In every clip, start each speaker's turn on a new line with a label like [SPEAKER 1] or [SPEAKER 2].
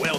[SPEAKER 1] Well,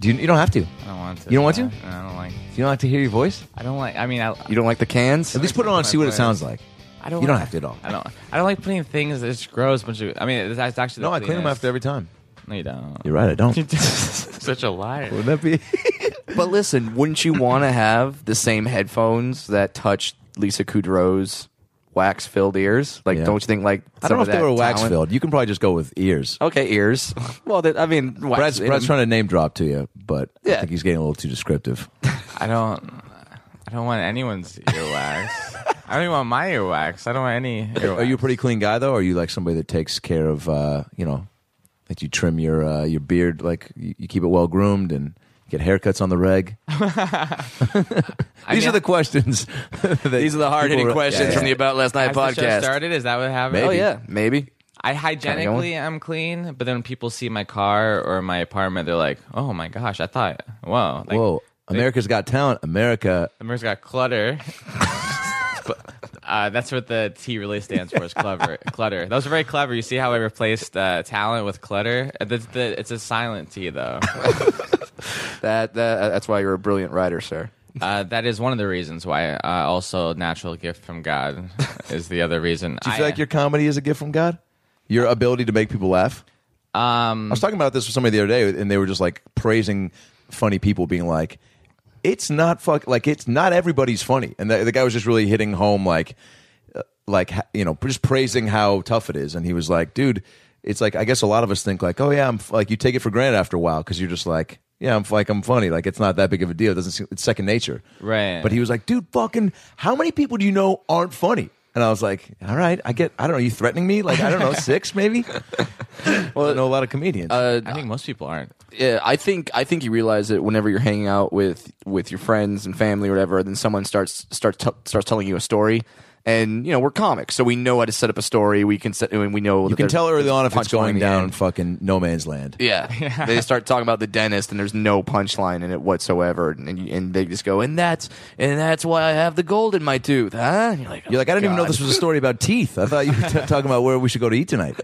[SPEAKER 2] Do you, you don't have to. If
[SPEAKER 3] Uh,
[SPEAKER 4] I don't want to.
[SPEAKER 2] You don't want to?
[SPEAKER 4] I don't like.
[SPEAKER 2] you don't like to hear your voice,
[SPEAKER 4] I don't like. I mean, I.
[SPEAKER 2] you don't like the cans. At least put it on, see what it sounds like.
[SPEAKER 4] I don't.
[SPEAKER 2] You don't
[SPEAKER 4] like-
[SPEAKER 2] have to at all.
[SPEAKER 4] I don't. I don't like putting things that's gross. Bunch of. I mean, that's actually. the
[SPEAKER 2] No, I clean them
[SPEAKER 4] cleanest.
[SPEAKER 2] after every time.
[SPEAKER 4] No, you don't.
[SPEAKER 2] You're right, I don't.
[SPEAKER 4] Such a liar.
[SPEAKER 2] Wouldn't that be?
[SPEAKER 3] But listen, wouldn't you want to have the same headphones that touched Lisa Kudrow's wax filled ears? Like,
[SPEAKER 2] Yeah.
[SPEAKER 3] don't you think, like,
[SPEAKER 2] I don't
[SPEAKER 3] some
[SPEAKER 2] know
[SPEAKER 3] of
[SPEAKER 2] if they
[SPEAKER 3] that
[SPEAKER 2] were wax
[SPEAKER 3] talent- Oh,
[SPEAKER 2] filled. You can probably just go with ears.
[SPEAKER 3] Okay, ears. well, they, I mean, wax.
[SPEAKER 2] Brad's, Brad's trying to name drop to you, but I
[SPEAKER 3] Yeah.
[SPEAKER 2] think he's getting a little too descriptive.
[SPEAKER 4] I don't. I don't want anyone's earwax. I don't even want my earwax. I don't want any. Earwax.
[SPEAKER 2] Are you a pretty clean guy though? Or are you like somebody that takes care of uh, you know, that you trim your uh, your beard, like you, you keep it well groomed and get haircuts on the reg? These
[SPEAKER 4] mean-
[SPEAKER 2] are the questions.
[SPEAKER 3] These are the hard hitting questions from the About Last Night
[SPEAKER 4] Has the show
[SPEAKER 3] podcast.
[SPEAKER 4] started? Is that what happened?
[SPEAKER 3] Oh,
[SPEAKER 2] Maybe.
[SPEAKER 3] yeah, maybe.
[SPEAKER 4] I hygienically am clean, but then when people see my car or my apartment, they're like, "Oh my gosh, I thought, whoa, like,
[SPEAKER 2] Whoa, America's Got Talent. America.
[SPEAKER 4] America's got clutter." But, uh, that's what the T really stands for is clever, clutter. That was very clever. You see how I replaced uh, talent with clutter? Uh, The, the, it's a silent T though.
[SPEAKER 3] That, that uh, That's why you're a brilliant writer, sir.
[SPEAKER 4] Uh, that is one of the reasons why. Uh, also, natural gift from God is the other reason.
[SPEAKER 2] Do you feel like your comedy is a gift from God? Your ability to make people laugh. Um, I was talking about this with somebody the other day, and they were just like praising funny people, being like, "It's not fuck like it's not everybody's funny," and the, the guy was just really hitting home like, uh, like ha- you know, just praising how tough it is, and he was like, "Dude, it's like I guess a lot of us think like, oh yeah, I'm f-, like you take it for granted after a while because you're just like." Yeah, I'm f- like I'm funny. Like it's not that big of a deal. It doesn't seem, it's second nature.
[SPEAKER 4] Right.
[SPEAKER 2] But he was like, dude, fucking, how many people do you know aren't funny? And I was like, all right, I get, I don't know, you threatening me? Like, I don't know, six maybe? well, I know a lot of comedians.
[SPEAKER 4] I think most people aren't.
[SPEAKER 3] Yeah, I think I think you realize it whenever you're hanging out with with your friends and family or whatever. Then someone starts starts t- starts telling you a story, and you know we're comics, so we know how to set up a story. We can set and we know
[SPEAKER 2] you can tell early on if it's going down
[SPEAKER 3] End.
[SPEAKER 2] fucking no man's land.
[SPEAKER 3] Yeah, they start talking about the dentist, and there's no punchline in it whatsoever, and you- and they just go, and that's and that's why I have the gold in my tooth, huh? And you're like,
[SPEAKER 2] You're like, I didn't even know
[SPEAKER 3] God.
[SPEAKER 2] this was a story about teeth. I thought you were t- talking about where we should go to eat tonight.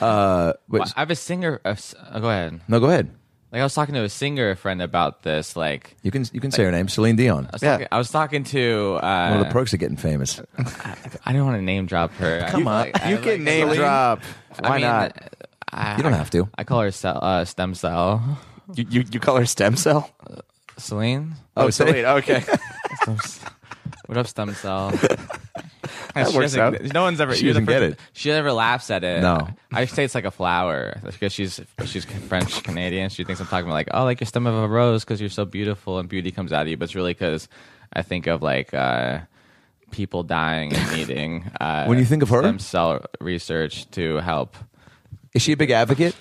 [SPEAKER 2] Uh, but,
[SPEAKER 4] I have a singer. a s- uh, go ahead.
[SPEAKER 2] no, go ahead.
[SPEAKER 4] Like I was talking to a singer friend about this. Like
[SPEAKER 2] You can you can say her name, Celine Dion.
[SPEAKER 4] I was,
[SPEAKER 3] Yeah.
[SPEAKER 4] talking, I was talking to.
[SPEAKER 2] One of
[SPEAKER 4] Uh,
[SPEAKER 2] the perks of getting famous.
[SPEAKER 4] I don't want to name drop her. Come
[SPEAKER 2] on.
[SPEAKER 3] You can name drop. Why not?
[SPEAKER 4] I,
[SPEAKER 2] You don't have to.
[SPEAKER 4] I call her cell, uh, stem cell.
[SPEAKER 3] You, you you call her stem cell?
[SPEAKER 4] Celine,
[SPEAKER 2] Oh,
[SPEAKER 3] so wait, okay.
[SPEAKER 4] what up, stem cell? She
[SPEAKER 3] works
[SPEAKER 4] doesn't- No one's ever.
[SPEAKER 2] She
[SPEAKER 4] you're the
[SPEAKER 2] doesn't get
[SPEAKER 4] first-
[SPEAKER 2] it.
[SPEAKER 4] She never laughs at it.
[SPEAKER 2] No.
[SPEAKER 4] I say it's like a flower because she's she's French Canadian. She thinks I'm talking about like oh like your stem of a rose because you're so beautiful and beauty comes out of you. But it's really because I think of like uh, people dying and needing uh,
[SPEAKER 2] When you think of her?
[SPEAKER 4] stem cell research to help.
[SPEAKER 2] Is she a big advocate?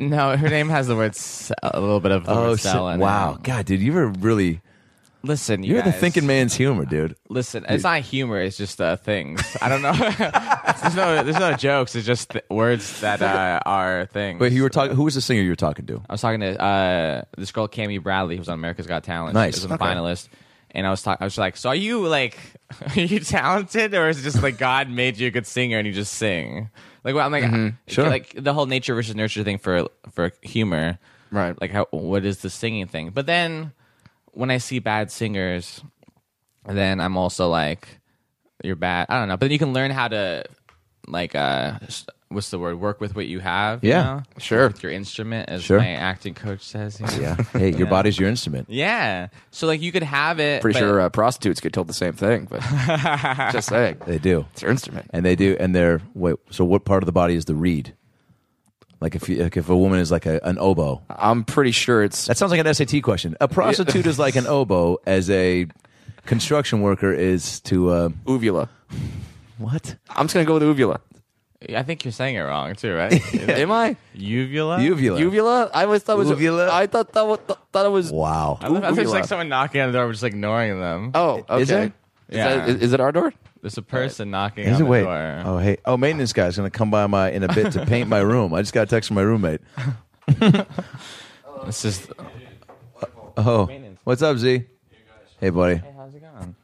[SPEAKER 4] No, her name has the word cell, a little bit of the word
[SPEAKER 2] so-
[SPEAKER 4] cell in it.
[SPEAKER 2] Oh, wow. God, dude, you were really,
[SPEAKER 4] Listen, you
[SPEAKER 2] you're the
[SPEAKER 4] guys.
[SPEAKER 2] thinking man's humor, dude.
[SPEAKER 4] Listen, it's not humor. It's just uh, things. I don't know. there's no, there's no jokes. It's just th- words that uh, are things.
[SPEAKER 2] But you were talking, who was the singer you were talking to?
[SPEAKER 4] I was talking to uh, this girl, Cami Bradley, who was on America's Got Talent.
[SPEAKER 2] Nice.
[SPEAKER 4] She was a
[SPEAKER 2] Okay.
[SPEAKER 4] finalist, and I was talking. I was like, "So are you like, are you talented, or is it just like God made you a good singer and you just sing?" Like, well, I'm like,
[SPEAKER 2] Mm-hmm. Sure.
[SPEAKER 4] like the whole nature versus nurture thing for for humor,
[SPEAKER 3] Right.
[SPEAKER 4] Like, how what is the singing thing? But then when I see bad singers, then I'm also like, you're bad. I don't know. But you can learn how to like uh s- what's the word? Work with what you have. you
[SPEAKER 2] Yeah.
[SPEAKER 4] know?
[SPEAKER 3] Sure.
[SPEAKER 4] With your instrument, as
[SPEAKER 2] Sure.
[SPEAKER 4] my acting coach says. you know?
[SPEAKER 2] Yeah. Hey, your body's your instrument.
[SPEAKER 4] Yeah. So like you could have it.
[SPEAKER 3] Pretty
[SPEAKER 4] but-
[SPEAKER 3] sure uh, prostitutes get told the same thing, but just saying,
[SPEAKER 2] They do.
[SPEAKER 3] it's your instrument.
[SPEAKER 2] And they do. And they're, wait, so what part of the body is the reed? Like if you, like if a woman is like a, an oboe.
[SPEAKER 3] I'm pretty sure it's
[SPEAKER 2] That sounds like an SAT question. A prostitute is like an oboe as a construction worker is to, uh,
[SPEAKER 3] uvula.
[SPEAKER 2] what?
[SPEAKER 3] I'm just gonna go with uvula.
[SPEAKER 4] I think you're saying it wrong too, right?
[SPEAKER 3] Am I
[SPEAKER 4] Uvula.
[SPEAKER 2] Uvula.
[SPEAKER 3] uvula? I always thought it was
[SPEAKER 2] Uvula?
[SPEAKER 3] I thought that was, thought it was.
[SPEAKER 2] Wow.
[SPEAKER 4] I thought it was like
[SPEAKER 3] Uvula.
[SPEAKER 4] someone knocking on the door, we're just ignoring them.
[SPEAKER 3] Oh, okay.
[SPEAKER 2] Is it?
[SPEAKER 3] Is
[SPEAKER 4] Yeah.
[SPEAKER 3] that, is, is it our door?
[SPEAKER 4] There's a person knocking
[SPEAKER 2] Is
[SPEAKER 4] on
[SPEAKER 2] it
[SPEAKER 4] the
[SPEAKER 2] wait?
[SPEAKER 4] door.
[SPEAKER 2] Oh hey. Oh, maintenance guy's gonna come by my in a bit to paint my room. I just got a text from my roommate.
[SPEAKER 4] It's just.
[SPEAKER 2] Oh,
[SPEAKER 4] Maintenance.
[SPEAKER 2] what's up, Z? Hey, buddy.
[SPEAKER 4] Hey, how's it going?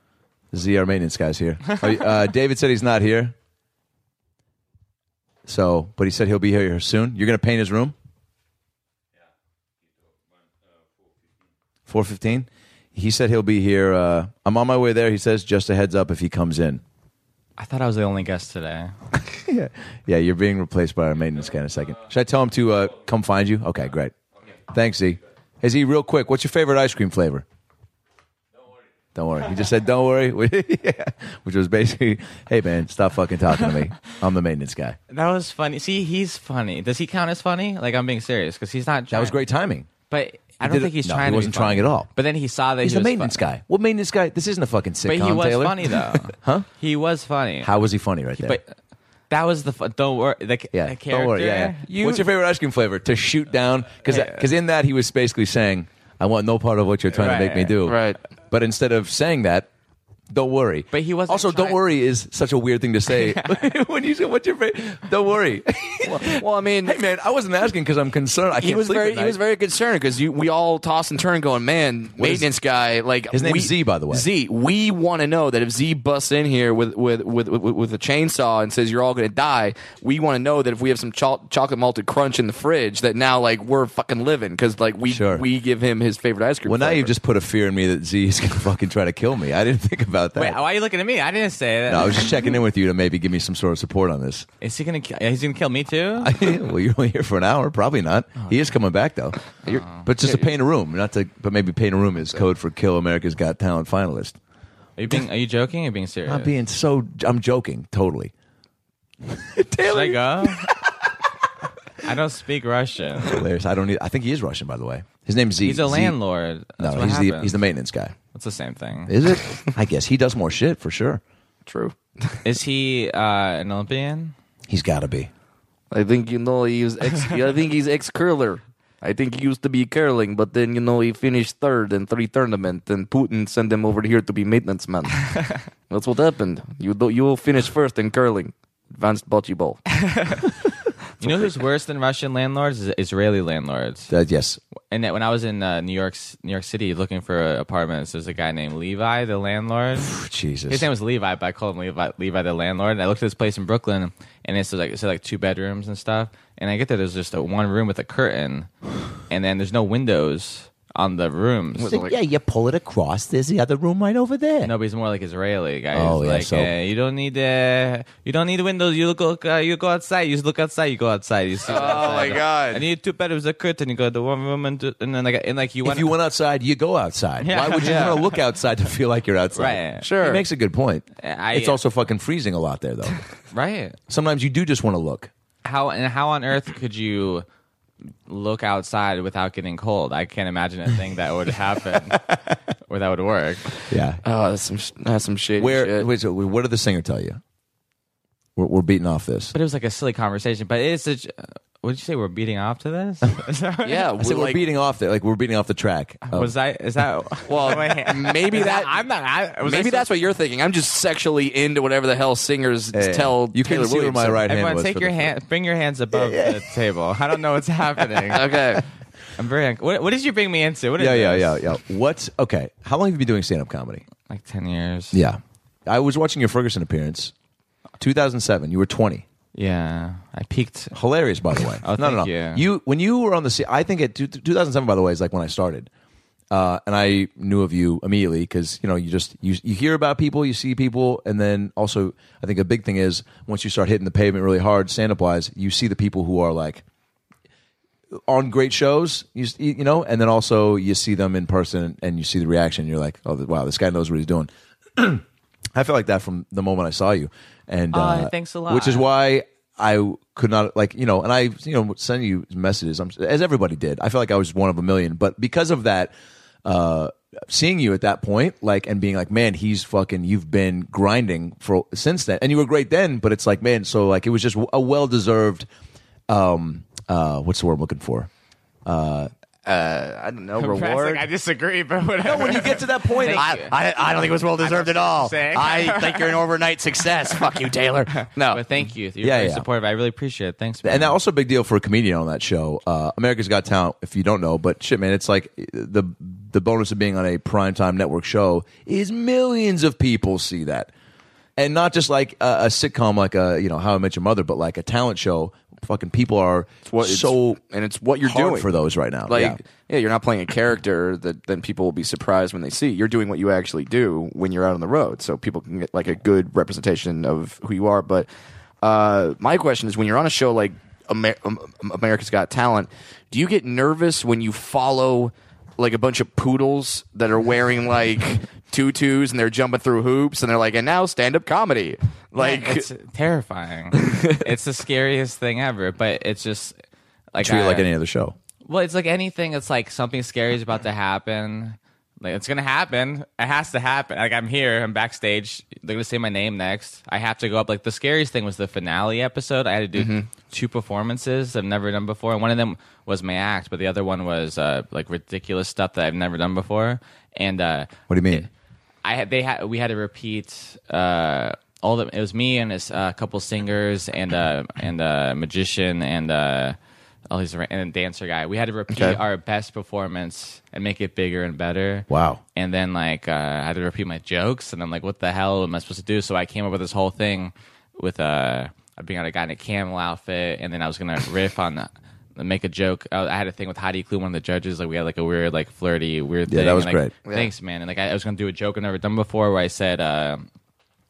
[SPEAKER 2] Z, our maintenance guy's here. Are you- uh, David said he's not here. So, but he said he'll be here soon. You're gonna paint his room. Four fifteen. He said he'll be here. Uh, I'm on my way there. He says just a heads up if he comes in.
[SPEAKER 4] I thought I was the only guest today.
[SPEAKER 2] yeah, yeah. You're being replaced by our maintenance guy in a second. Should I tell him to uh, come find you? Okay, great. Thanks, Z. Hey, Z, real quick, what's your favorite ice cream flavor? Don't worry. He just said, "Don't worry," Yeah. which was basically, "Hey, man, stop fucking talking to me. I'm the maintenance guy."
[SPEAKER 4] That was funny. See, he's funny. Does he count as funny? Like I'm being serious because he's not.
[SPEAKER 2] That was
[SPEAKER 4] trying-
[SPEAKER 2] great timing.
[SPEAKER 4] but I
[SPEAKER 2] did
[SPEAKER 4] don't
[SPEAKER 2] it-
[SPEAKER 4] think he's
[SPEAKER 2] no, he
[SPEAKER 4] trying. to be
[SPEAKER 2] wasn't trying
[SPEAKER 4] funny.
[SPEAKER 2] at all.
[SPEAKER 4] But then he saw that
[SPEAKER 2] He's
[SPEAKER 4] he
[SPEAKER 2] a
[SPEAKER 4] was
[SPEAKER 2] maintenance
[SPEAKER 4] fun-
[SPEAKER 2] guy. What maintenance guy? This isn't a fucking sitcom.
[SPEAKER 4] But he was
[SPEAKER 2] Taylor.
[SPEAKER 4] funny though,
[SPEAKER 2] Huh?
[SPEAKER 4] He was funny.
[SPEAKER 2] How was he funny right there?
[SPEAKER 4] But that was the fun. Don't worry. The,
[SPEAKER 2] yeah,
[SPEAKER 4] the character.
[SPEAKER 2] don't worry. Yeah, yeah.
[SPEAKER 4] You,
[SPEAKER 2] What's your favorite ice cream flavor? To shoot down, because
[SPEAKER 4] Yeah.
[SPEAKER 2] in that he was basically saying, "I want no part of what you're trying to make me
[SPEAKER 4] Right.
[SPEAKER 2] do."
[SPEAKER 3] Right.
[SPEAKER 2] But instead of saying that, don't worry.
[SPEAKER 4] But he wasn't
[SPEAKER 2] Also, don't
[SPEAKER 4] trying-
[SPEAKER 2] worry is such a weird thing to say when you say, "What's your favorite?" Don't worry.
[SPEAKER 3] Well, I mean,
[SPEAKER 2] hey, man, I wasn't asking because I'm concerned. I can't
[SPEAKER 3] he was
[SPEAKER 2] sleep
[SPEAKER 3] very
[SPEAKER 2] at
[SPEAKER 3] he
[SPEAKER 2] night.
[SPEAKER 3] was very concerned because we all toss and turn going man
[SPEAKER 2] is-
[SPEAKER 3] maintenance guy like
[SPEAKER 2] His name
[SPEAKER 3] we,
[SPEAKER 2] is Z, by the way.
[SPEAKER 3] Z we want to know that if Z busts in here with with with with, with a chainsaw and says you're all gonna die we want to know that if we have some cho- chocolate malted crunch in the fridge that now like we're fucking living because like we
[SPEAKER 2] Sure.
[SPEAKER 3] we give him his favorite ice cream
[SPEAKER 2] Well, now
[SPEAKER 3] flavor.
[SPEAKER 2] you've just put a fear in me that Z is going to fucking try to kill me. I didn't think about that.
[SPEAKER 4] wait, why are you looking at me? I didn't say that.
[SPEAKER 2] no, I was just checking in with you to maybe give me some sort of support on this.
[SPEAKER 4] Is he gonna? ki- He's gonna kill me too?
[SPEAKER 2] well, you're only here for an hour. Probably not.
[SPEAKER 4] Oh,
[SPEAKER 2] He is coming back though. but just to paint a room, not to. But maybe paint a room is code for kill America's Got Talent finalist.
[SPEAKER 4] Are you being? Are you joking? Or being serious?
[SPEAKER 2] I'm being so. I'm joking totally.
[SPEAKER 4] Should I go? I don't speak Russian.
[SPEAKER 2] Hilarious. I don't. Need, I think he is Russian, by the way. His name's Z.
[SPEAKER 4] He's a
[SPEAKER 2] Z-
[SPEAKER 4] landlord.
[SPEAKER 2] No,
[SPEAKER 4] That's what
[SPEAKER 2] he's the
[SPEAKER 4] happens.
[SPEAKER 2] he's the maintenance guy.
[SPEAKER 4] It's the same thing.
[SPEAKER 2] Is it? I guess he does more shit for sure.
[SPEAKER 3] true
[SPEAKER 4] Is he uh, an Olympian?
[SPEAKER 2] He's got to be.
[SPEAKER 3] I think you know he's ex I think he's ex curler. I think he used to be curling, but then you know he finished third in three tournament, and Putin sent him over here to be maintenance man. That's what happened. You do, you will finish first in curling, advanced bocce ball.
[SPEAKER 4] You know who's worse than Russian landlords? Is Israeli landlords.
[SPEAKER 2] That- Uh, yes.
[SPEAKER 4] And that when I was in uh, New York, New York City, looking for uh, apartments, there's a guy named Levi, the landlord.
[SPEAKER 2] Jesus.
[SPEAKER 4] His name was Levi, but I called him Levi, Levi the landlord. And I looked at this place in Brooklyn, and it's like it's like two bedrooms and stuff. And I get there, there's just a one room with a curtain, and then there's no windows on the rooms.
[SPEAKER 2] So, yeah, you pull it across. There's the other room right over there.
[SPEAKER 4] No, but he's more like Israeli guy.
[SPEAKER 2] Oh,
[SPEAKER 4] He's
[SPEAKER 2] yeah,
[SPEAKER 4] like,
[SPEAKER 2] so-
[SPEAKER 4] eh, you don't need uh, you don't need windows. You look, look uh, you go outside. You look outside. You go outside. You see outside.
[SPEAKER 3] Oh, my God.
[SPEAKER 4] I need two bedrooms, a curtain. You go to one room and, two, and then like and like you
[SPEAKER 2] If
[SPEAKER 4] went
[SPEAKER 2] you went outside, you go outside.
[SPEAKER 4] Yeah.
[SPEAKER 2] Why would you
[SPEAKER 4] Yeah.
[SPEAKER 2] want to look outside to feel like you're outside?
[SPEAKER 4] Right.
[SPEAKER 3] Sure.
[SPEAKER 2] He makes a good point.
[SPEAKER 4] I- uh,
[SPEAKER 2] it's also fucking freezing a lot there, though.
[SPEAKER 4] right.
[SPEAKER 2] Sometimes you do just want to look.
[SPEAKER 4] How and how on earth could you look outside without getting cold? I can't imagine a thing that would happen or that would work.
[SPEAKER 2] Yeah.
[SPEAKER 3] Oh, that's some that's some shady
[SPEAKER 2] Where?
[SPEAKER 3] shit.
[SPEAKER 2] Wait, so what did the singer tell you? We're, we're beating off this.
[SPEAKER 4] But it was like a silly conversation. But it's a. Would you say we're beating off to this? Is that right?
[SPEAKER 3] yeah,
[SPEAKER 2] I said we're
[SPEAKER 3] like-
[SPEAKER 2] beating off the like we're beating off the track. Oh,
[SPEAKER 4] Was I? Is that?
[SPEAKER 3] Well, maybe
[SPEAKER 4] Is
[SPEAKER 3] that-
[SPEAKER 4] I'm not. I, was I
[SPEAKER 3] Maybe
[SPEAKER 4] supposed-
[SPEAKER 3] that's what you're thinking. I'm just sexually into whatever the hell singers
[SPEAKER 2] hey,
[SPEAKER 3] tell.
[SPEAKER 2] you
[SPEAKER 3] Taylor
[SPEAKER 2] couldn't see where
[SPEAKER 3] Williams.
[SPEAKER 2] my right hand
[SPEAKER 4] Everyone,
[SPEAKER 2] was.
[SPEAKER 4] take
[SPEAKER 2] for
[SPEAKER 4] your
[SPEAKER 2] the-
[SPEAKER 4] hand. Bring your hands above the table. I don't know what's happening.
[SPEAKER 3] Okay.
[SPEAKER 4] I'm very. Un- what, what did you bring me into? What is
[SPEAKER 2] Yeah, yeah,
[SPEAKER 4] this?
[SPEAKER 2] yeah, yeah. What's okay? How long have you been doing stand up comedy?
[SPEAKER 4] Like ten years.
[SPEAKER 2] Yeah, I was watching your Ferguson appearance, 2007. You were 20.
[SPEAKER 4] Yeah. I peaked.
[SPEAKER 2] Hilarious, by the way.
[SPEAKER 4] Oh,
[SPEAKER 2] no, no, no.
[SPEAKER 4] thank you.
[SPEAKER 2] when you were on the scene, I think at two, 2007, by the way, is like when I started, uh, and I knew of you immediately because you know you just you you hear about people, you see people, and then also I think a big thing is once you start hitting the pavement really hard, stand up wise, you see the people who are like on great shows, you s- you know, and then also you see them in person and you see the reaction. You're like, oh wow, this guy knows what he's doing. I felt like that from the moment I saw you, and
[SPEAKER 4] Oh,
[SPEAKER 2] uh,
[SPEAKER 4] thanks a lot.
[SPEAKER 2] Which is why I could not like you know, and I you know send you messages I'm, as everybody did. I felt like I was one of a million, but because of that, uh, seeing you at that point, like, and being like, man, he's fucking, you've been grinding for since then, and you were great then, but it's like, man, so like, it was just a well deserved, um, uh, what's the word I'm looking for?
[SPEAKER 3] I don't know
[SPEAKER 4] Brad's like,
[SPEAKER 3] reward.
[SPEAKER 4] I disagree, but whatever.
[SPEAKER 2] When you get to that point,
[SPEAKER 4] Thank
[SPEAKER 3] I,
[SPEAKER 4] you.
[SPEAKER 3] I, I don't think it was well deserved at all.
[SPEAKER 4] saying.
[SPEAKER 3] I think you're an overnight success. Fuck you, Taylor. No,
[SPEAKER 4] But thank you. You're
[SPEAKER 2] Yeah,
[SPEAKER 4] very
[SPEAKER 2] yeah.
[SPEAKER 4] supportive. I really appreciate it. Thanks.
[SPEAKER 2] and
[SPEAKER 4] man.
[SPEAKER 2] that also a big deal for a comedian on that show. Uh, America's Got Talent. If you don't know, but shit, man, it's like uh, the the bonus of being on a primetime network show is millions of people see that, and not just like a, a sitcom, like a you know How I Met Your Mother, but like a talent show. Fucking people are
[SPEAKER 3] what- it's-
[SPEAKER 2] so
[SPEAKER 3] and it's what you're
[SPEAKER 2] hard
[SPEAKER 3] doing.
[SPEAKER 2] for those right now.
[SPEAKER 3] like
[SPEAKER 2] yeah.
[SPEAKER 3] yeah. you're not playing a character that then people will be surprised when they see you're doing what you actually do when you're out on the road so people can get like a good representation of who you are but uh, my question is when you're on a show like Amer- um, america's got talent do you get nervous when you follow like a bunch of poodles that are wearing like tutus and they're jumping through hoops and they're like and now stand-up comedy like
[SPEAKER 4] it's terrifying. it's the scariest thing ever. But it's just like
[SPEAKER 2] treat it
[SPEAKER 4] I-
[SPEAKER 2] like any other show.
[SPEAKER 4] Well, it's like anything. It's like something scary is about to happen. Like it's gonna happen. It has to happen. Like I'm here. I'm backstage. They're gonna say my name next. I have to go up. Like the scariest thing was the finale episode. I had to do
[SPEAKER 2] Mm-hmm.
[SPEAKER 4] two performances I've never done before, and one of them was my act, but the other one was uh, like ridiculous stuff that I've never done before. And uh,
[SPEAKER 2] What do you mean?
[SPEAKER 4] I had they had we had to repeat uh, all the it was me and this, uh, a couple singers and uh, and a magician and uh, all these ra- and a dancer guy. We had to repeat
[SPEAKER 3] Okay.
[SPEAKER 4] our best performance and make it bigger and better.
[SPEAKER 2] Wow.
[SPEAKER 4] And then like uh, I had to repeat my jokes and I'm like, what the hell am I supposed to do? So I came up with this whole thing with uh, being on a guy in a camel outfit and then I was gonna riff on. The, Make a joke. Uh, I I had a thing with Heidi Klum, one of the judges. Like we had like a weird, like flirty, weird.
[SPEAKER 2] Yeah,
[SPEAKER 4] thing.
[SPEAKER 2] that was
[SPEAKER 4] and, like,
[SPEAKER 2] great.
[SPEAKER 4] Thanks, man. And like I, I was gonna do a joke I've never done before, where I said, uh,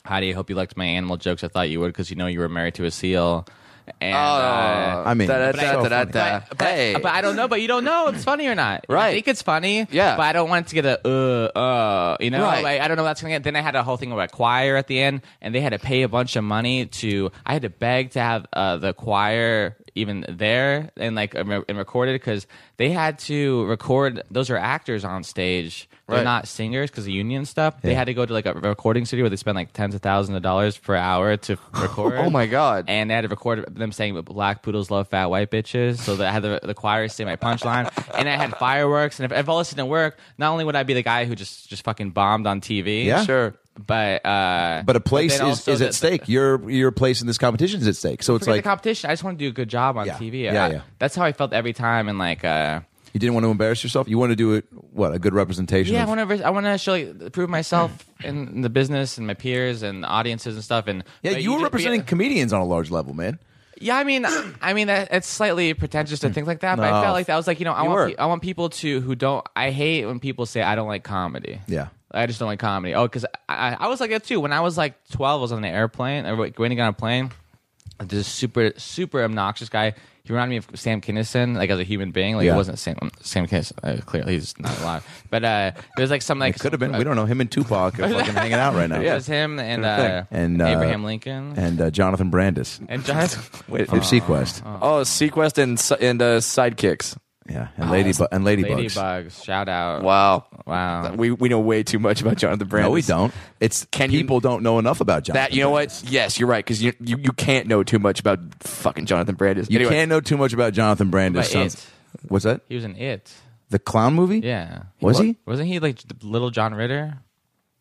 [SPEAKER 4] "Heidi, I hope you liked my animal jokes. I thought you would because you know you were married to a seal."
[SPEAKER 2] Oh,
[SPEAKER 4] And, uh,
[SPEAKER 2] I mean,
[SPEAKER 3] da- da-
[SPEAKER 2] it's so
[SPEAKER 3] da- da-
[SPEAKER 2] funny.
[SPEAKER 3] da-
[SPEAKER 4] but,
[SPEAKER 3] hey.
[SPEAKER 4] but I don't know. But you don't know if it's funny or not.
[SPEAKER 3] Right.
[SPEAKER 4] I think it's funny.
[SPEAKER 3] Yeah.
[SPEAKER 4] But I don't want it to get a uh uh. You know.
[SPEAKER 3] Right.
[SPEAKER 4] Like, I don't know. What that's gonna get. Then I had a whole thing about choir at the end, and they had to pay a bunch of money to. I had to beg to have uh, the choir even there and like um, and recorded because they had to record. Those are actors on stage. They're
[SPEAKER 3] Right.
[SPEAKER 4] not singers because of union stuff. They had to go to like a recording studio where they spend like tens of thousands of dollars per hour to record
[SPEAKER 3] Oh my God.
[SPEAKER 4] and they had to record them saying that black poodles love fat white bitches. So that I had the, the choir say my punchline, and I had fireworks. And if, if all this didn't work, not only would I be the guy who just just fucking bombed on TV,
[SPEAKER 2] Yeah.
[SPEAKER 3] Sure.
[SPEAKER 4] but uh,
[SPEAKER 2] But a place
[SPEAKER 4] then
[SPEAKER 2] is,
[SPEAKER 4] also
[SPEAKER 2] is at
[SPEAKER 4] the-
[SPEAKER 2] stake. Your your place in this competition is at stake. So it's
[SPEAKER 4] forget
[SPEAKER 2] like
[SPEAKER 4] the competition. I just want to do a good job on
[SPEAKER 2] Yeah.
[SPEAKER 4] TV.
[SPEAKER 2] Yeah,
[SPEAKER 4] I-
[SPEAKER 2] yeah.
[SPEAKER 4] That's how I felt every time, and like. uh
[SPEAKER 2] you didn't want to embarrass yourself. You want to do it. What a good representation.
[SPEAKER 4] Yeah,
[SPEAKER 2] of,
[SPEAKER 4] I want to. I want to show, like, prove myself in, in the business and my peers and audiences and stuff. And
[SPEAKER 2] yeah.
[SPEAKER 4] but
[SPEAKER 2] You were
[SPEAKER 4] just-
[SPEAKER 2] representing comedians on a large level, man.
[SPEAKER 4] Yeah, I mean, I mean, that, it's slightly pretentious to think like that, but
[SPEAKER 2] No.
[SPEAKER 4] I felt like that I was like, you know, I
[SPEAKER 2] You were.
[SPEAKER 4] want, pe- I want people to who don't. I hate when people say I don't like comedy.
[SPEAKER 2] Yeah.
[SPEAKER 4] I just don't like comedy. Oh, because I, I, I was like that too. When I was like twelve, I was on an airplane. I was waiting on a plane. This super, super obnoxious guy. He reminded me of Sam Kinison, like as a human being. Like
[SPEAKER 2] Yeah.
[SPEAKER 4] he wasn't Sam Sam Kinison. Uh, clearly, he's not alive. But uh, there's like some like
[SPEAKER 2] Could have been.
[SPEAKER 4] some-
[SPEAKER 2] We don't know. Him and Tupac are fucking hanging out right now.
[SPEAKER 4] It was him and uh,
[SPEAKER 2] And, uh,
[SPEAKER 4] Abraham Lincoln and,
[SPEAKER 2] And uh, Jonathan Brandis
[SPEAKER 4] Jonathan.
[SPEAKER 3] Uh-huh.
[SPEAKER 2] of Sequest.
[SPEAKER 3] oh Sequest and si- and uh, sidekicks
[SPEAKER 2] Yeah. And Lady bu- and Ladybugs.
[SPEAKER 4] Ladybugs, shout out!
[SPEAKER 3] wow
[SPEAKER 4] Wow.
[SPEAKER 3] we we know way too much about Jonathan Brandis.
[SPEAKER 2] No, we don't. It's
[SPEAKER 3] Can you-
[SPEAKER 2] people don't know enough about Jonathan.
[SPEAKER 3] That you know what? Yes, you're right because you, you you can't know too much about fucking Jonathan Brandis.
[SPEAKER 2] You
[SPEAKER 3] Anyway,
[SPEAKER 2] can't know too much about Jonathan Brandis.
[SPEAKER 4] About it.
[SPEAKER 2] What's that?
[SPEAKER 4] He was in It.
[SPEAKER 2] The clown movie?
[SPEAKER 4] Yeah.
[SPEAKER 2] Was he?
[SPEAKER 4] Wasn't he like the little John Ritter?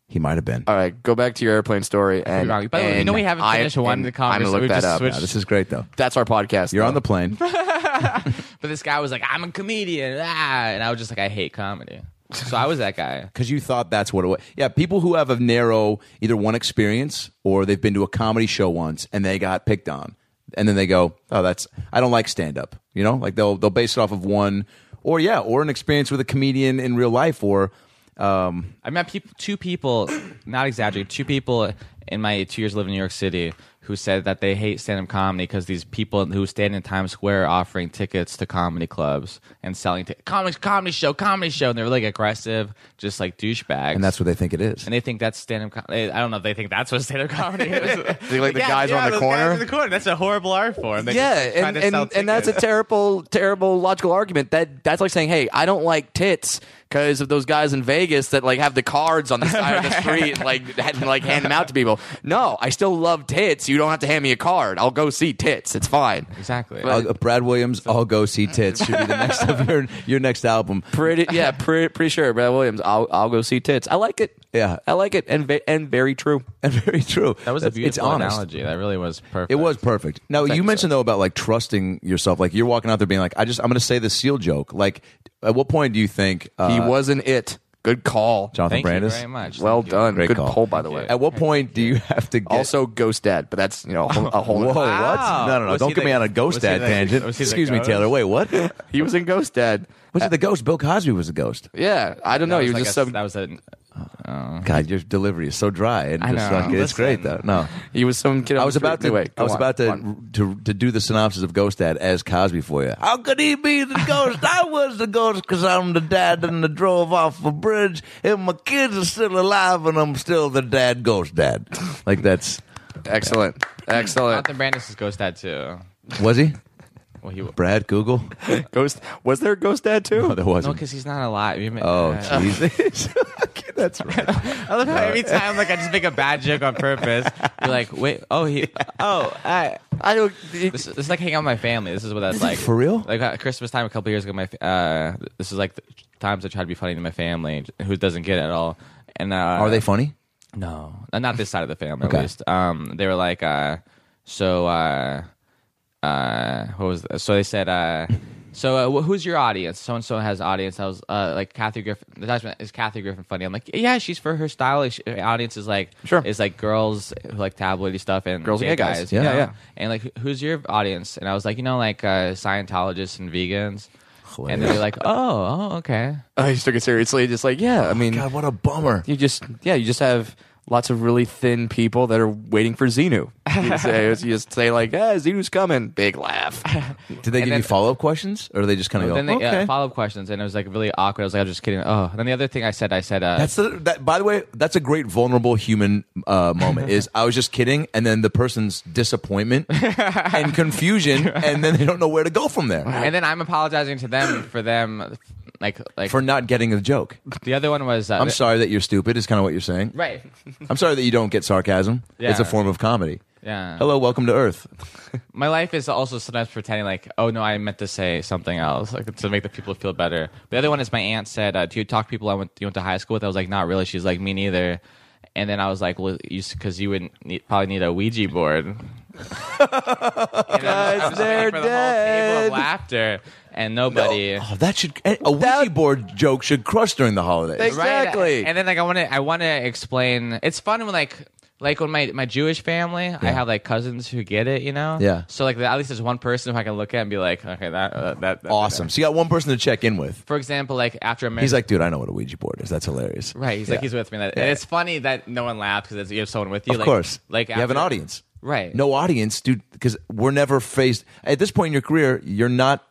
[SPEAKER 2] He might have been.
[SPEAKER 3] All right, go back to your airplane story. And,
[SPEAKER 4] By the way, you
[SPEAKER 3] and
[SPEAKER 4] know we haven't
[SPEAKER 3] I-
[SPEAKER 4] finished one of
[SPEAKER 3] and
[SPEAKER 4] the
[SPEAKER 3] I'm
[SPEAKER 4] conversations.
[SPEAKER 3] gonna look
[SPEAKER 4] We've
[SPEAKER 3] that
[SPEAKER 4] just
[SPEAKER 3] up.
[SPEAKER 4] switched-
[SPEAKER 2] Wow, this is great though.
[SPEAKER 3] That's our podcast.
[SPEAKER 2] You're on
[SPEAKER 3] though.
[SPEAKER 2] the plane.
[SPEAKER 4] But this guy was like, I'm a comedian. Ah. And I was just like, I hate comedy. So I was that guy.
[SPEAKER 2] because you thought that's what it was. Yeah, people who have a narrow either one experience or they've been to a comedy show once and they got picked on, and then they go, "Oh, that's I don't like stand up." You know, like they'll they'll base it off of one or yeah, or an experience with a comedian in real life or um,
[SPEAKER 4] I met peop two people, not exaggerating, two people in my two years living in New York City who said that they hate stand up comedy because these people who stand in Times Square are offering tickets to comedy clubs and selling tickets. Comedy, comedy show, comedy show. And they're like aggressive, just like douchebags.
[SPEAKER 2] and that's what they think it is.
[SPEAKER 4] and they think that's stand up comedy. I don't know if they think that's what stand up comedy is.
[SPEAKER 3] They like the guys
[SPEAKER 4] yeah,
[SPEAKER 3] on the
[SPEAKER 4] those
[SPEAKER 3] corner?
[SPEAKER 4] guys in the corner. That's a horrible art form. They
[SPEAKER 3] Yeah,
[SPEAKER 4] just try
[SPEAKER 3] and
[SPEAKER 4] to sell
[SPEAKER 3] and, and that's a
[SPEAKER 4] tickets.
[SPEAKER 3] terrible, terrible logical argument. That that's like saying, hey, I don't like tits. because of those guys in Vegas that like have the cards on the side of the street and like had- and, like hand them out to people. No, I still love tits. You don't have to hand me a card. I'll go see tits. It's fine.
[SPEAKER 4] Exactly.
[SPEAKER 2] I'll- uh, Brad Williams, I'll go see tits. Should be the next of your your next album.
[SPEAKER 3] Pretty yeah, pretty, pretty sure, Brad Williams. I'll I'll go see tits. I like it.
[SPEAKER 2] Yeah.
[SPEAKER 3] I like it, and ve- and very true.
[SPEAKER 2] And very true.
[SPEAKER 4] that was a
[SPEAKER 2] That's-
[SPEAKER 4] beautiful
[SPEAKER 2] it's honest.
[SPEAKER 4] analogy. That really was perfect.
[SPEAKER 2] It was perfect. Now you
[SPEAKER 3] you,
[SPEAKER 2] mentioned though about like trusting yourself. Like you're walking out there being like, I just I'm going to say the seal joke. Like, at what point do you think uh,
[SPEAKER 3] he wasn't it. Good call,
[SPEAKER 2] Jonathan
[SPEAKER 4] Thank
[SPEAKER 2] Brandis?
[SPEAKER 4] you very much.
[SPEAKER 3] Well
[SPEAKER 4] Thank you.
[SPEAKER 3] done.
[SPEAKER 2] Great
[SPEAKER 3] Good
[SPEAKER 2] call.
[SPEAKER 3] poll, by the way.
[SPEAKER 2] At what point do you have to get
[SPEAKER 3] Also, Ghost Dad, but that's you know a whole, a whole
[SPEAKER 2] Whoa,
[SPEAKER 3] other-
[SPEAKER 2] what?
[SPEAKER 4] Wow.
[SPEAKER 2] No, no, no!
[SPEAKER 4] Was
[SPEAKER 2] Don't
[SPEAKER 4] he
[SPEAKER 2] get
[SPEAKER 4] the-
[SPEAKER 2] me on a ghost
[SPEAKER 4] was he
[SPEAKER 2] dad
[SPEAKER 4] the-
[SPEAKER 2] tangent.
[SPEAKER 4] was he the
[SPEAKER 2] Excuse me,
[SPEAKER 4] ghost?
[SPEAKER 2] Taylor. Wait, what?
[SPEAKER 3] He was in Ghost Dad.
[SPEAKER 2] Was it the ghost? Bill Cosby was a ghost.
[SPEAKER 3] Yeah, I don't know.
[SPEAKER 4] That
[SPEAKER 3] He
[SPEAKER 4] was
[SPEAKER 3] was
[SPEAKER 4] like
[SPEAKER 3] just
[SPEAKER 4] a-
[SPEAKER 3] some.
[SPEAKER 4] that was a. oh.
[SPEAKER 2] God, your delivery is so dry and
[SPEAKER 4] I
[SPEAKER 2] just
[SPEAKER 4] know.
[SPEAKER 2] like, it's
[SPEAKER 4] Listen.
[SPEAKER 2] great though. No,
[SPEAKER 3] He was some kid. on
[SPEAKER 2] I was
[SPEAKER 3] the
[SPEAKER 2] about
[SPEAKER 3] street.
[SPEAKER 2] to.
[SPEAKER 3] Anyway,
[SPEAKER 2] I
[SPEAKER 3] go
[SPEAKER 2] was
[SPEAKER 3] on,
[SPEAKER 2] about
[SPEAKER 3] go
[SPEAKER 2] to,
[SPEAKER 3] on.
[SPEAKER 2] to to do the synopsis of Ghost Dad as Cosby for you. How could he be the ghost? I was the ghost because I'm the dad and I drove off a bridge, and my kids are still alive, and I'm still the dad ghost dad. Like that's
[SPEAKER 3] Excellent, excellent.
[SPEAKER 4] Jonathan Brandis is Ghost Dad too.
[SPEAKER 2] was he?
[SPEAKER 4] Well, he
[SPEAKER 2] Brad Google?
[SPEAKER 3] Ghost was there a Ghost Dad too?
[SPEAKER 2] No, there
[SPEAKER 4] no,
[SPEAKER 2] wasn't.
[SPEAKER 4] because he's not alive. You mean-
[SPEAKER 2] oh
[SPEAKER 4] Uh,
[SPEAKER 2] Jesus! Okay, that's right.
[SPEAKER 4] I love how every
[SPEAKER 3] Uh.
[SPEAKER 4] time like I just make a bad joke on purpose. You're like, wait, oh he, oh I.
[SPEAKER 3] I don't.
[SPEAKER 4] This, this is like hanging out with my family. This is what that's like.
[SPEAKER 2] For real?
[SPEAKER 4] Like at Christmas time a couple years ago, my fa- uh, this is like the times I try to be funny to my family who doesn't get it at all. And uh,
[SPEAKER 2] Are they funny?
[SPEAKER 4] No, not this side of the family.
[SPEAKER 2] Okay.
[SPEAKER 4] At least um, they were like, uh, so uh, uh, what was so they said, uh, so uh, wh- who's your audience? So and so has audience. I was uh, like Kathy Griffin. The judge went, is Kathy Griffin funny? I'm like, yeah, she's for her style. Like, she- her audience is like,
[SPEAKER 3] Sure.
[SPEAKER 4] is like girls who like tabloidy stuff and
[SPEAKER 3] Girls and
[SPEAKER 4] gay
[SPEAKER 3] gay guys.
[SPEAKER 4] you
[SPEAKER 2] Yeah,
[SPEAKER 4] know?
[SPEAKER 2] yeah.
[SPEAKER 4] And like, wh- who's your audience? And I was like, you know, like uh, Scientologists and vegans. And they're like, oh, oh, okay.
[SPEAKER 3] I just took it seriously. Just like yeah, I mean,
[SPEAKER 2] Oh, God, what a bummer.
[SPEAKER 3] you just yeah, you just have lots of really thin people that are waiting for Xenu. You say you just say like, yeah, Xenu's coming. Big laugh.
[SPEAKER 2] Did they give
[SPEAKER 4] then-
[SPEAKER 2] you follow up questions, or they just kind of
[SPEAKER 4] But
[SPEAKER 2] go?
[SPEAKER 4] then they
[SPEAKER 2] okay.
[SPEAKER 4] uh, follow up questions, and it was like really awkward. I was like, I'm just kidding. Oh, and then the other thing I said, I said, uh,
[SPEAKER 2] that's the, that. By the way, that's a great vulnerable human uh, moment. Is I was just kidding, and then the person's disappointment and confusion, and then they don't know where to go from there
[SPEAKER 4] and then I'm apologizing to them for them, like like
[SPEAKER 2] for not getting the joke.
[SPEAKER 4] the other one was. Uh,
[SPEAKER 2] I'm sorry that you're stupid. Is kind of what you're saying.
[SPEAKER 4] Right.
[SPEAKER 2] I'm sorry that you don't get sarcasm.
[SPEAKER 4] Yeah.
[SPEAKER 2] It's a form of comedy.
[SPEAKER 4] Yeah.
[SPEAKER 2] Hello, welcome to Earth.
[SPEAKER 4] My life is also sometimes pretending like, oh no, I meant to say something else, like to make the people feel better. The other one is my aunt said, uh, "Do you talk to people I went you went to high school with?" I was like, "Not really." She's like, "Me neither." And then I was like, "Well, you because you would need, probably need a Ouija board." Because
[SPEAKER 3] they're
[SPEAKER 4] for the whole table
[SPEAKER 3] dead.
[SPEAKER 4] of laughter, and nobody.
[SPEAKER 2] Oh, that should a Ouija board joke should crush during the holidays.
[SPEAKER 3] Thank- Exactly.
[SPEAKER 4] Right? And then like I want to I want to explain. It's fun when like like when my my Jewish family, I have like cousins who get it, you know.
[SPEAKER 2] Yeah.
[SPEAKER 4] So like at least there's one person who I can look at and be like, okay, that uh, that, that
[SPEAKER 2] awesome. So you got one person to check in with.
[SPEAKER 4] For example, like after a marriage,
[SPEAKER 2] He's like, dude, I know what a Ouija board is. That's hilarious.
[SPEAKER 4] right? He's
[SPEAKER 2] Yeah.
[SPEAKER 4] like he's with me. That- And it's funny that no one laughs because you have someone with you.
[SPEAKER 2] Of
[SPEAKER 4] like,
[SPEAKER 2] course.
[SPEAKER 4] Like
[SPEAKER 2] you have an
[SPEAKER 4] after-
[SPEAKER 2] audience.
[SPEAKER 4] Right.
[SPEAKER 2] No audience, dude, because we're never faced at this point in your career, you're not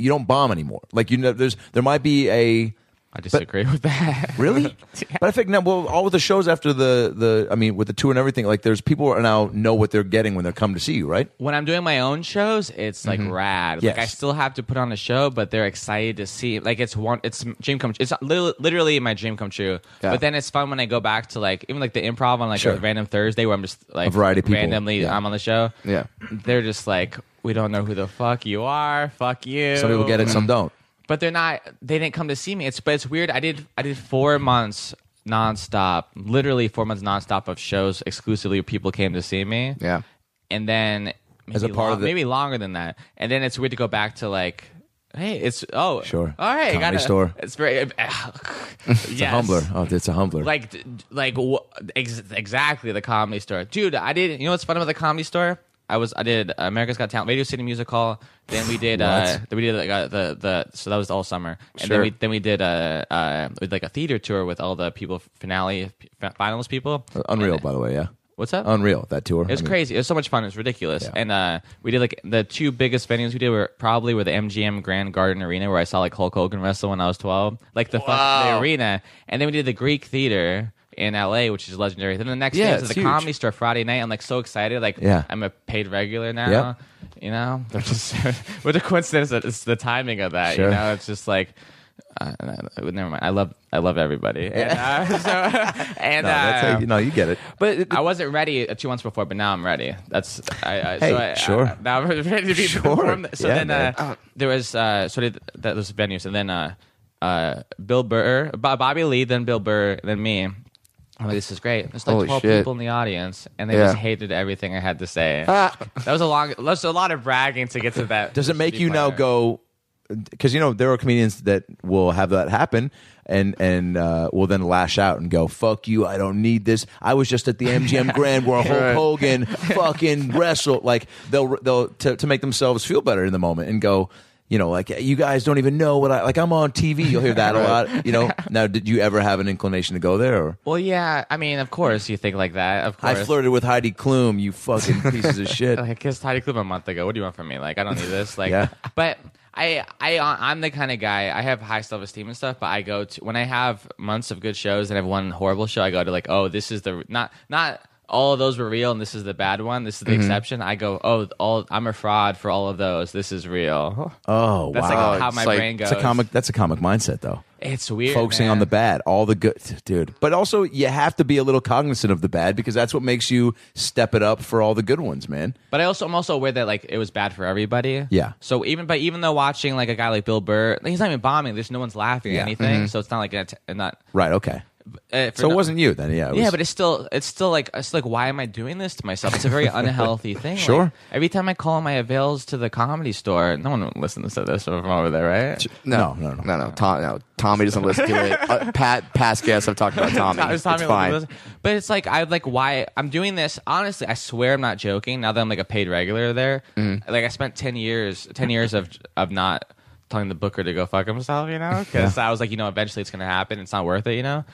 [SPEAKER 2] you don't bomb anymore. Like you know there's there might be a
[SPEAKER 4] I disagree with that.
[SPEAKER 2] Really? But I think now well all of the shows after the the I mean with the tour and everything, like there's people are now know what they're getting when they come to see you, right?
[SPEAKER 4] when I'm doing my own shows, it's like rad. Like
[SPEAKER 2] Mm-hmm. Yes.
[SPEAKER 4] I still have to put on a show, but they're excited to see. Like it's one, it's dream come. true. It's li- literally my dream come true.
[SPEAKER 3] Yeah.
[SPEAKER 4] But then it's fun when I go back to like even like the improv on like
[SPEAKER 2] Sure.
[SPEAKER 4] a random Thursday where I'm just like
[SPEAKER 2] A variety of people.
[SPEAKER 4] randomly
[SPEAKER 2] Yeah.
[SPEAKER 4] I'm on the show.
[SPEAKER 3] Yeah.
[SPEAKER 4] they're just like we don't know who the fuck you are. Fuck you.
[SPEAKER 2] Some people get it, some don't.
[SPEAKER 4] but they're not. They didn't come to see me. It's but it's weird. I did I did four months nonstop, literally four months nonstop of shows exclusively. where People came to see me
[SPEAKER 3] Yeah.
[SPEAKER 4] and then maybe
[SPEAKER 2] As a part
[SPEAKER 4] lo-
[SPEAKER 2] of the-
[SPEAKER 4] maybe longer than that, and then it's weird to go back to like, hey, it's oh
[SPEAKER 2] Sure.
[SPEAKER 4] all right, I
[SPEAKER 2] Comedy
[SPEAKER 4] gotta,
[SPEAKER 2] store.
[SPEAKER 4] It's very it's
[SPEAKER 2] It's a humbler. Oh, it's a humbler.
[SPEAKER 4] Like d- d- like wh- ex- exactly the comedy store, dude. I did. You know what's fun about the comedy store? I was I did America's Got Talent, Radio City Music Hall. Then we did uh then we did like, uh, the the so that was all summer, and
[SPEAKER 3] Sure.
[SPEAKER 4] then we then we did uh uh we did, like a theater tour with all the people finale finalist people.
[SPEAKER 2] Unreal, by the way, yeah.
[SPEAKER 4] What's up?
[SPEAKER 2] Unreal that tour.
[SPEAKER 4] It was uh, crazy. It was so much fun. It was ridiculous.
[SPEAKER 2] Yeah.
[SPEAKER 4] And uh, we did like the two biggest venues we did were probably were the MGM Grand Garden Arena where I saw like Hulk Hogan wrestle when I was twelve, like the, fun, the arena. And then we did the Greek Theater in LA, which is legendary. Then the next
[SPEAKER 3] Yeah,
[SPEAKER 4] day was
[SPEAKER 3] it's
[SPEAKER 4] the
[SPEAKER 3] huge.
[SPEAKER 4] Comedy Store Friday night. I'm like so excited. Like
[SPEAKER 2] Yeah.
[SPEAKER 4] I'm a paid regular now.
[SPEAKER 2] Yep.
[SPEAKER 4] You know, They're just- what a coincidence that it's the timing of that.
[SPEAKER 2] Sure.
[SPEAKER 4] You know, it's just like. Uh, and I- never mind. I love I love everybody. And, uh, so, and
[SPEAKER 2] No, that's
[SPEAKER 4] uh,
[SPEAKER 2] how you, no, you get it.
[SPEAKER 4] But I wasn't ready uh, two months before, but now I'm ready. That's I, I,
[SPEAKER 2] Hey,
[SPEAKER 4] so I,
[SPEAKER 2] sure.
[SPEAKER 4] I, now I'm ready to be
[SPEAKER 2] Sure.
[SPEAKER 4] performed. So
[SPEAKER 2] Yeah,
[SPEAKER 4] then
[SPEAKER 2] man.
[SPEAKER 4] uh, there was uh, sort of that those venues, and then uh, uh, Bill Burr, Bo- Bobby Lee, then Bill Burr, then me. I'm like, this is great. There's like
[SPEAKER 3] Holy
[SPEAKER 4] 12
[SPEAKER 3] shit.
[SPEAKER 4] people in the audience, and they
[SPEAKER 3] Yeah.
[SPEAKER 4] just hated everything I had to say. That was a long, that was a lot of bragging to get to that.
[SPEAKER 2] Ah. Does it make
[SPEAKER 4] shitty
[SPEAKER 2] you now
[SPEAKER 4] point.
[SPEAKER 2] go? Because you know there are comedians that will have that happen, and and uh, will then lash out and go, "Fuck you! I don't need this. I was just at the MGM Grand where Hulk Hogan fucking wrestled." Like they'll they'll to, to make themselves feel better in the moment and go. You know, like you guys don't even know what I like. I'm on TV. You'll hear that a lot. You know. Now, did you ever have an inclination to go there? Or
[SPEAKER 4] Well, yeah. I mean, of course you think like that. Of
[SPEAKER 2] I
[SPEAKER 4] course.
[SPEAKER 2] flirted with Heidi Klum. You fucking pieces of shit.
[SPEAKER 4] like I kissed Heidi Klum a month ago. What do you want from me? Like I don't need this. Like,
[SPEAKER 2] Yeah.
[SPEAKER 4] but I I I'm the kind of guy. I have high self esteem and stuff. But I go to when I have months of good shows and I have one horrible show. I go to like, oh, this is the not not all of those were real and this is the bad one. This is
[SPEAKER 2] Mm-hmm.
[SPEAKER 4] the exception. I go, oh, all I'm a fraud for all of those. This is real.
[SPEAKER 2] Oh
[SPEAKER 4] That's
[SPEAKER 2] wow,
[SPEAKER 4] like how
[SPEAKER 3] it's
[SPEAKER 4] my
[SPEAKER 3] like-
[SPEAKER 4] brain goes.
[SPEAKER 2] it's a comic. That's a comic mindset, though.
[SPEAKER 4] It's weird.
[SPEAKER 2] focusing on
[SPEAKER 4] man.
[SPEAKER 2] the bad, all the good, dude. But also, you have to be a little cognizant of the bad because that's what makes you step it up for all the good ones, man.
[SPEAKER 4] But I also I'm also aware that like it was bad for everybody.
[SPEAKER 2] Yeah.
[SPEAKER 4] So even but even though watching like a guy like Bill Burr, he's not even bombing. There's no one's laughing
[SPEAKER 2] Yeah. Mm-hmm.
[SPEAKER 4] or anything. So it's not like an att- not.
[SPEAKER 2] Right? Okay.
[SPEAKER 4] Uh, for
[SPEAKER 2] So
[SPEAKER 4] no-
[SPEAKER 2] it wasn't you then, yeah. It was,
[SPEAKER 4] yeah, but it's still it's still like it's like why am I doing this to myself? It's a very unhealthy thing. Like,
[SPEAKER 2] Sure.
[SPEAKER 4] every time I call my avails to the comedy store, no one listens to this from over there, right?
[SPEAKER 2] no, no, no.
[SPEAKER 3] no, no. Tom, no. Tommy doesn't listen to it. Uh, Pat, past guests, I've talked about Tommy.
[SPEAKER 4] I was talking
[SPEAKER 3] it's
[SPEAKER 4] about
[SPEAKER 3] fine.
[SPEAKER 4] those- But it's like I like why I'm doing this. Honestly, I swear I'm not joking. Now that I'm like a paid regular there,
[SPEAKER 3] Mm-hmm.
[SPEAKER 4] like I spent ten years, ten years of of not telling the booker to go fuck himself, you know, because I was like, you know, eventually it's gonna happen. It's not worth it, you know.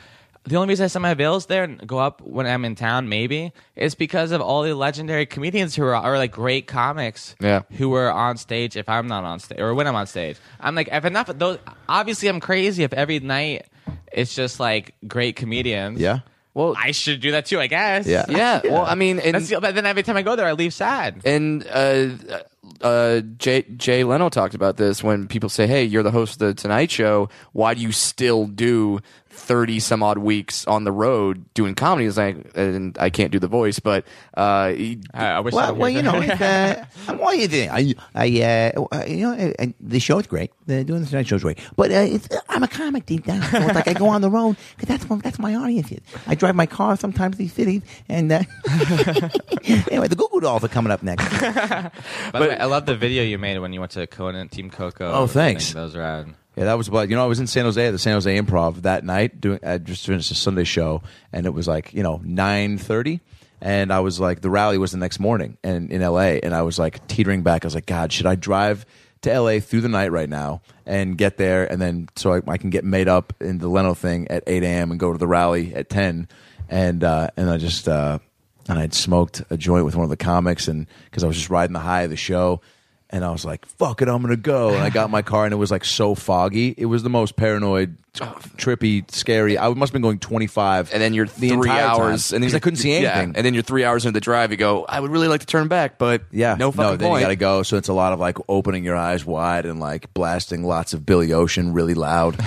[SPEAKER 4] The only reason I send my bills there and go up when I'm in town, maybe, is because of all the legendary comedians who are, are like great comics,
[SPEAKER 3] Yeah.
[SPEAKER 4] who are on stage. If I'm not on stage, or when I'm on stage, I'm like, if enough of those, obviously I'm crazy. If every night it's just like great comedians,
[SPEAKER 2] Yeah.
[SPEAKER 3] Well,
[SPEAKER 4] I should do that too, I guess.
[SPEAKER 2] Yeah.
[SPEAKER 3] yeah. Well, I mean, and
[SPEAKER 4] That's the- but then every time I go there, I leave sad.
[SPEAKER 3] And uh, uh, Jay Jay Leno talked about this when people say, "Hey, you're the host of the Tonight Show. Why do you still do thirty some odd weeks on the road doing comedy?" It's like, and I can't do the voice, but uh, he-
[SPEAKER 4] I, I wish.
[SPEAKER 5] Well,
[SPEAKER 4] someone
[SPEAKER 5] well,
[SPEAKER 4] here-
[SPEAKER 5] you know, it's, uh, um, what do you think? I, I, uh, uh, you know, uh, uh, the show's great. The doing the tonight show's great. But uh, it's, uh, I'm a comic deep down. So it's like I go on the road because that's what, that's my audience. Is. I drive my car sometimes these cities, and uh, anyway, the Goo Goo Dolls are coming up next.
[SPEAKER 4] By the way, I love the video you made when you went to Conan Team Coco.
[SPEAKER 2] Oh, thanks.
[SPEAKER 4] I think Those rad.
[SPEAKER 2] Yeah, that was about. You know, I was in San Jose at the San Jose Improv that night. Doing, I just finished a Sunday show, and it was like you know nine thirty, and I was like, the rally was the next morning, and in L.A., and I was like teetering back. I was like, God, should I drive to L.A. through the night right now and get there, and then so I, I can get made up in the Leno thing at eight a.m. and go to the rally at ten, and uh, and I just uh, and I'd smoked a joint with one of the comics, and because I was just riding the high of the show, and I was like, "Fuck it, I'm gonna go." And I got in my car, and it was like so foggy. It was the most paranoid, t- trippy, scary. I must have been going 25,
[SPEAKER 3] Oh. and then you're
[SPEAKER 2] the
[SPEAKER 3] three
[SPEAKER 2] entire
[SPEAKER 3] hours,
[SPEAKER 2] time,
[SPEAKER 3] and then
[SPEAKER 2] because I
[SPEAKER 3] you're-
[SPEAKER 2] couldn't see
[SPEAKER 3] yeah,
[SPEAKER 2] anything.
[SPEAKER 3] and then you're three hours into the drive. You go, "I would really like to turn back, but
[SPEAKER 2] Yeah,
[SPEAKER 3] no fucking
[SPEAKER 2] then
[SPEAKER 3] point."
[SPEAKER 2] you got to go. So it's a lot of like opening your eyes wide and like blasting lots of Billy Ocean really loud, a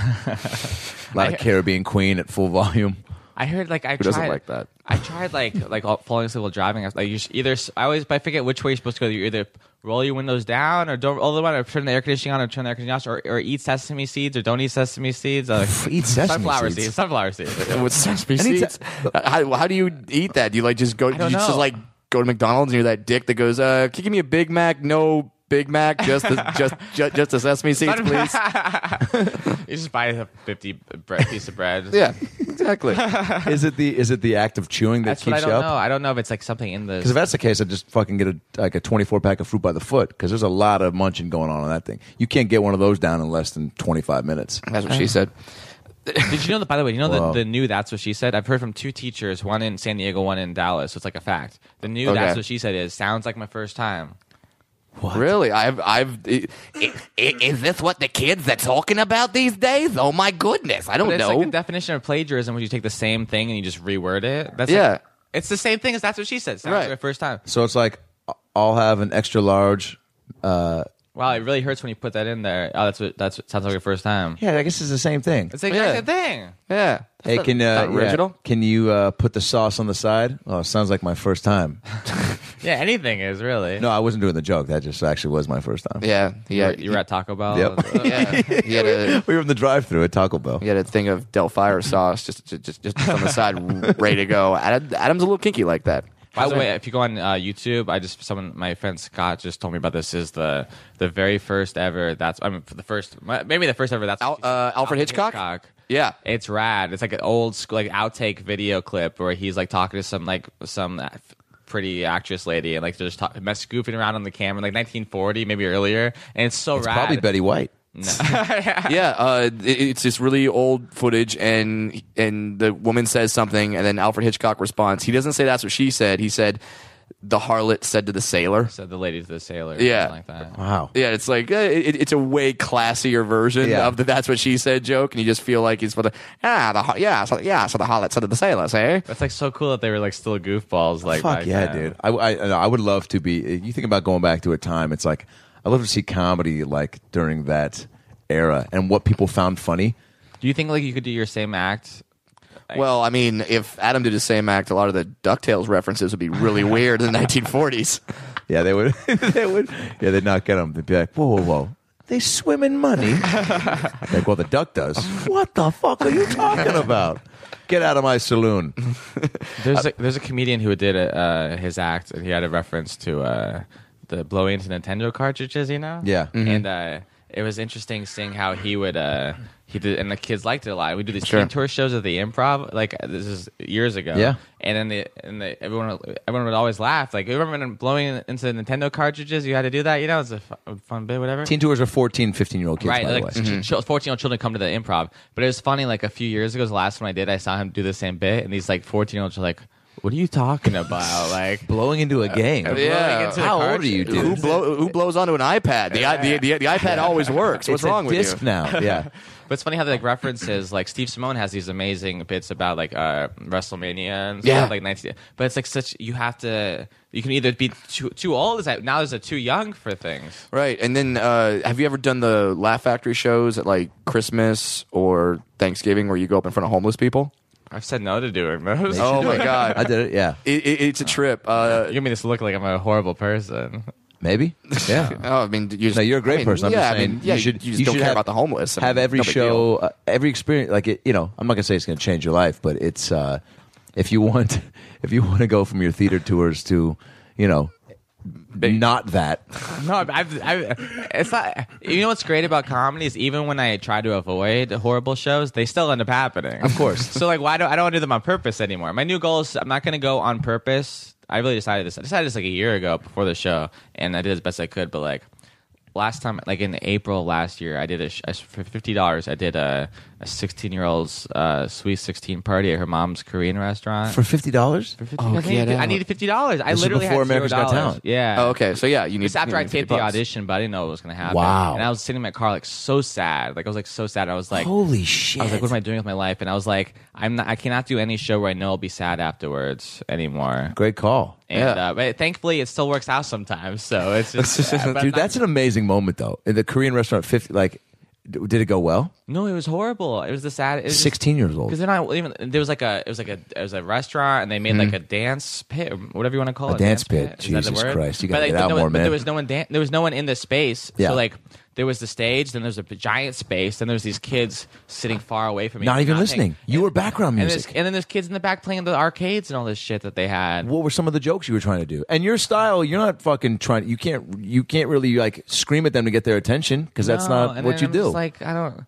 [SPEAKER 2] lot of Caribbean Queen at full volume.
[SPEAKER 4] I heard like I
[SPEAKER 3] doesn't
[SPEAKER 4] tried
[SPEAKER 3] like that?
[SPEAKER 4] I tried like like all- falling asleep while driving. I was Like you sh- either s- I always I forget which way you're supposed to go. You either roll your windows down or don't roll the window, or turn the air conditioning on, or turn the air conditioning off, or, or eat sesame seeds or don't eat sesame seeds. I was like,
[SPEAKER 2] Eat sesame
[SPEAKER 4] sunflower
[SPEAKER 2] seeds.
[SPEAKER 4] Sunflower seeds.
[SPEAKER 3] with sesame
[SPEAKER 2] Any
[SPEAKER 3] seeds. How, how do you eat that? Do you like just go? Do you
[SPEAKER 4] don't
[SPEAKER 3] just
[SPEAKER 4] know.
[SPEAKER 3] like go to McDonald's and you're that dick that goes, uh, "Can you give me a Big Mac? No Big Mac, just the, just, just just the sesame seeds, please."
[SPEAKER 4] you just buy a fifty bre- piece of bread.
[SPEAKER 3] yeah, exactly.
[SPEAKER 2] is it the is it the act of chewing that
[SPEAKER 4] That's what I
[SPEAKER 2] keeps
[SPEAKER 4] don't
[SPEAKER 2] you up?
[SPEAKER 4] know. I don't know if it's like something in the
[SPEAKER 2] Because if that's the case, I'd just fucking get a like a twenty four pack of fruit by the foot. Because there's a lot of munching going on on that thing. You can't get one of those down in less than twenty five minutes.
[SPEAKER 3] That's what
[SPEAKER 4] Uh,
[SPEAKER 3] she said.
[SPEAKER 4] Did you know that? By the way, you know
[SPEAKER 2] Wow.
[SPEAKER 4] the, the new "That's What She Said." I've heard from two teachers, one in San Diego, one in Dallas. So it's like a fact. The new
[SPEAKER 3] Okay.
[SPEAKER 4] "That's What She Said" is sounds like my first time.
[SPEAKER 3] Really, I've I've. i- i- is this what the kids are talking about these days? Oh my goodness, I
[SPEAKER 4] But
[SPEAKER 3] don't
[SPEAKER 4] it's
[SPEAKER 3] know.
[SPEAKER 4] like the definition of plagiarism when you take the same thing and you just reword it. That's
[SPEAKER 3] Yeah.
[SPEAKER 4] Like, it's the same thing as "That's What She Said." Sounds
[SPEAKER 3] Right.
[SPEAKER 4] like my first time.
[SPEAKER 2] So it's like I'll have an extra large uh,
[SPEAKER 4] Wow, it really hurts when you put that in there. Oh, that's what that's what sounds like your first time.
[SPEAKER 2] Yeah, I guess it's the same thing.
[SPEAKER 4] It's the exact
[SPEAKER 3] Yeah.
[SPEAKER 4] same thing.
[SPEAKER 3] Yeah.
[SPEAKER 2] Hey, can uh,
[SPEAKER 3] not
[SPEAKER 2] yeah,
[SPEAKER 3] original?
[SPEAKER 2] can you uh, put the sauce on the side? Oh, it sounds like my first time.
[SPEAKER 4] Yeah, anything is really.
[SPEAKER 2] No, I wasn't doing the joke. That just actually was my first time.
[SPEAKER 3] Yeah. He
[SPEAKER 4] you were,
[SPEAKER 3] had,
[SPEAKER 4] you were at Taco Bell.
[SPEAKER 2] Yep.
[SPEAKER 3] yeah. He had a
[SPEAKER 2] we were in the drive-through at Taco Bell.
[SPEAKER 3] he had a thing of Delphire sauce just just just, just on the side, ready to go. Adam, Adam's a little kinky like that.
[SPEAKER 4] By the way, if you go on uh, YouTube, I just someone my friend Scott just told me about this. Is the the very first ever? That's I mean for the first my- maybe the first ever. That's
[SPEAKER 3] Al- uh, Alfred Hitchcock? Yeah.
[SPEAKER 4] it's rad. It's like an old school like outtake video clip where he's like talking to some like some uh, f- pretty actress lady and like they're just talk- mess goofing around on the camera like 1940 maybe earlier and it's so
[SPEAKER 2] It's
[SPEAKER 4] rad.
[SPEAKER 2] probably Betty White.
[SPEAKER 3] yeah, uh, it, it's this really old footage, and and the woman says something, and then Alfred Hitchcock responds. He doesn't say that's what she said. He said, "The harlot said to the sailor."
[SPEAKER 4] Said the lady to the sailor. or
[SPEAKER 3] Yeah.
[SPEAKER 4] something like that.
[SPEAKER 2] Wow.
[SPEAKER 3] Yeah, it's like eh, it, it's a way classier version
[SPEAKER 2] Yeah.
[SPEAKER 3] of the "that's what she said" joke, and you just feel like he's for the ah the har- yeah so, yeah so the harlot said to the sailor, say eh?
[SPEAKER 4] That's like so cool that they were like still goofballs. Like
[SPEAKER 2] Fuck
[SPEAKER 4] back
[SPEAKER 2] yeah,
[SPEAKER 4] then.
[SPEAKER 2] dude. I, I, I would love to be. You think about going back to a time. It's like I love to see comedy like during that era and what people found funny.
[SPEAKER 4] Do you think like you could do your same act?
[SPEAKER 3] Well, I mean, if Adam did the same act, a lot of the Ducktales references would be really weird in the 1940s.
[SPEAKER 2] Yeah, they would. they would. Yeah, they'd not get them. They'd be like, whoa, whoa, whoa. They swim in money. like, well, the duck does. What the fuck are you talking about? Get out of my saloon. Uh,
[SPEAKER 4] There's a, there's a comedian who did a, uh, his act and he had a reference to uh, the blowing into Nintendo cartridges, you know?
[SPEAKER 2] Yeah. Mhm.
[SPEAKER 4] And uh, it was interesting seeing how he would uh, he did and the kids liked it a lot. We do these
[SPEAKER 3] Sure.
[SPEAKER 4] teen tour shows at the improv like uh, this is years ago.
[SPEAKER 2] Yeah.
[SPEAKER 4] And then the and the, everyone everyone would always laugh like you remember when blowing into Nintendo cartridges you had to do that, you know? It's a fu- a fun bit whatever.
[SPEAKER 2] Teen tours are 14, 15 year old kids, by
[SPEAKER 4] Right, like
[SPEAKER 2] the way.
[SPEAKER 4] fourteen year old children come to the improv. But it was funny. Like a few years ago, was the last one I did, I saw him do the same bit, and these like fourteen year olds are like, "What are you talking about?" Like,
[SPEAKER 2] Blowing into a game.
[SPEAKER 3] Yeah.
[SPEAKER 4] into the
[SPEAKER 2] How old are
[SPEAKER 4] cartridge.
[SPEAKER 2] you, dude?
[SPEAKER 3] Who, blow, who blows onto an iPad? The, i- the, the, the iPad always works. What's
[SPEAKER 2] it's
[SPEAKER 3] wrong
[SPEAKER 2] a
[SPEAKER 3] with
[SPEAKER 2] disc
[SPEAKER 3] you?
[SPEAKER 2] now. Yeah.
[SPEAKER 4] But it's funny how they like references like Steve Simone has these amazing bits about like uh, WrestleMania and
[SPEAKER 3] Yeah.
[SPEAKER 4] stuff like 19. But it's like such you have to you can either be too too old is that now there's a too young for things.
[SPEAKER 3] Right. And then uh, have you ever done the Laugh Factory shows at like Christmas or Thanksgiving where you go up in front of homeless people?
[SPEAKER 4] I've said no to doing those.
[SPEAKER 3] Oh my
[SPEAKER 2] I
[SPEAKER 3] God.
[SPEAKER 2] did it. Yeah.
[SPEAKER 3] It, it, it's a trip. Uh,
[SPEAKER 4] You give me this look like I'm a horrible person.
[SPEAKER 2] Maybe. Yeah.
[SPEAKER 3] oh, I mean, you just,
[SPEAKER 2] No, you're a great
[SPEAKER 3] I mean,
[SPEAKER 2] person. I'm
[SPEAKER 3] yeah,
[SPEAKER 2] just
[SPEAKER 3] I
[SPEAKER 2] saying
[SPEAKER 3] mean, yeah,
[SPEAKER 2] you should
[SPEAKER 3] you just don't
[SPEAKER 2] should
[SPEAKER 3] care
[SPEAKER 2] have-
[SPEAKER 3] about the homeless. I
[SPEAKER 2] have
[SPEAKER 3] mean,
[SPEAKER 2] every
[SPEAKER 3] no big
[SPEAKER 2] show, uh, every experience. Like it, you know, I'm not gonna say it's gonna change your life, but it's uh, if you want, if you want to go from your theater tours to, you know, not that.
[SPEAKER 4] No, I've, I've, I've, it's not. You know what's great about comedy is even when I try to avoid horrible shows, they still end up happening. Of
[SPEAKER 2] course.
[SPEAKER 4] so like, why do I don't want to do them on purpose anymore? My new goal is I'm not going to go on purpose. I really decided this. I decided this like a year ago before the show, and I did as best I could. But like last time, like in April last year, I did a, sh- a sh- for fifty dollars. I did a a sixteen year old's uh, sweet sixteen party at her mom's Korean restaurant.
[SPEAKER 2] For fifty dollars,
[SPEAKER 4] For 50 I,
[SPEAKER 3] get
[SPEAKER 4] needed, I
[SPEAKER 3] out.
[SPEAKER 4] needed fifty dollars. I
[SPEAKER 2] This is
[SPEAKER 4] literally
[SPEAKER 2] before
[SPEAKER 4] had zero
[SPEAKER 2] America's Got
[SPEAKER 4] dollars.
[SPEAKER 2] Talent.
[SPEAKER 4] Yeah.
[SPEAKER 3] Deal. Oh, okay. So, yeah, you need
[SPEAKER 4] It's after
[SPEAKER 3] you
[SPEAKER 4] I
[SPEAKER 3] need 50
[SPEAKER 4] taped the
[SPEAKER 3] bucks.
[SPEAKER 4] audition, but I didn't know what was gonna happen.
[SPEAKER 2] Wow.
[SPEAKER 4] And I was sitting in my car, like so sad. Like I was like so sad. I was like,
[SPEAKER 2] holy shit!
[SPEAKER 4] I was like, what am I doing with my life? And I was like, I'm not. I cannot do any show where I know I'll be sad afterwards anymore.
[SPEAKER 2] Great call,
[SPEAKER 4] And
[SPEAKER 3] Yeah.
[SPEAKER 4] uh, but thankfully, it still works out sometimes. So it's just but
[SPEAKER 2] dude. That's an amazing moment, though. In the Korean restaurant, fifty. Like, d- did it go well?
[SPEAKER 4] no. It was horrible. It was the sad. It was just-
[SPEAKER 2] Sixteen years old.
[SPEAKER 4] Because they're not even. There was like a. It was like a. It was a restaurant, and they made like a dance pit, or whatever you want to call
[SPEAKER 2] Hmm. A
[SPEAKER 4] it.
[SPEAKER 2] dance pit.
[SPEAKER 4] Is that the
[SPEAKER 2] Jesus
[SPEAKER 4] word?
[SPEAKER 2] Christ, you
[SPEAKER 4] But,
[SPEAKER 2] gotta
[SPEAKER 4] like,
[SPEAKER 2] get
[SPEAKER 4] but
[SPEAKER 2] out
[SPEAKER 4] no,
[SPEAKER 2] more,
[SPEAKER 4] but
[SPEAKER 2] man.
[SPEAKER 4] There was no one. Dan- there was no one in the space.
[SPEAKER 2] Yeah.
[SPEAKER 4] So like, there was the stage, then there's a b- giant space, then there's these kids sitting far away from me,
[SPEAKER 2] Not even
[SPEAKER 4] nothing.
[SPEAKER 2] listening. You were background
[SPEAKER 4] And, there's,
[SPEAKER 2] music.
[SPEAKER 4] and then there's kids in the back playing the arcades and all this shit that they had.
[SPEAKER 2] what were some of the jokes you were trying to do? And your style, you're not fucking trying. You can't. You can't really like scream at them to get their attention because that's
[SPEAKER 4] No,
[SPEAKER 2] not
[SPEAKER 4] and
[SPEAKER 2] what
[SPEAKER 4] then
[SPEAKER 2] you
[SPEAKER 4] I'm
[SPEAKER 2] do.
[SPEAKER 4] Just like I don't.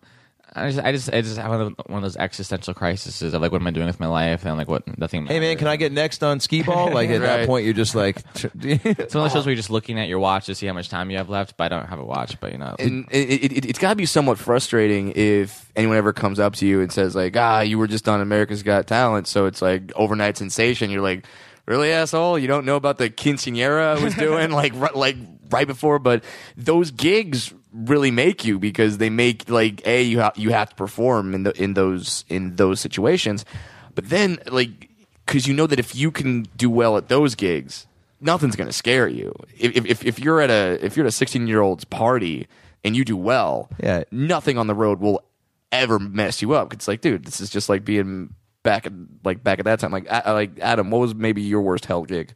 [SPEAKER 4] I just, I just, I just have one of the- one of those existential crises of like, what am I doing with my life? And I'm like, what? Nothing.
[SPEAKER 2] hey man,
[SPEAKER 4] matters.
[SPEAKER 2] can I get next on skee ball? Like at that
[SPEAKER 3] Right.
[SPEAKER 2] point, you're just like,
[SPEAKER 4] It's one of those
[SPEAKER 3] Oh.
[SPEAKER 4] shows where you're just looking at your watch to see how much time you have left. But I don't have a watch. But you know,
[SPEAKER 3] and it, it, it, it's got to be somewhat frustrating if anyone ever comes up to you and says like ah you were just on america's got talent so it's like overnight sensation you're like really asshole you don't know about the quinceanera i was doing like right, like right before but those gigs really make you because they make like a you, ha- you have to perform in, the, in those in those situations but then like because you know that if you can do well at those gigs nothing's going to scare you. If, if, if you're at a if you're at a 16 year old's party and you do well,
[SPEAKER 2] Yeah.
[SPEAKER 3] nothing on the road will ever mess you up. It's like, dude, this is just like being back at like back at that time. Like, A- like Adam, what was maybe your worst hell gig?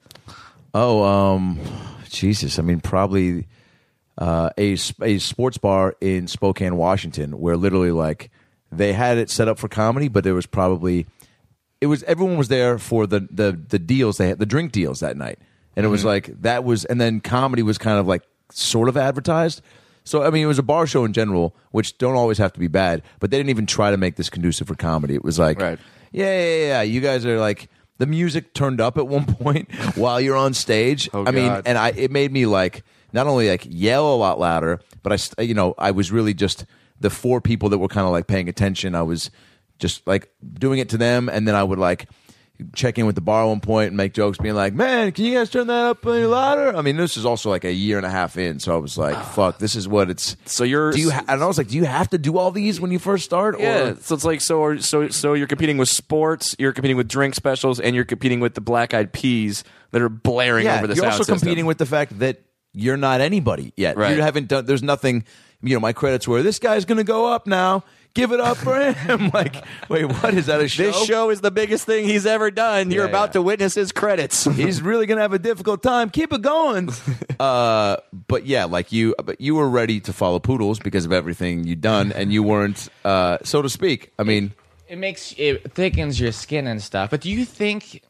[SPEAKER 2] Oh, um, Jesus. I mean, probably uh, a s- a sports bar in Spokane, Washington, where literally like they had it set up for comedy, but there was probably it was everyone was there for the the the deals they had the drink deals that night, and it was like that was and then comedy was kind of like sort of advertised. So I mean, it was a bar show in general, which don't always have to be bad, but they didn't even try to make this conducive for comedy. It was like
[SPEAKER 3] Right.
[SPEAKER 2] yeah, yeah, yeah, yeah. You guys are like the music turned up at one point while you're on stage.
[SPEAKER 3] Oh,
[SPEAKER 2] I mean,
[SPEAKER 3] God.
[SPEAKER 2] and I it made me like not only like yell a lot louder, but I st- you know I was really just the four people that were kind of like paying attention. I was just like doing it to them, and then I would like check in with the bar at one point and make jokes, being like, "Man, can you guys turn that up any louder?" I mean, this is also like a year and a half in, so I was like, "Fuck, this is what it's."
[SPEAKER 3] Ah. So you're-
[SPEAKER 2] do you ha- and I was like, "Do you have to do all these when you first start?"
[SPEAKER 3] Yeah,
[SPEAKER 2] or
[SPEAKER 3] so it's like so are, so so you're competing with sports, you're competing with drink specials, and you're competing with the black eyed peas that are blaring over the
[SPEAKER 2] you're
[SPEAKER 3] sound
[SPEAKER 2] also
[SPEAKER 3] system.
[SPEAKER 2] competing with the fact that you're not anybody yet.
[SPEAKER 3] Right.
[SPEAKER 2] You haven't done. There's nothing. You know, my credits were this guy's going to go up now. Give it up for him. like, wait, what is that a show?
[SPEAKER 3] this show is the biggest thing he's ever done. You're
[SPEAKER 2] Yeah,
[SPEAKER 3] about
[SPEAKER 2] yeah.
[SPEAKER 3] to witness his credits.
[SPEAKER 2] He's really going to have a difficult time. Keep it going. uh, but yeah, like you, but you were ready to follow poodles because of everything you'd done, and you weren't, uh, so to speak. I mean,
[SPEAKER 4] it makes it thickens your skin and stuff. But do you think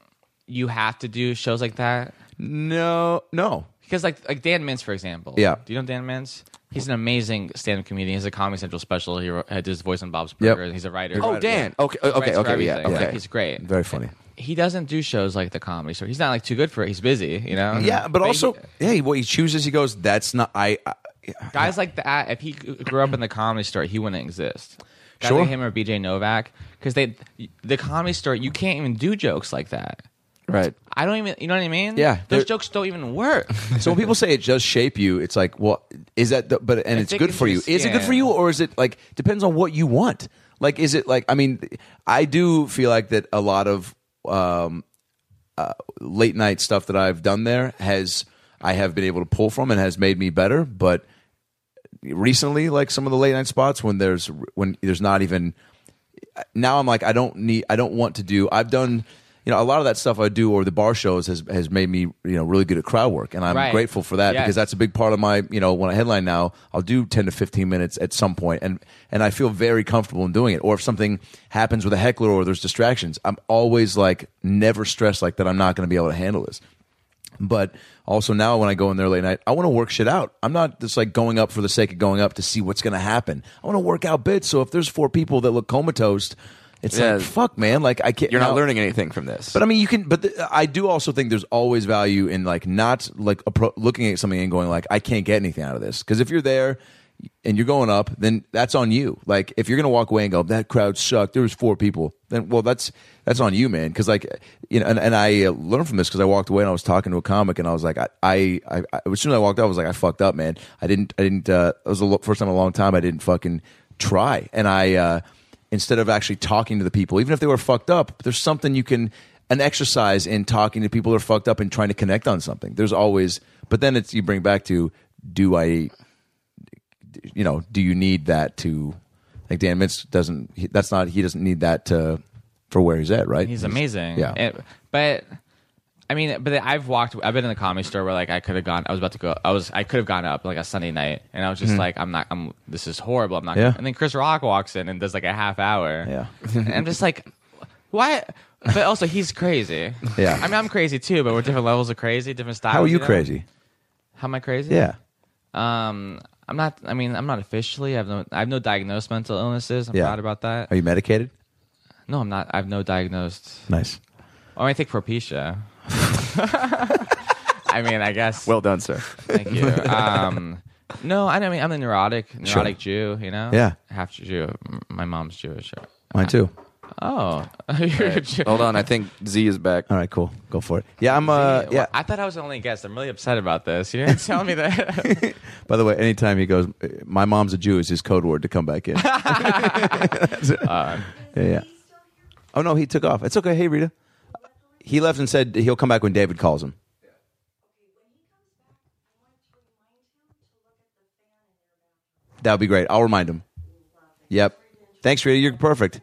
[SPEAKER 4] you have to do shows like that?
[SPEAKER 2] no, no.
[SPEAKER 4] Because like like Dan Mintz, for example.
[SPEAKER 2] Yeah.
[SPEAKER 4] Do you know Dan Mintz? He's an amazing stand-up comedian. He's a Comedy Central special. He wrote, did his voice on Bob's
[SPEAKER 2] Yep.
[SPEAKER 4] Burgers. He's a writer.
[SPEAKER 3] oh, Dan. Okay,
[SPEAKER 4] He
[SPEAKER 3] okay,
[SPEAKER 4] writes for
[SPEAKER 3] okay, yeah,
[SPEAKER 4] everything. Like,
[SPEAKER 3] okay.
[SPEAKER 4] he's great.
[SPEAKER 2] Very funny.
[SPEAKER 4] He doesn't do shows like the comedy store. He's not like too good for it. He's busy, you know.
[SPEAKER 2] Yeah, but
[SPEAKER 4] he-
[SPEAKER 2] also, hey, what he chooses, he goes, that's not, I, I
[SPEAKER 4] guys like that. If he grew up in the comedy store, he wouldn't exist. Guys
[SPEAKER 2] Sure.
[SPEAKER 4] like him or BJ Novak, because they the comedy store, you can't even do jokes like that.
[SPEAKER 3] Right.
[SPEAKER 4] I don't even, you know what I mean?
[SPEAKER 2] Yeah,
[SPEAKER 4] those
[SPEAKER 2] they're-
[SPEAKER 4] jokes don't even work.
[SPEAKER 2] So when people say it does shape you, it's like, well, is that? The, but and it's
[SPEAKER 4] think
[SPEAKER 2] good for you.
[SPEAKER 4] it's-
[SPEAKER 2] Is it good for you,
[SPEAKER 4] yeah.
[SPEAKER 2] or is it like depends on what you want? Like, is it like? I mean, I do feel like that a lot of um, uh, late night stuff that I've done there has I have been able to pull from and has made me better. But recently, like some of the late night spots when there's when there's not even now I'm like I don't need I don't want to do I've done you know a lot of that stuff I do or the bar shows has has made me you know really good at crowd work and I'm
[SPEAKER 4] Right.
[SPEAKER 2] grateful for that
[SPEAKER 4] Yeah.
[SPEAKER 2] because that's a big part of my you know when I headline now I'll do 10 to 15 minutes at some point and and I feel very comfortable in doing it or if something happens with a heckler or there's distractions I'm always like never stressed like that I'm not going to be able to handle this but also now when I go in there late night, I want to work shit out. I'm not just like going up for the sake of going up to see what's going to happen. I want to work out bits. So if there's four people that look comatose, it's
[SPEAKER 3] Yeah.
[SPEAKER 2] like fuck, man. Like I can't.
[SPEAKER 3] You're
[SPEAKER 2] now-
[SPEAKER 3] not learning anything from this.
[SPEAKER 2] But I mean, you can. But the, I do also think there's always value in like not like appro- looking at something and going like I can't get anything out of this because if you're there and you're going up, then that's on you. Like if you're gonna walk away and go that crowd sucked, there was four people. Then well, that's that's on you, man. Because like you know, and, and I uh, learned from this because I walked away and I was talking to a comic and I was like, I, I, I, I as soon as I walked out, I was like, I fucked up, man. I didn't, I didn't. Uh, it was the lo- first time in a long time I didn't fucking try, and I. uh instead of actually talking to the people, even if they were fucked up, there's something you can an exercise in talking to people who are fucked up and trying to connect on something. There's always, but then it's you bring back to do I, you know, do you need that to like Dan Mintz doesn't he, that's not he doesn't need that to for where he's at right.
[SPEAKER 4] He's amazing.
[SPEAKER 2] Yeah.
[SPEAKER 4] It- but I mean, but I've walked. I've been in the comedy store where like I could have gone. I was about to go. I was. I could have gone up like a Sunday night, and I was just like, I'm not. I'm. This is horrible. I'm not.
[SPEAKER 2] Mm-hmm. Yeah.
[SPEAKER 4] And then Chris Rock walks in and does like a half hour.
[SPEAKER 2] Yeah.
[SPEAKER 4] And I'm just like, why? But also, he's crazy.
[SPEAKER 2] Yeah.
[SPEAKER 4] I mean, I'm crazy too, but we're different levels of crazy, different styles.
[SPEAKER 2] How are you
[SPEAKER 4] know?
[SPEAKER 2] crazy?
[SPEAKER 4] How am I crazy?
[SPEAKER 2] Yeah.
[SPEAKER 4] Um, I'm not. I mean, I'm not officially. I've no. I have no diagnosed mental illnesses. I'm
[SPEAKER 2] Yeah.
[SPEAKER 4] proud about that.
[SPEAKER 2] Are you medicated?
[SPEAKER 4] No, I'm not. I've no diagnosed.
[SPEAKER 2] Nice.
[SPEAKER 4] Oh, I think Propecia. I mean, I guess.
[SPEAKER 3] well done, sir.
[SPEAKER 4] thank you. Um, no, I don't mean I'm a neurotic, neurotic Jew. You know,
[SPEAKER 2] Yeah.
[SPEAKER 4] half Jew. M- My mom's Jewish.
[SPEAKER 2] Mine too.
[SPEAKER 4] Oh, you're a Jew.
[SPEAKER 2] Oh, uh,
[SPEAKER 3] Hold on, I think Z is back.
[SPEAKER 2] All right, cool. Go for it. Yeah, I'm. Uh,
[SPEAKER 4] Well,
[SPEAKER 2] yeah.
[SPEAKER 4] I thought I was the only guest. I'm really upset about this. You didn't tell me that.
[SPEAKER 2] By the way, anytime he goes, my mom's a Jew is his code word to come back in. That's it. yeah, yeah. Oh no, he took off. It's okay. Hey, Rita. He left and said he'll come back when David calls him. That would be great. I'll remind him. Yep. Thanks, Rita. You're perfect.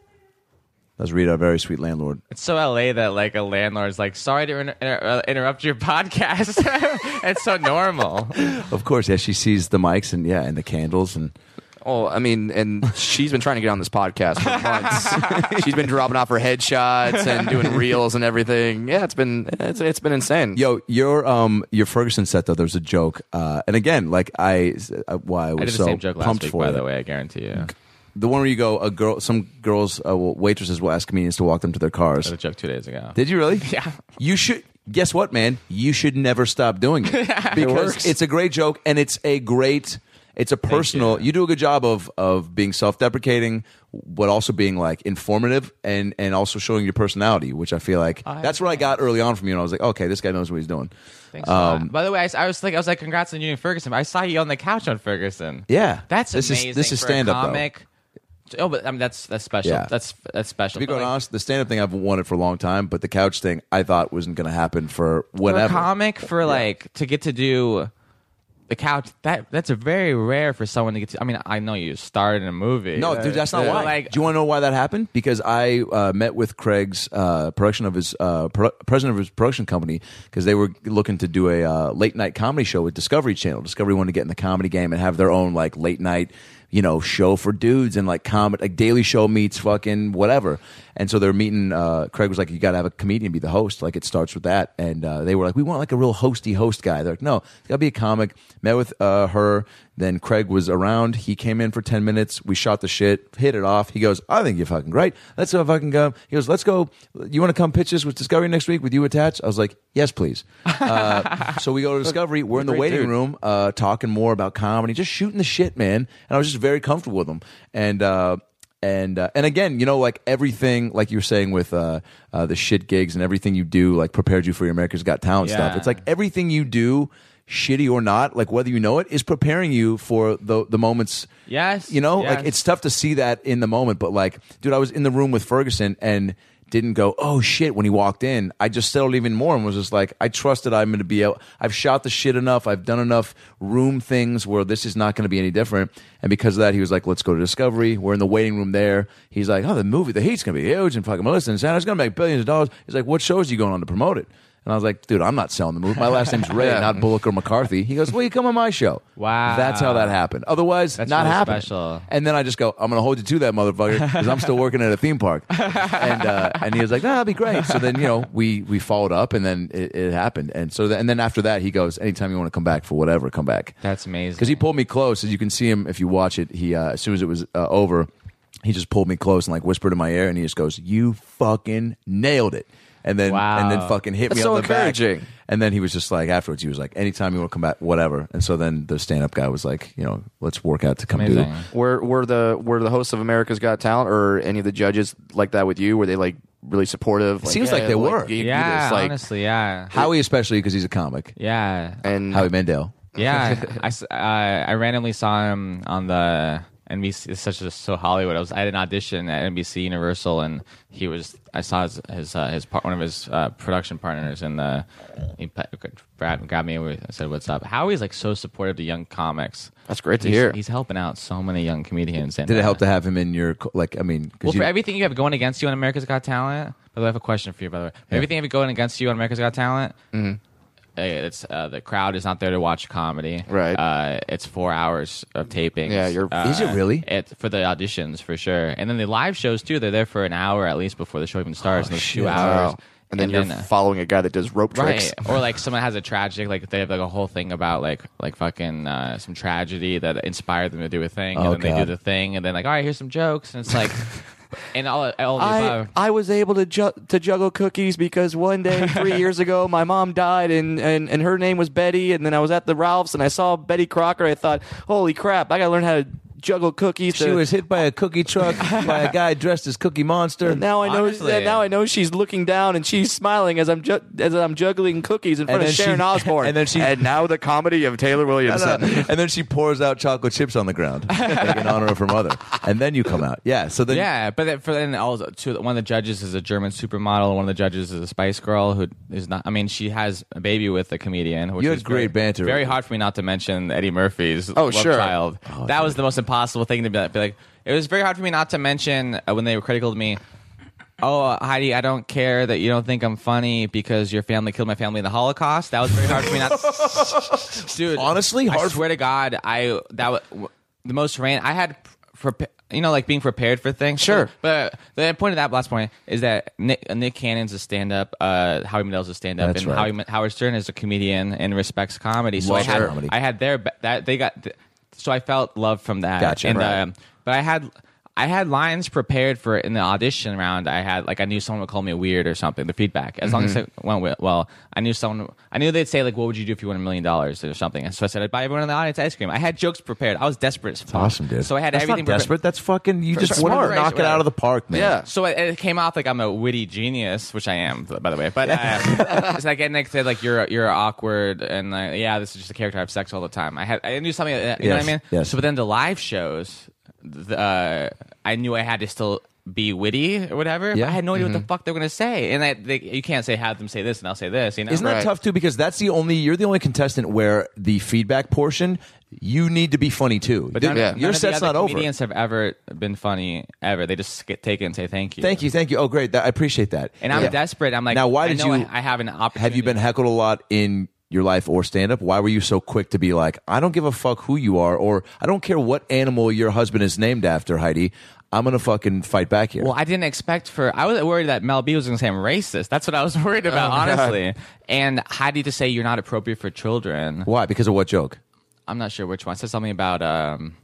[SPEAKER 2] That's Rita, a very sweet landlord.
[SPEAKER 4] It's so LA that like a landlord's like, sorry to inter- inter- uh, interrupt your podcast. it's so normal.
[SPEAKER 2] Of course, yeah. She sees the mics and yeah, and the candles and
[SPEAKER 3] Oh, I mean, and she's been trying to get on this podcast for months. she's been dropping off her headshots and doing reels and everything. Yeah, it's been it's, it's been insane.
[SPEAKER 2] yo, your um your Ferguson set though. There's a joke, uh, and again, like I, uh, why I was
[SPEAKER 4] I did the
[SPEAKER 2] so
[SPEAKER 4] same joke last
[SPEAKER 2] pumped
[SPEAKER 4] week,
[SPEAKER 2] for
[SPEAKER 4] by
[SPEAKER 2] it.
[SPEAKER 4] the way. I guarantee you.
[SPEAKER 2] The one where you go, a girl, some girls, uh, will- waitresses will ask comedians to walk them to their
[SPEAKER 4] I
[SPEAKER 2] cars.
[SPEAKER 4] did a joke two days ago.
[SPEAKER 2] Did you really?
[SPEAKER 4] Yeah.
[SPEAKER 2] You should. Guess what, man? You should never stop doing it because
[SPEAKER 3] works.
[SPEAKER 2] it's a great joke and it's a great. It's a personal. You.
[SPEAKER 4] you.
[SPEAKER 2] do a good job of of being self deprecating, but also being like informative and and also showing your personality, which I feel like
[SPEAKER 4] I-
[SPEAKER 2] that's what I got early on from you. And I was like, okay, this guy knows what he's doing. Um,
[SPEAKER 4] Thanks a lot. By the way, I, s- I was thinking, I was like, congrats on you and Ferguson. but I saw you on the couch on Ferguson.
[SPEAKER 2] Yeah.
[SPEAKER 4] that's
[SPEAKER 2] This is-
[SPEAKER 4] amazing.
[SPEAKER 2] this is
[SPEAKER 4] for a
[SPEAKER 2] stand-up, though.
[SPEAKER 4] comic. Oh, but I mean, that's that's special.
[SPEAKER 2] Yeah.
[SPEAKER 4] That's that's special.
[SPEAKER 2] To be
[SPEAKER 4] But,
[SPEAKER 2] quite
[SPEAKER 4] like,
[SPEAKER 2] honest, the stand up thing I've wanted for a long time, but the couch thing I thought wasn't going to happen for
[SPEAKER 4] for a
[SPEAKER 2] whenever.
[SPEAKER 4] comic for like to get to do the couch that that's a very rare for someone to get to i mean i know you starred in a movie
[SPEAKER 2] No, dude, that's not
[SPEAKER 4] Yeah.
[SPEAKER 2] why.
[SPEAKER 4] Like-
[SPEAKER 2] Do you want to know why that happened? Because I uh, met with Craig's uh, production of his uh, pro- president of his production company because they were looking to do a uh, late night comedy show with Discovery Channel. Discovery wanted to get in the comedy game and have their own like late night, you know, show for dudes and like comedy, like Daily Show meets fucking whatever. And so they're meeting. Uh, Craig was like, "You got to have a comedian be the host. Like it starts with that." And uh, they were like, "We want like a real hosty host guy." They're like, "No, it's got to be a comic." Met with uh, her. Then Craig was around. He came in for 10 minutes. We shot the shit, hit it off. He goes, I think you're fucking great. Let's go fucking go. He goes, let's go. You want to come pitch this with Discovery next week with you attached? I was like, yes, please. Uh, so we go to Discovery. We're in the waiting room uh, talking more about comedy, just shooting the shit, man. And I was just very comfortable with him. And, uh, and uh, and again, you know, like everything, like you were saying with uh, uh, the shit gigs and everything you do, like prepared you for your America's Got Talent stuff.
[SPEAKER 4] Yeah.
[SPEAKER 2] It's like everything you do shitty or not like whether you know it is preparing you for the the moments
[SPEAKER 4] Yes,
[SPEAKER 2] you know like
[SPEAKER 4] yes.
[SPEAKER 2] it's tough to see that in the moment but like dude i was in the room with ferguson and didn't go oh shit when he walked in i just settled even more and was just like i trust that i'm gonna be out i've shot the shit enough i've done enough room things where this is not gonna be any different and because of that he was like let's go to discovery we're in the waiting room there he's like oh the movie the heat's gonna be huge and fucking melissa and santa's gonna make billions of dollars he's like what shows you going on to promote it and I was like, dude, I'm not selling the movie. My last name's Ray, not Bullock or McCarthy. He goes, well, you come on my show.
[SPEAKER 4] Wow.
[SPEAKER 2] That's how that happened. Otherwise,
[SPEAKER 4] That's
[SPEAKER 2] not
[SPEAKER 4] really
[SPEAKER 2] happening.
[SPEAKER 4] special.
[SPEAKER 2] And then I just go, I'm going to hold you to that, motherfucker, because I'm still working at a theme park. And uh, and he was like, nah, that'd be great. So then, you know, we we followed up and then it, it happened. And so, then and then after that, he goes, anytime you want to come back for whatever, come back.
[SPEAKER 4] that's amazing
[SPEAKER 2] Because he pulled me close, as you can see him if you watch it. He uh, as soon as it was uh, over, he just pulled me close and like whispered in my ear, and he just goes, "You fucking nailed it." And then
[SPEAKER 4] Wow.
[SPEAKER 2] and then fucking hit me
[SPEAKER 3] That's so
[SPEAKER 2] on the back.
[SPEAKER 3] encouraging.
[SPEAKER 2] And then he was just like afterwards, he was like, "Anytime you want to come back, whatever." And so then the stand up guy was like, "You know, let's work out to come
[SPEAKER 4] amazing
[SPEAKER 2] do."
[SPEAKER 3] Were were the were the hosts of America's Got Talent or any of the judges like that with you? Were they like really supportive? Like,
[SPEAKER 2] Seems like they were.
[SPEAKER 3] you can do
[SPEAKER 4] yeah
[SPEAKER 3] this, like-
[SPEAKER 4] honestly yeah
[SPEAKER 2] Howie especially because he's a comic.
[SPEAKER 4] yeah
[SPEAKER 3] and
[SPEAKER 2] Howie Mandel.
[SPEAKER 4] yeah I, s- uh, I randomly saw him on the NBC it's such as so Hollywood I was I had an audition at NBC Universal and he was I saw his his, uh, his part, one of his uh, production partners and uh, he pe- grabbed grabbed me and we- I said what's up Howie's like so supportive to young comics
[SPEAKER 3] That's great to
[SPEAKER 4] He's-
[SPEAKER 3] hear.
[SPEAKER 4] he's helping out so many young comedians and
[SPEAKER 2] Did it
[SPEAKER 4] uh,
[SPEAKER 2] help to have him in your co- like? I mean, 'cause
[SPEAKER 4] well,
[SPEAKER 2] you-
[SPEAKER 4] for everything you have going against you on America's Got Talent, by the way, I have a question for you. By the way, For everything you have going against you on America's Got Talent,
[SPEAKER 3] Mm-hmm.
[SPEAKER 4] uh, it's uh, the crowd is not there to watch comedy.
[SPEAKER 3] Right.
[SPEAKER 4] Uh, it's four hours of taping.
[SPEAKER 3] Yeah, you're-
[SPEAKER 4] Uh,
[SPEAKER 2] Is it really?
[SPEAKER 4] It, for the auditions, for sure, and then the live shows too. They're there for an hour at least before the show even starts. and those two hours,
[SPEAKER 3] Oh, Wow. and then you're following a guy that does rope tricks.
[SPEAKER 4] uh, Right, or like someone has a tragic, like they have like a whole thing about like like fucking uh, some tragedy that inspired them to do a thing, and
[SPEAKER 2] Oh,
[SPEAKER 4] then they do
[SPEAKER 2] God.
[SPEAKER 4] the thing, and then like all right, here's some jokes, and it's like, and all all of the
[SPEAKER 3] I,
[SPEAKER 4] above.
[SPEAKER 3] I was able to ju- to juggle cookies because one day three years ago my mom died and, and, and her name was Betty and then I was at the Ralphs and I saw Betty Crocker I thought holy crap I gotta learn how to juggle cookies
[SPEAKER 2] she
[SPEAKER 3] to-
[SPEAKER 2] was hit by a cookie truck by a guy dressed as Cookie Monster.
[SPEAKER 3] now I know
[SPEAKER 4] Honestly.
[SPEAKER 3] and now I know she's looking down and she's smiling as I'm ju- as I'm juggling cookies in front
[SPEAKER 2] And
[SPEAKER 3] of
[SPEAKER 2] then she-
[SPEAKER 3] Sharon Osbourne
[SPEAKER 2] and then she-
[SPEAKER 3] and now the comedy of Taylor Williamson
[SPEAKER 2] and then she pours out chocolate chips on the ground like in honor of her mother. And then you come out. Yeah. So then
[SPEAKER 4] Yeah, but then for then all two, one of the judges is a German supermodel. One of the judges is a Spice Girl who is not. I mean, she has a baby with a comedian. Which
[SPEAKER 2] You had
[SPEAKER 4] is
[SPEAKER 2] great
[SPEAKER 4] very-
[SPEAKER 2] banter.
[SPEAKER 4] Very hard for me not to mention Eddie Murphy's.
[SPEAKER 3] Oh,
[SPEAKER 4] love
[SPEAKER 3] sure.
[SPEAKER 4] Child. that was the most impossible thing to be like, be like. It was very hard for me not to mention uh, when they were critical to me. Oh, uh, Heidi, I don't care that you don't think I'm funny because your family killed my family in the Holocaust. That was very hard for me not. to... Dude,
[SPEAKER 2] Honestly,
[SPEAKER 4] I
[SPEAKER 2] hard-
[SPEAKER 4] swear to God, I that wa- w- the most ran I had. Pre- you know, like being prepared for things.
[SPEAKER 3] Sure.
[SPEAKER 4] but the point of that last point is that Nick, uh, Nick Cannon's a stand-up, uh, Howie Mandel's a stand-up,
[SPEAKER 2] That's
[SPEAKER 4] and
[SPEAKER 2] right.
[SPEAKER 4] Howie, Howard Stern is a comedian and respects comedy. So I
[SPEAKER 2] Love
[SPEAKER 4] had,
[SPEAKER 2] comedy.
[SPEAKER 4] I had their ba- that they got, th- so I felt love from that.
[SPEAKER 2] Gotcha.
[SPEAKER 4] And,
[SPEAKER 2] Right.
[SPEAKER 4] um, but I had. I had lines prepared for it in the audition round. I had like I knew someone would call me weird or something. The feedback, as long as it
[SPEAKER 2] Mm-hmm.
[SPEAKER 4] went we- well, I knew someone. I knew they'd say like, "What would you do if you won a million dollars?" or something. And so I said, "I'd buy everyone in the audience ice cream." I had jokes prepared. I was desperate. As fuck.
[SPEAKER 2] Awesome, dude.
[SPEAKER 4] So I had
[SPEAKER 2] That's
[SPEAKER 4] everything
[SPEAKER 2] Not
[SPEAKER 4] prepared.
[SPEAKER 2] desperate. That's fucking. You just
[SPEAKER 4] Smart.
[SPEAKER 2] want to
[SPEAKER 4] Right,
[SPEAKER 2] knock it
[SPEAKER 4] right.
[SPEAKER 2] out of the park, man.
[SPEAKER 3] Yeah.
[SPEAKER 4] So it, it came off like I'm a witty genius, which I am, by the way. But uh, it's like and Nick said, like you're you're awkward, and like, yeah, this is just a character. I have sex all the time. I had I knew something. uh, You know what
[SPEAKER 2] Yes,
[SPEAKER 4] I mean?
[SPEAKER 2] yes.
[SPEAKER 4] So, but then the live shows, the, uh, I knew I had to still be witty or whatever.
[SPEAKER 2] Yeah. Mm-hmm.
[SPEAKER 4] But I had no idea what the fuck they were gonna say, and I, they, you can't say have them say this and I'll say this. You know?
[SPEAKER 2] Isn't that
[SPEAKER 3] Right.
[SPEAKER 2] tough too? Because that's the only you're the only contestant where the feedback portion you need to be funny too.
[SPEAKER 4] But
[SPEAKER 2] Th-
[SPEAKER 4] none,
[SPEAKER 3] Yeah.
[SPEAKER 4] none
[SPEAKER 2] your
[SPEAKER 4] of the
[SPEAKER 2] set's
[SPEAKER 4] other
[SPEAKER 2] not over.
[SPEAKER 4] Comedians have ever been funny ever. They just get, take it and say thank you.
[SPEAKER 2] Thank you, thank you. Oh, great! That, I appreciate that.
[SPEAKER 4] And I'm
[SPEAKER 2] Yeah.
[SPEAKER 4] desperate. I'm like,
[SPEAKER 2] now, why
[SPEAKER 4] I
[SPEAKER 2] did
[SPEAKER 4] know
[SPEAKER 2] you?
[SPEAKER 4] I, I have an opportunity.
[SPEAKER 2] Have you been heckled a lot in your life or stand up? Why were you so quick to be like, I don't give a fuck who you are, or I don't care what animal your husband is named after, Heidi. I'm gonna fucking fight back here.
[SPEAKER 4] Well, I didn't expect for. I was worried that Mel B was going to say I'm racist. That's what I was worried about, honestly. And Heidi to say you're not appropriate for children.
[SPEAKER 2] Why? Because of what joke?
[SPEAKER 4] I'm not sure which one. I said something about. um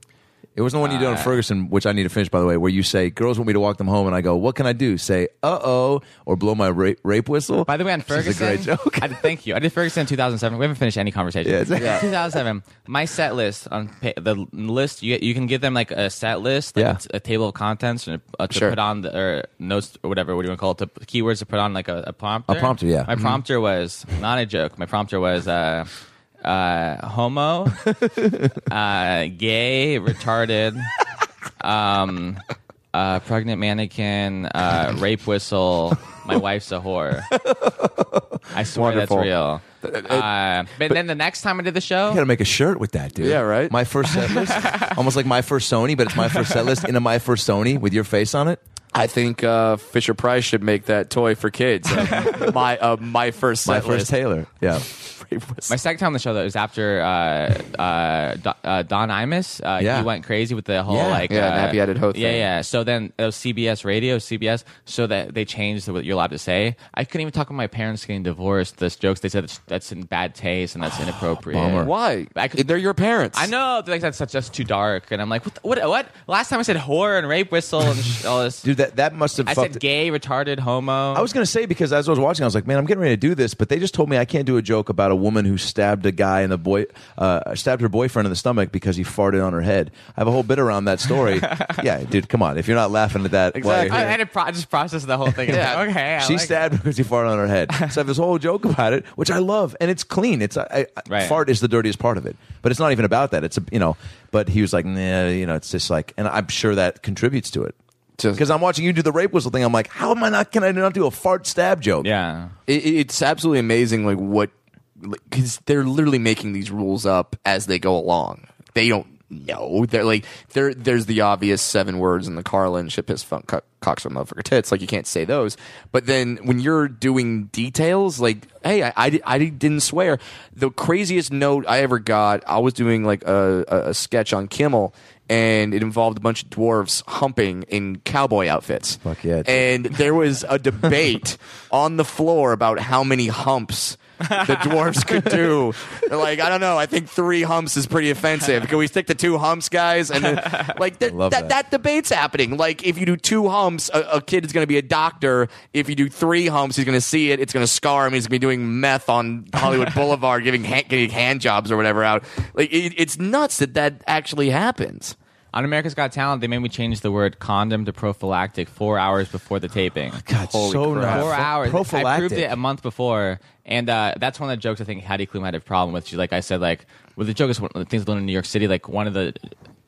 [SPEAKER 2] It was the one you
[SPEAKER 4] Uh,
[SPEAKER 2] did on Ferguson, which I need to finish, by the way, where you say, Girls want me to walk them home. And I go, What can I do? Say, Uh oh, or blow my rape, rape whistle.
[SPEAKER 4] By the way, on
[SPEAKER 2] Which is
[SPEAKER 4] Ferguson,
[SPEAKER 2] a great joke.
[SPEAKER 4] I, thank you. I did Ferguson in 2007. We haven't finished any conversation.
[SPEAKER 2] Yeah, it's- Yeah.
[SPEAKER 4] 2007. My set list on pa- the list you you can give them like a set list, like
[SPEAKER 2] Yeah.
[SPEAKER 4] a t- a, table of contents, and uh, to
[SPEAKER 3] Sure.
[SPEAKER 4] put on the, or notes or whatever. What do you want to call it? To, keywords to put on like a, a prompter.
[SPEAKER 2] A prompter, yeah. Mm-hmm.
[SPEAKER 4] My prompter was not a joke. My prompter was. Uh, uh, homo, uh, gay, retarded, um, uh, pregnant mannequin, uh, rape whistle. My wife's a whore. I swear
[SPEAKER 3] Wonderful.
[SPEAKER 4] that's real. Uh, but, then the next time I did the show,
[SPEAKER 2] I gotta make a shirt with that, dude.
[SPEAKER 3] Yeah, right?
[SPEAKER 2] My first set list. Almost like my first Sony, but it's my first set list in a my first Sony with your face on it.
[SPEAKER 3] I think uh, Fisher Price should make that toy for kids. my uh, my first
[SPEAKER 2] My
[SPEAKER 3] set
[SPEAKER 2] first
[SPEAKER 3] list.
[SPEAKER 2] Taylor. Yeah.
[SPEAKER 4] my second time on the show, though, was after uh, uh, Do- uh, Don Imus. Uh,
[SPEAKER 2] Yeah.
[SPEAKER 4] He went crazy with the whole
[SPEAKER 2] Yeah.
[SPEAKER 4] like
[SPEAKER 3] Yeah,
[SPEAKER 4] uh,
[SPEAKER 3] nappy-headed hoe
[SPEAKER 4] Yeah,
[SPEAKER 3] thing.
[SPEAKER 4] yeah. So then it was CBS Radio, CBS. So that they changed what you're allowed to say. I couldn't even talk about my parents getting divorced. Those jokes they said that's, that's in bad taste and that's inappropriate.
[SPEAKER 3] Why?
[SPEAKER 4] I could-
[SPEAKER 3] They're your parents.
[SPEAKER 4] I know. They're like, that's, that's just too dark. And I'm like, what? the- what, what? Last time I said whore and rape whistle and sh- all this.
[SPEAKER 2] Dude, that, that must have
[SPEAKER 4] I
[SPEAKER 2] fucked
[SPEAKER 4] said gay, retarded, homo.
[SPEAKER 2] I was going to say because as I was watching, I was like, "Man, I'm getting ready to do this," but they just told me I can't do a joke about a woman who stabbed a guy in the boy, uh, stabbed her boyfriend in the stomach because he farted on her head. I have a whole bit around that story. yeah, dude, come on! If you're not laughing at that, while you're
[SPEAKER 4] I
[SPEAKER 2] here.
[SPEAKER 4] had to pro- I just process the whole thing.
[SPEAKER 3] Yeah.
[SPEAKER 4] yeah. okay. I
[SPEAKER 2] she
[SPEAKER 4] like
[SPEAKER 2] stabbed him because he farted on her head. So I have this whole joke about it, which I love, and it's clean. It's I, I,
[SPEAKER 4] Right.
[SPEAKER 2] fart is the dirtiest part of it, but it's not even about that. It's a, you know, but he was like, nah, you know, it's just like, and I'm sure that contributes to it.
[SPEAKER 3] Just-
[SPEAKER 2] Because I'm watching you do the rape whistle thing, I'm like, how am I not? Can I not do a fart stab joke?
[SPEAKER 4] it. Yeah.
[SPEAKER 3] It, it- it's absolutely amazing, like what, because they're literally making these rules up as they go along. They don't know. They're like there. There's the obvious seven words in the Carlin shit piss funk co- cocks on motherfucker tits. Like you can't say those. But then when you're doing details, like hey, I, I, di- I di- didn't swear. The craziest note I ever got. I was doing like a, a, a sketch on Kimmel. And it involved a bunch of dwarves humping in cowboy outfits.
[SPEAKER 2] Fuck yeah, dude.
[SPEAKER 3] And and there was a debate on the floor about how many humps the dwarves could do. They're like, I don't know. I think three humps is pretty offensive. Can we stick to two humps, guys? And then, like that,
[SPEAKER 2] love
[SPEAKER 3] that,
[SPEAKER 2] that.
[SPEAKER 3] that. debate's happening. Like if you do two humps, a, a kid is going to be a doctor. If you do three humps, he's going to see it. It's going to scar him. He's going to be doing meth on Hollywood Boulevard, giving hand, giving hand jobs or whatever out. Like it, it's nuts that that actually happens.
[SPEAKER 4] On America's Got Talent, they made me change the word condom to prophylactic four hours before the taping.
[SPEAKER 2] Oh, God, so not-
[SPEAKER 4] Four
[SPEAKER 2] Pro-
[SPEAKER 4] hours. I proved
[SPEAKER 2] Prophylactic.
[SPEAKER 4] it a month before, and uh, that's one of the jokes I think Hattie Klum had a problem with. She's like, I said, like, well, the joke is one of the things learned in New York City. Like, one of the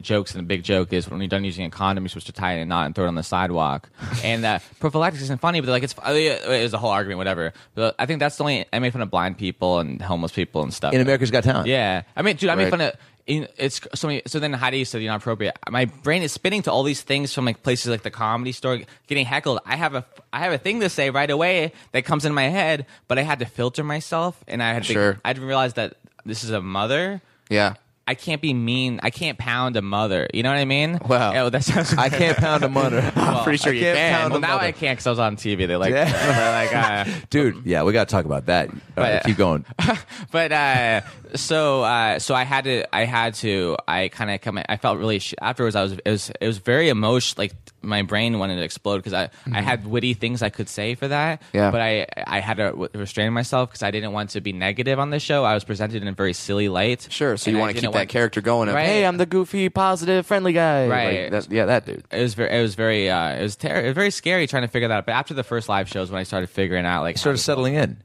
[SPEAKER 4] jokes and the big joke is when you're done using a condom, you're supposed to tie it in a knot and throw it on the sidewalk. and uh, prophylactics isn't funny, but they're like, it's uh, it was a whole argument, whatever. But I think that's the only I made fun of blind people and homeless people and stuff.
[SPEAKER 2] in America's Got Talent.
[SPEAKER 4] Yeah, I mean, dude, I made
[SPEAKER 3] Right.
[SPEAKER 4] fun of. in, it's so many, so then how do you say you're not appropriate? My brain is spinning to all these things from like places like the comedy store, getting heckled. I have a I have a thing to say right away that comes in my head, but I had to filter myself, and I had to,
[SPEAKER 3] Sure.
[SPEAKER 4] I had to realize that this is a mother.
[SPEAKER 3] Yeah.
[SPEAKER 4] I can't be mean. I can't pound a mother. You know what I mean?
[SPEAKER 3] Wow.
[SPEAKER 4] Yeah, well, that sounds.
[SPEAKER 2] I can't pound a mother.
[SPEAKER 3] I'm pretty sure
[SPEAKER 2] I
[SPEAKER 3] you
[SPEAKER 2] can't
[SPEAKER 3] can.
[SPEAKER 2] pound
[SPEAKER 4] well,
[SPEAKER 2] a
[SPEAKER 4] now
[SPEAKER 2] mother.
[SPEAKER 4] I can't because I was on TV. They like,
[SPEAKER 2] Yeah.
[SPEAKER 4] they're like, uh,
[SPEAKER 2] Dude, yeah, we got to talk about that. All right,
[SPEAKER 4] But-
[SPEAKER 2] keep going.
[SPEAKER 4] but uh, so uh, so I had to I had to I kind of come I felt really sh- afterwards I was it was it was very emotional like my brain wanted to explode because I I had witty things I could say for that
[SPEAKER 3] Mm-hmm. Yeah.
[SPEAKER 4] but I I had to w- restrain myself because I didn't want to be negative on the show I was presented in a very silly light
[SPEAKER 3] Sure. So
[SPEAKER 4] And
[SPEAKER 3] you
[SPEAKER 4] I
[SPEAKER 3] want to
[SPEAKER 4] didn't
[SPEAKER 3] keep that character going. Of,
[SPEAKER 4] Right.
[SPEAKER 3] Hey, I'm the goofy, positive, friendly guy.
[SPEAKER 4] Right.
[SPEAKER 3] Like, that, yeah, that dude.
[SPEAKER 4] it was very it was very uh, it was ter- it was very scary trying to figure that out but after the first live shows when I started figuring out like
[SPEAKER 2] Started settling in.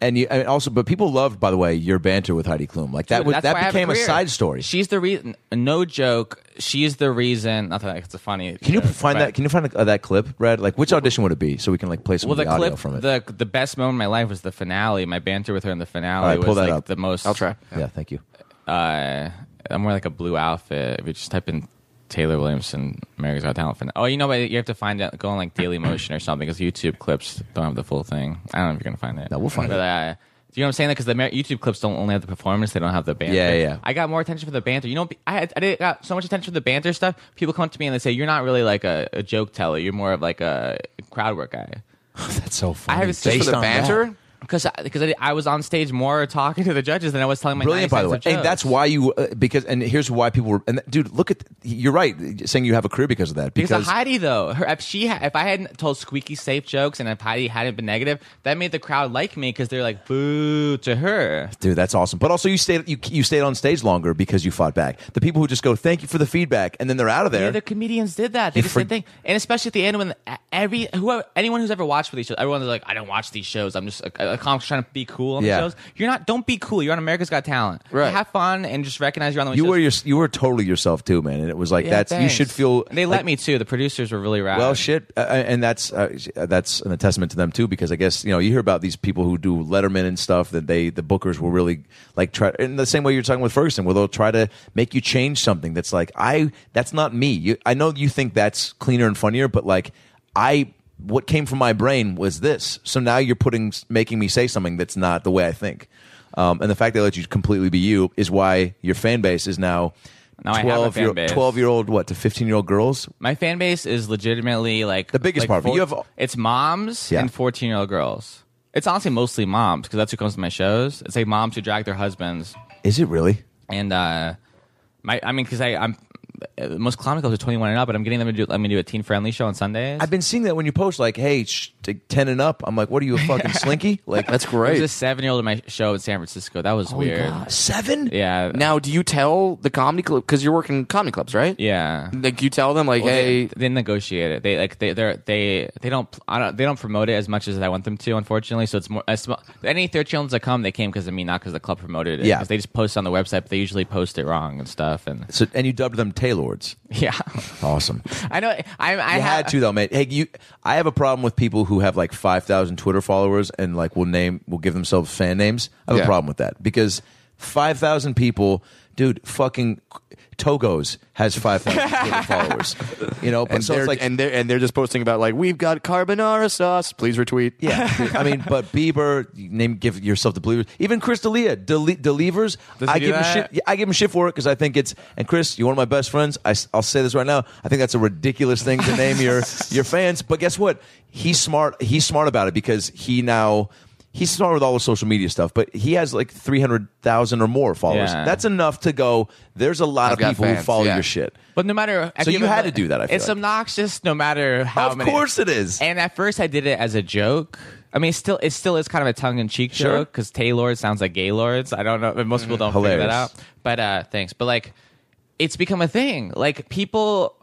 [SPEAKER 2] And you, I mean, also, but people loved, by the way, your banter with Heidi Klum. Like that,
[SPEAKER 4] Dude,
[SPEAKER 2] was,
[SPEAKER 4] that's why I
[SPEAKER 2] that
[SPEAKER 4] have
[SPEAKER 2] became a,
[SPEAKER 4] career.
[SPEAKER 2] side story.
[SPEAKER 4] She's the reason. No joke. She's the reason. Not that it's a funny.
[SPEAKER 2] Can you
[SPEAKER 4] joke,
[SPEAKER 2] find
[SPEAKER 4] but-
[SPEAKER 2] that? Can you find uh, that clip, Brad? Like, which audition would it be, so we can like play some
[SPEAKER 4] Well,
[SPEAKER 2] of the,
[SPEAKER 4] the
[SPEAKER 2] audio
[SPEAKER 4] clip,
[SPEAKER 2] from it?
[SPEAKER 4] the the best moment of my life was the finale. My banter with her in the
[SPEAKER 2] All
[SPEAKER 4] finale
[SPEAKER 2] right, pull
[SPEAKER 4] was
[SPEAKER 2] that
[SPEAKER 4] like
[SPEAKER 2] up.
[SPEAKER 4] the most.
[SPEAKER 3] I'll try.
[SPEAKER 2] yeah, thank you.
[SPEAKER 4] Uh, I'm wearing like a blue outfit. If you just type in Taylor Williamson, America's Got Talent finale. Oh, you know, but you have to find out. Go on like Daily Motion or something because YouTube clips don't have the full thing. I don't know if you're gonna find it.
[SPEAKER 2] No, we'll find
[SPEAKER 4] but,
[SPEAKER 2] it.
[SPEAKER 4] Uh, do you know what I'm saying? Because the Amer- YouTube clips don't only have the performance; they don't have the banter.
[SPEAKER 2] Yeah, yeah, yeah.
[SPEAKER 4] I got more attention for the banter. You know, I had, I did, got so much attention for the banter stuff. People come up to me and they say, "You're not really like a, a joke teller. You're more of like a crowd work guy."
[SPEAKER 2] That's so funny.
[SPEAKER 4] I haven't seen
[SPEAKER 2] Based
[SPEAKER 3] For the
[SPEAKER 2] on that.
[SPEAKER 3] banter?
[SPEAKER 4] because because I, I was on stage more talking to the judges than I was telling my
[SPEAKER 2] Brilliant, by the way,
[SPEAKER 4] 90 cents of
[SPEAKER 2] and that's
[SPEAKER 4] jokes.
[SPEAKER 2] why you uh, because and here's why people were and that- dude, look at you're right saying you have a career because of that
[SPEAKER 4] because of Heidi though her, if she ha- if I hadn't told squeaky safe jokes and if Heidi hadn't been negative that made the crowd like me because they're like boo to her
[SPEAKER 2] Dude, that's awesome. But also, you stayed you you stayed on stage longer because you fought back. The people who just go, "Thank you for the feedback," and then they're out of
[SPEAKER 4] the
[SPEAKER 2] there.
[SPEAKER 4] other comedians did that they
[SPEAKER 2] You
[SPEAKER 4] just
[SPEAKER 2] for-
[SPEAKER 4] did thing and especially at the end when e, every whoever anyone who's ever watched for these shows everyone's like I don't watch these shows I'm just a, a comic's trying to be cool on
[SPEAKER 2] Yeah.
[SPEAKER 4] the shows you're not don't be cool you're on America's Got Talent
[SPEAKER 3] Right.
[SPEAKER 4] have fun and just recognize you're on the
[SPEAKER 2] you
[SPEAKER 4] shows.
[SPEAKER 2] were your, you were totally yourself too, man. And it was like
[SPEAKER 4] Yeah,
[SPEAKER 2] that's you
[SPEAKER 4] thanks.
[SPEAKER 2] should feel.
[SPEAKER 4] And they
[SPEAKER 2] like,
[SPEAKER 4] let me too the producers were really rad
[SPEAKER 2] Well, shit, uh, and that's uh, that's a testament to them too, because I guess you know you hear about these people who do Letterman and stuff that they the bookers will really like try in the same way you're talking with Ferguson, where they'll try to make you change something that's like I that's not me. You, I know you think that's cleaner and funnier, but like I what came from my brain was this. So now you're putting making me say something that's not the way I think. Um, and the fact they let you completely be you is why your fan base is now.
[SPEAKER 4] Now I have a
[SPEAKER 2] 12 year,
[SPEAKER 4] fan base.
[SPEAKER 2] 12 year old what to 15 year old girls
[SPEAKER 4] My fan base is legitimately like the
[SPEAKER 2] biggest part, but you have-
[SPEAKER 4] it's moms
[SPEAKER 2] Yeah.
[SPEAKER 4] and fourteen year old girls. It's honestly mostly moms because that's who comes to my shows. It's like moms who drag their husbands
[SPEAKER 2] is it really
[SPEAKER 4] and uh, my I mean because I I'm uh, most comedy clubs are twenty one and up, but I'm getting them to do let me do a teen friendly show on Sundays.
[SPEAKER 2] I've been seeing that when you post like, "Hey, sh- t- ten and up." I'm like, "What are you a fucking slinky?" Like
[SPEAKER 3] That's
[SPEAKER 4] There's
[SPEAKER 3] great.
[SPEAKER 4] a seven year old in my show in San Francisco. That was weird.
[SPEAKER 2] uh, seven.
[SPEAKER 4] Yeah.
[SPEAKER 3] Now, do you tell the comedy club because you're working comedy clubs, right?
[SPEAKER 4] yeah.
[SPEAKER 3] Like you tell them, like,
[SPEAKER 4] Well,
[SPEAKER 3] hey,
[SPEAKER 4] they, they negotiate it. They like they they're, they they don't pl- I don't they don't promote it as much as I want them to. Unfortunately, so it's more as sm- any thirteen year olds that come, they came because of me, not because the club promoted it.
[SPEAKER 2] Yeah.
[SPEAKER 4] 'Cause they just post on the website, but they usually post it wrong and stuff. And
[SPEAKER 2] So, and you dubbed them Taylords.
[SPEAKER 4] yeah,
[SPEAKER 2] Awesome.
[SPEAKER 4] I know. I, I
[SPEAKER 2] I
[SPEAKER 4] have,
[SPEAKER 2] had to though, man. Hey, you. I have a problem with people who have like five thousand Twitter followers and like will name will give themselves fan names. I have
[SPEAKER 3] Yeah.
[SPEAKER 2] a problem with that because five thousand people, dude. Fucking Togos has five thousand Twitter followers. You know, but
[SPEAKER 3] and
[SPEAKER 2] so
[SPEAKER 3] they're
[SPEAKER 2] it's like
[SPEAKER 3] and they're and they're just posting about like we've got carbonara sauce. Please retweet.
[SPEAKER 2] Yeah, dude, I mean, but Bieber, you name give yourself the believers. Even Chris D'elia, Dele- Delivers.
[SPEAKER 4] Does
[SPEAKER 2] I
[SPEAKER 4] he do
[SPEAKER 2] give him
[SPEAKER 4] that?
[SPEAKER 2] shit. yeah, I give him shit for it because I think it's. And Chris, you're one of my best friends. I, will say this right now. I think that's a ridiculous thing to name your your fans. But guess what? He's smart. He's smart about it because he now. He's smart with all the social media stuff, but he has like 300,000 or more followers.
[SPEAKER 4] Yeah.
[SPEAKER 2] That's enough to go, there's a lot
[SPEAKER 3] I've
[SPEAKER 2] of
[SPEAKER 3] got
[SPEAKER 2] people who
[SPEAKER 3] fans,
[SPEAKER 2] follow
[SPEAKER 3] yeah.
[SPEAKER 2] your shit.
[SPEAKER 4] But no matter,
[SPEAKER 2] So you had to do that, I feel
[SPEAKER 4] it's
[SPEAKER 2] like.
[SPEAKER 4] obnoxious, no matter how.
[SPEAKER 2] Of
[SPEAKER 4] many-
[SPEAKER 2] course it is.
[SPEAKER 4] And at first, I did it as a joke. I mean, it's still, it still is kind of a tongue in cheek
[SPEAKER 2] Sure.
[SPEAKER 4] joke because Taylor sounds like Gaylords. I don't know, but most people don't figure
[SPEAKER 2] Hilarious.
[SPEAKER 4] that out. But uh, thanks. But like, it's become a thing. Like people,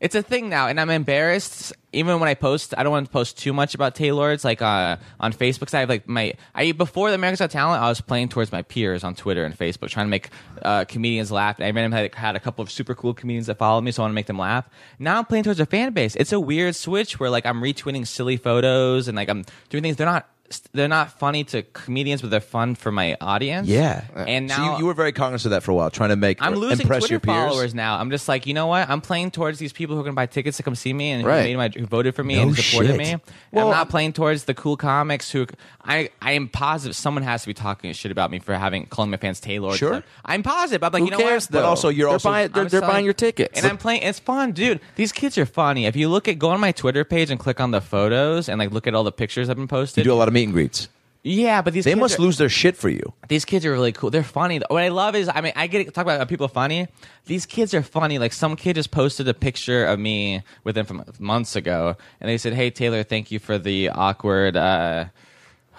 [SPEAKER 4] it's a thing now, and I'm embarrassed. Even when I post, I don't want to post too much about Taylor's. Like uh, on Facebook, 'cause I have like my I before the America's Got Talent, I was playing towards my peers on Twitter and Facebook, trying to make uh, comedians laugh. And I randomly had, had a couple of super cool comedians that followed me, so I want to make them laugh. Now I'm playing towards a fan base. It's a weird switch where like I'm retweeting silly photos and like I'm doing things they're not st- they're not funny to comedians, but they're fun for my audience.
[SPEAKER 2] Yeah.
[SPEAKER 4] and
[SPEAKER 2] So
[SPEAKER 4] now
[SPEAKER 2] you, you were very cognizant of that for a while, trying to make
[SPEAKER 4] I'm
[SPEAKER 2] or
[SPEAKER 4] losing
[SPEAKER 2] impress
[SPEAKER 4] Twitter
[SPEAKER 2] your peers.
[SPEAKER 4] followers now. I'm just like, you know what? I'm playing towards these people who are going to buy tickets to come see me and who,
[SPEAKER 3] Right.
[SPEAKER 4] made my, who voted for me
[SPEAKER 2] No
[SPEAKER 4] and supported
[SPEAKER 2] shit.
[SPEAKER 4] me.
[SPEAKER 2] Well,
[SPEAKER 4] I'm not playing towards the cool comics who I I am positive someone has to be talking shit about me for having calling my fans Taylor.
[SPEAKER 2] Sure.
[SPEAKER 4] I'm positive. I'm like,
[SPEAKER 3] Who
[SPEAKER 4] you know
[SPEAKER 3] cares?
[SPEAKER 4] what?
[SPEAKER 2] But
[SPEAKER 3] though?
[SPEAKER 2] also you're
[SPEAKER 3] they're
[SPEAKER 2] also-
[SPEAKER 3] buying, they're,
[SPEAKER 4] I'm
[SPEAKER 3] they're
[SPEAKER 4] selling-
[SPEAKER 3] buying your tickets.
[SPEAKER 4] And I'm playing. It's fun, dude. These kids are funny. If you look at go on my Twitter page and click on the photos and like look at all the pictures I've been
[SPEAKER 2] You
[SPEAKER 4] posted.
[SPEAKER 2] do a lot of meet and greets.
[SPEAKER 4] yeah, but these
[SPEAKER 2] They
[SPEAKER 4] kids
[SPEAKER 2] must
[SPEAKER 4] are,
[SPEAKER 2] lose their shit for you.
[SPEAKER 4] these kids are really cool. They're funny. What I love is, I mean, I get talk about how people are funny. These kids are funny. Like some kid just posted a picture of me with them from months ago, and they said, "Hey Taylor, thank you for the awkward." Uh,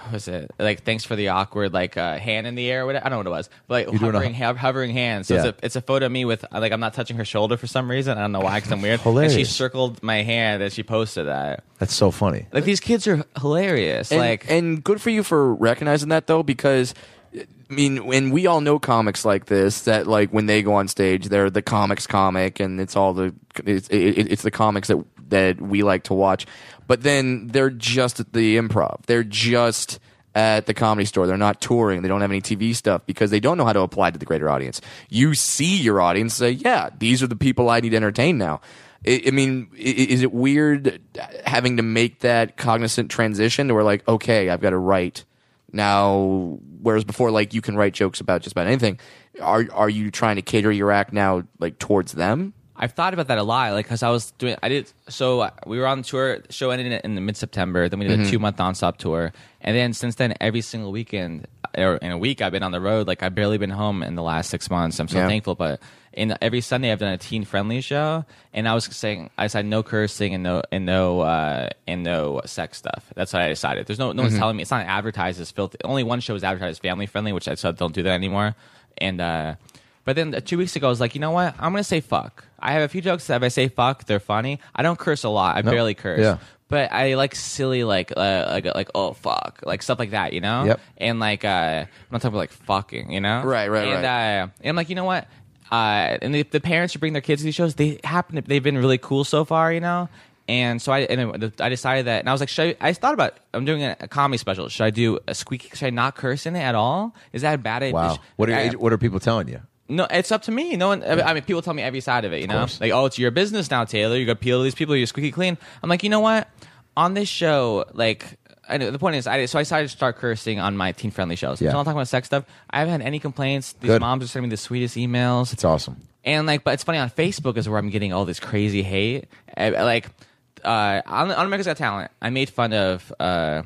[SPEAKER 4] what was it like? Thanks for the awkward like uh, hand in the air. Or whatever. I don't know what it was, but like
[SPEAKER 2] doing a-
[SPEAKER 4] hovering, hov- hovering hands. So
[SPEAKER 2] Yeah.
[SPEAKER 4] it's, a, it's a photo of me with uh, like I'm not touching her shoulder for some reason. I don't know why. Cause I'm weird.
[SPEAKER 2] Hilarious.
[SPEAKER 4] And she circled my hand as she posted that.
[SPEAKER 2] That's so funny.
[SPEAKER 4] Like these kids are hilarious.
[SPEAKER 3] and,
[SPEAKER 4] like
[SPEAKER 3] and good for you for recognizing that though because I mean, when we all know comics like this, that like when they go on stage, they're the comics comic, and it's all the it's, it, it's the comics that that we like to watch. But then they're just at the improv. They're just at the comedy store. They're not touring. They don't have any TV stuff because they don't know how to apply to the greater audience. You see your audience, say, "Yeah, these are the people I need to entertain now." I I mean, i- is it weird having to make that cognizant transition to where like, okay, I've got to write now, whereas before, like you can write jokes about just about anything. Are are you trying to cater your act now, like towards them?
[SPEAKER 4] I've thought about that a lot, like because I was doing, I did. So uh, we were on tour. the Show ended in, in the mid September. Then we did a two month nonstop tour, and then since then, every single weekend uh, or in a week, I've been on the road. Like I've barely been home in the last six months. I'm so
[SPEAKER 3] Yeah.
[SPEAKER 4] thankful. But in every Sunday, I've done a teen friendly show, and I was saying, I said no cursing and no and no uh, and no sex stuff. That's what I decided. There's no no
[SPEAKER 2] Mm-hmm.
[SPEAKER 4] one's telling me it's not advertised as filthy. Only one show is advertised as family friendly, which I said don't do that anymore. And uh, but then uh, two weeks ago, I was like, you know what? I'm gonna say fuck. I have a few jokes that if I say fuck, they're funny. I don't curse a lot. I barely curse.
[SPEAKER 2] Yeah.
[SPEAKER 4] But I like silly, like uh, like like oh fuck, like stuff like that, you know.
[SPEAKER 2] Yep.
[SPEAKER 4] And like uh, I'm not talking about like fucking, you know.
[SPEAKER 3] Right, right,
[SPEAKER 4] and,
[SPEAKER 3] right.
[SPEAKER 4] Uh, and I'm like, you know what? Uh, and the, the parents who bring their kids to these shows, they happen to they've been really cool so far, you know. And so I and it- I decided that, and I was like, should I, I thought about I'm doing a, a comedy special. Should I do a squeaky? Should I not curse in it at all? Is that a bad idea?
[SPEAKER 2] Wow. What
[SPEAKER 4] I-
[SPEAKER 2] are what are people telling you?
[SPEAKER 4] no, it's up to me. No one. I mean, people tell me every side of it. You know,
[SPEAKER 2] course.
[SPEAKER 4] like, oh, it's your business now, Taylor. You got to peel these people. You're squeaky clean. I'm like, you know what? On this show, like, I know, the point is, I so I decided to start cursing on my teen friendly shows.
[SPEAKER 2] Yeah.
[SPEAKER 4] So I'm not talking about sex stuff. I haven't had any complaints. These
[SPEAKER 2] Good.
[SPEAKER 4] moms are sending me the sweetest emails.
[SPEAKER 2] It's awesome.
[SPEAKER 4] And like, but it's funny on Facebook is where I'm getting all this crazy hate. Uh, Like, uh, on, on America's Got Talent, I made fun of uh,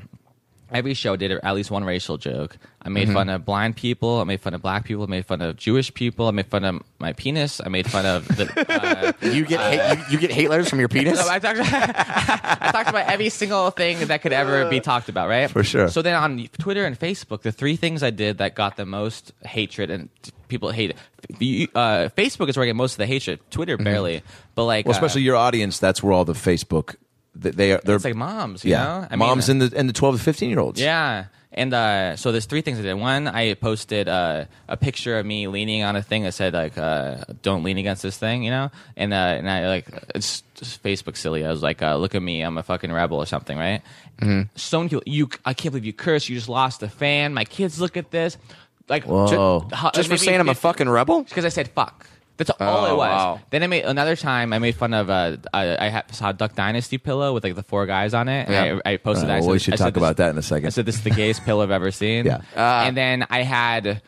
[SPEAKER 4] every show did at least one racial joke. I made fun of blind people. I made fun of black people. I made fun of Jewish people. I made fun of my penis. I made fun of the. Uh,
[SPEAKER 3] You get hate, you, you get hate letters from your penis.
[SPEAKER 4] so I talked, I talked about every single thing that could ever be talked about, right?
[SPEAKER 2] For sure.
[SPEAKER 4] So then on Twitter and Facebook, the three things I did that got the most hatred and t- people hate it. F- you- Uh, Facebook is where I get most of the hatred. Twitter barely, but like
[SPEAKER 2] Mm-hmm. Well, especially
[SPEAKER 4] uh,
[SPEAKER 2] your audience. That's where all the Facebook. th- They are. They're
[SPEAKER 4] it's like moms, you know?
[SPEAKER 2] yeah. moms
[SPEAKER 4] mean,
[SPEAKER 2] and the and the twelve to fifteen year olds.
[SPEAKER 4] Yeah. And uh, so there's three things I did. One, I posted uh, a picture of me leaning on a thing that said like, uh, "Don't lean against this thing," you know. And uh, and I like it's just Facebook silly. I was like, uh, "Look at me, I'm a fucking rebel" or something, right? So many people, you, I can't believe you cursed. You just lost a fan. My kids look at this, like,
[SPEAKER 2] Whoa.
[SPEAKER 4] ju- ho-
[SPEAKER 3] just for
[SPEAKER 4] maybe
[SPEAKER 3] saying I'm a
[SPEAKER 4] 50
[SPEAKER 3] fucking rebel.
[SPEAKER 4] because I said fuck. That's all it was.
[SPEAKER 3] wow.
[SPEAKER 4] Then I made another time. I made fun of. Uh, I, I ha- saw a Duck Dynasty pillow with like the four guys on it.
[SPEAKER 3] Yeah.
[SPEAKER 4] And I, I posted
[SPEAKER 2] Uh,
[SPEAKER 4] that. I
[SPEAKER 2] well,
[SPEAKER 4] said-
[SPEAKER 2] we should
[SPEAKER 4] I said
[SPEAKER 2] talk
[SPEAKER 4] this-
[SPEAKER 2] about that in a second.
[SPEAKER 4] I said this is the gayest pillow I've ever seen.
[SPEAKER 2] Yeah.
[SPEAKER 4] and then I had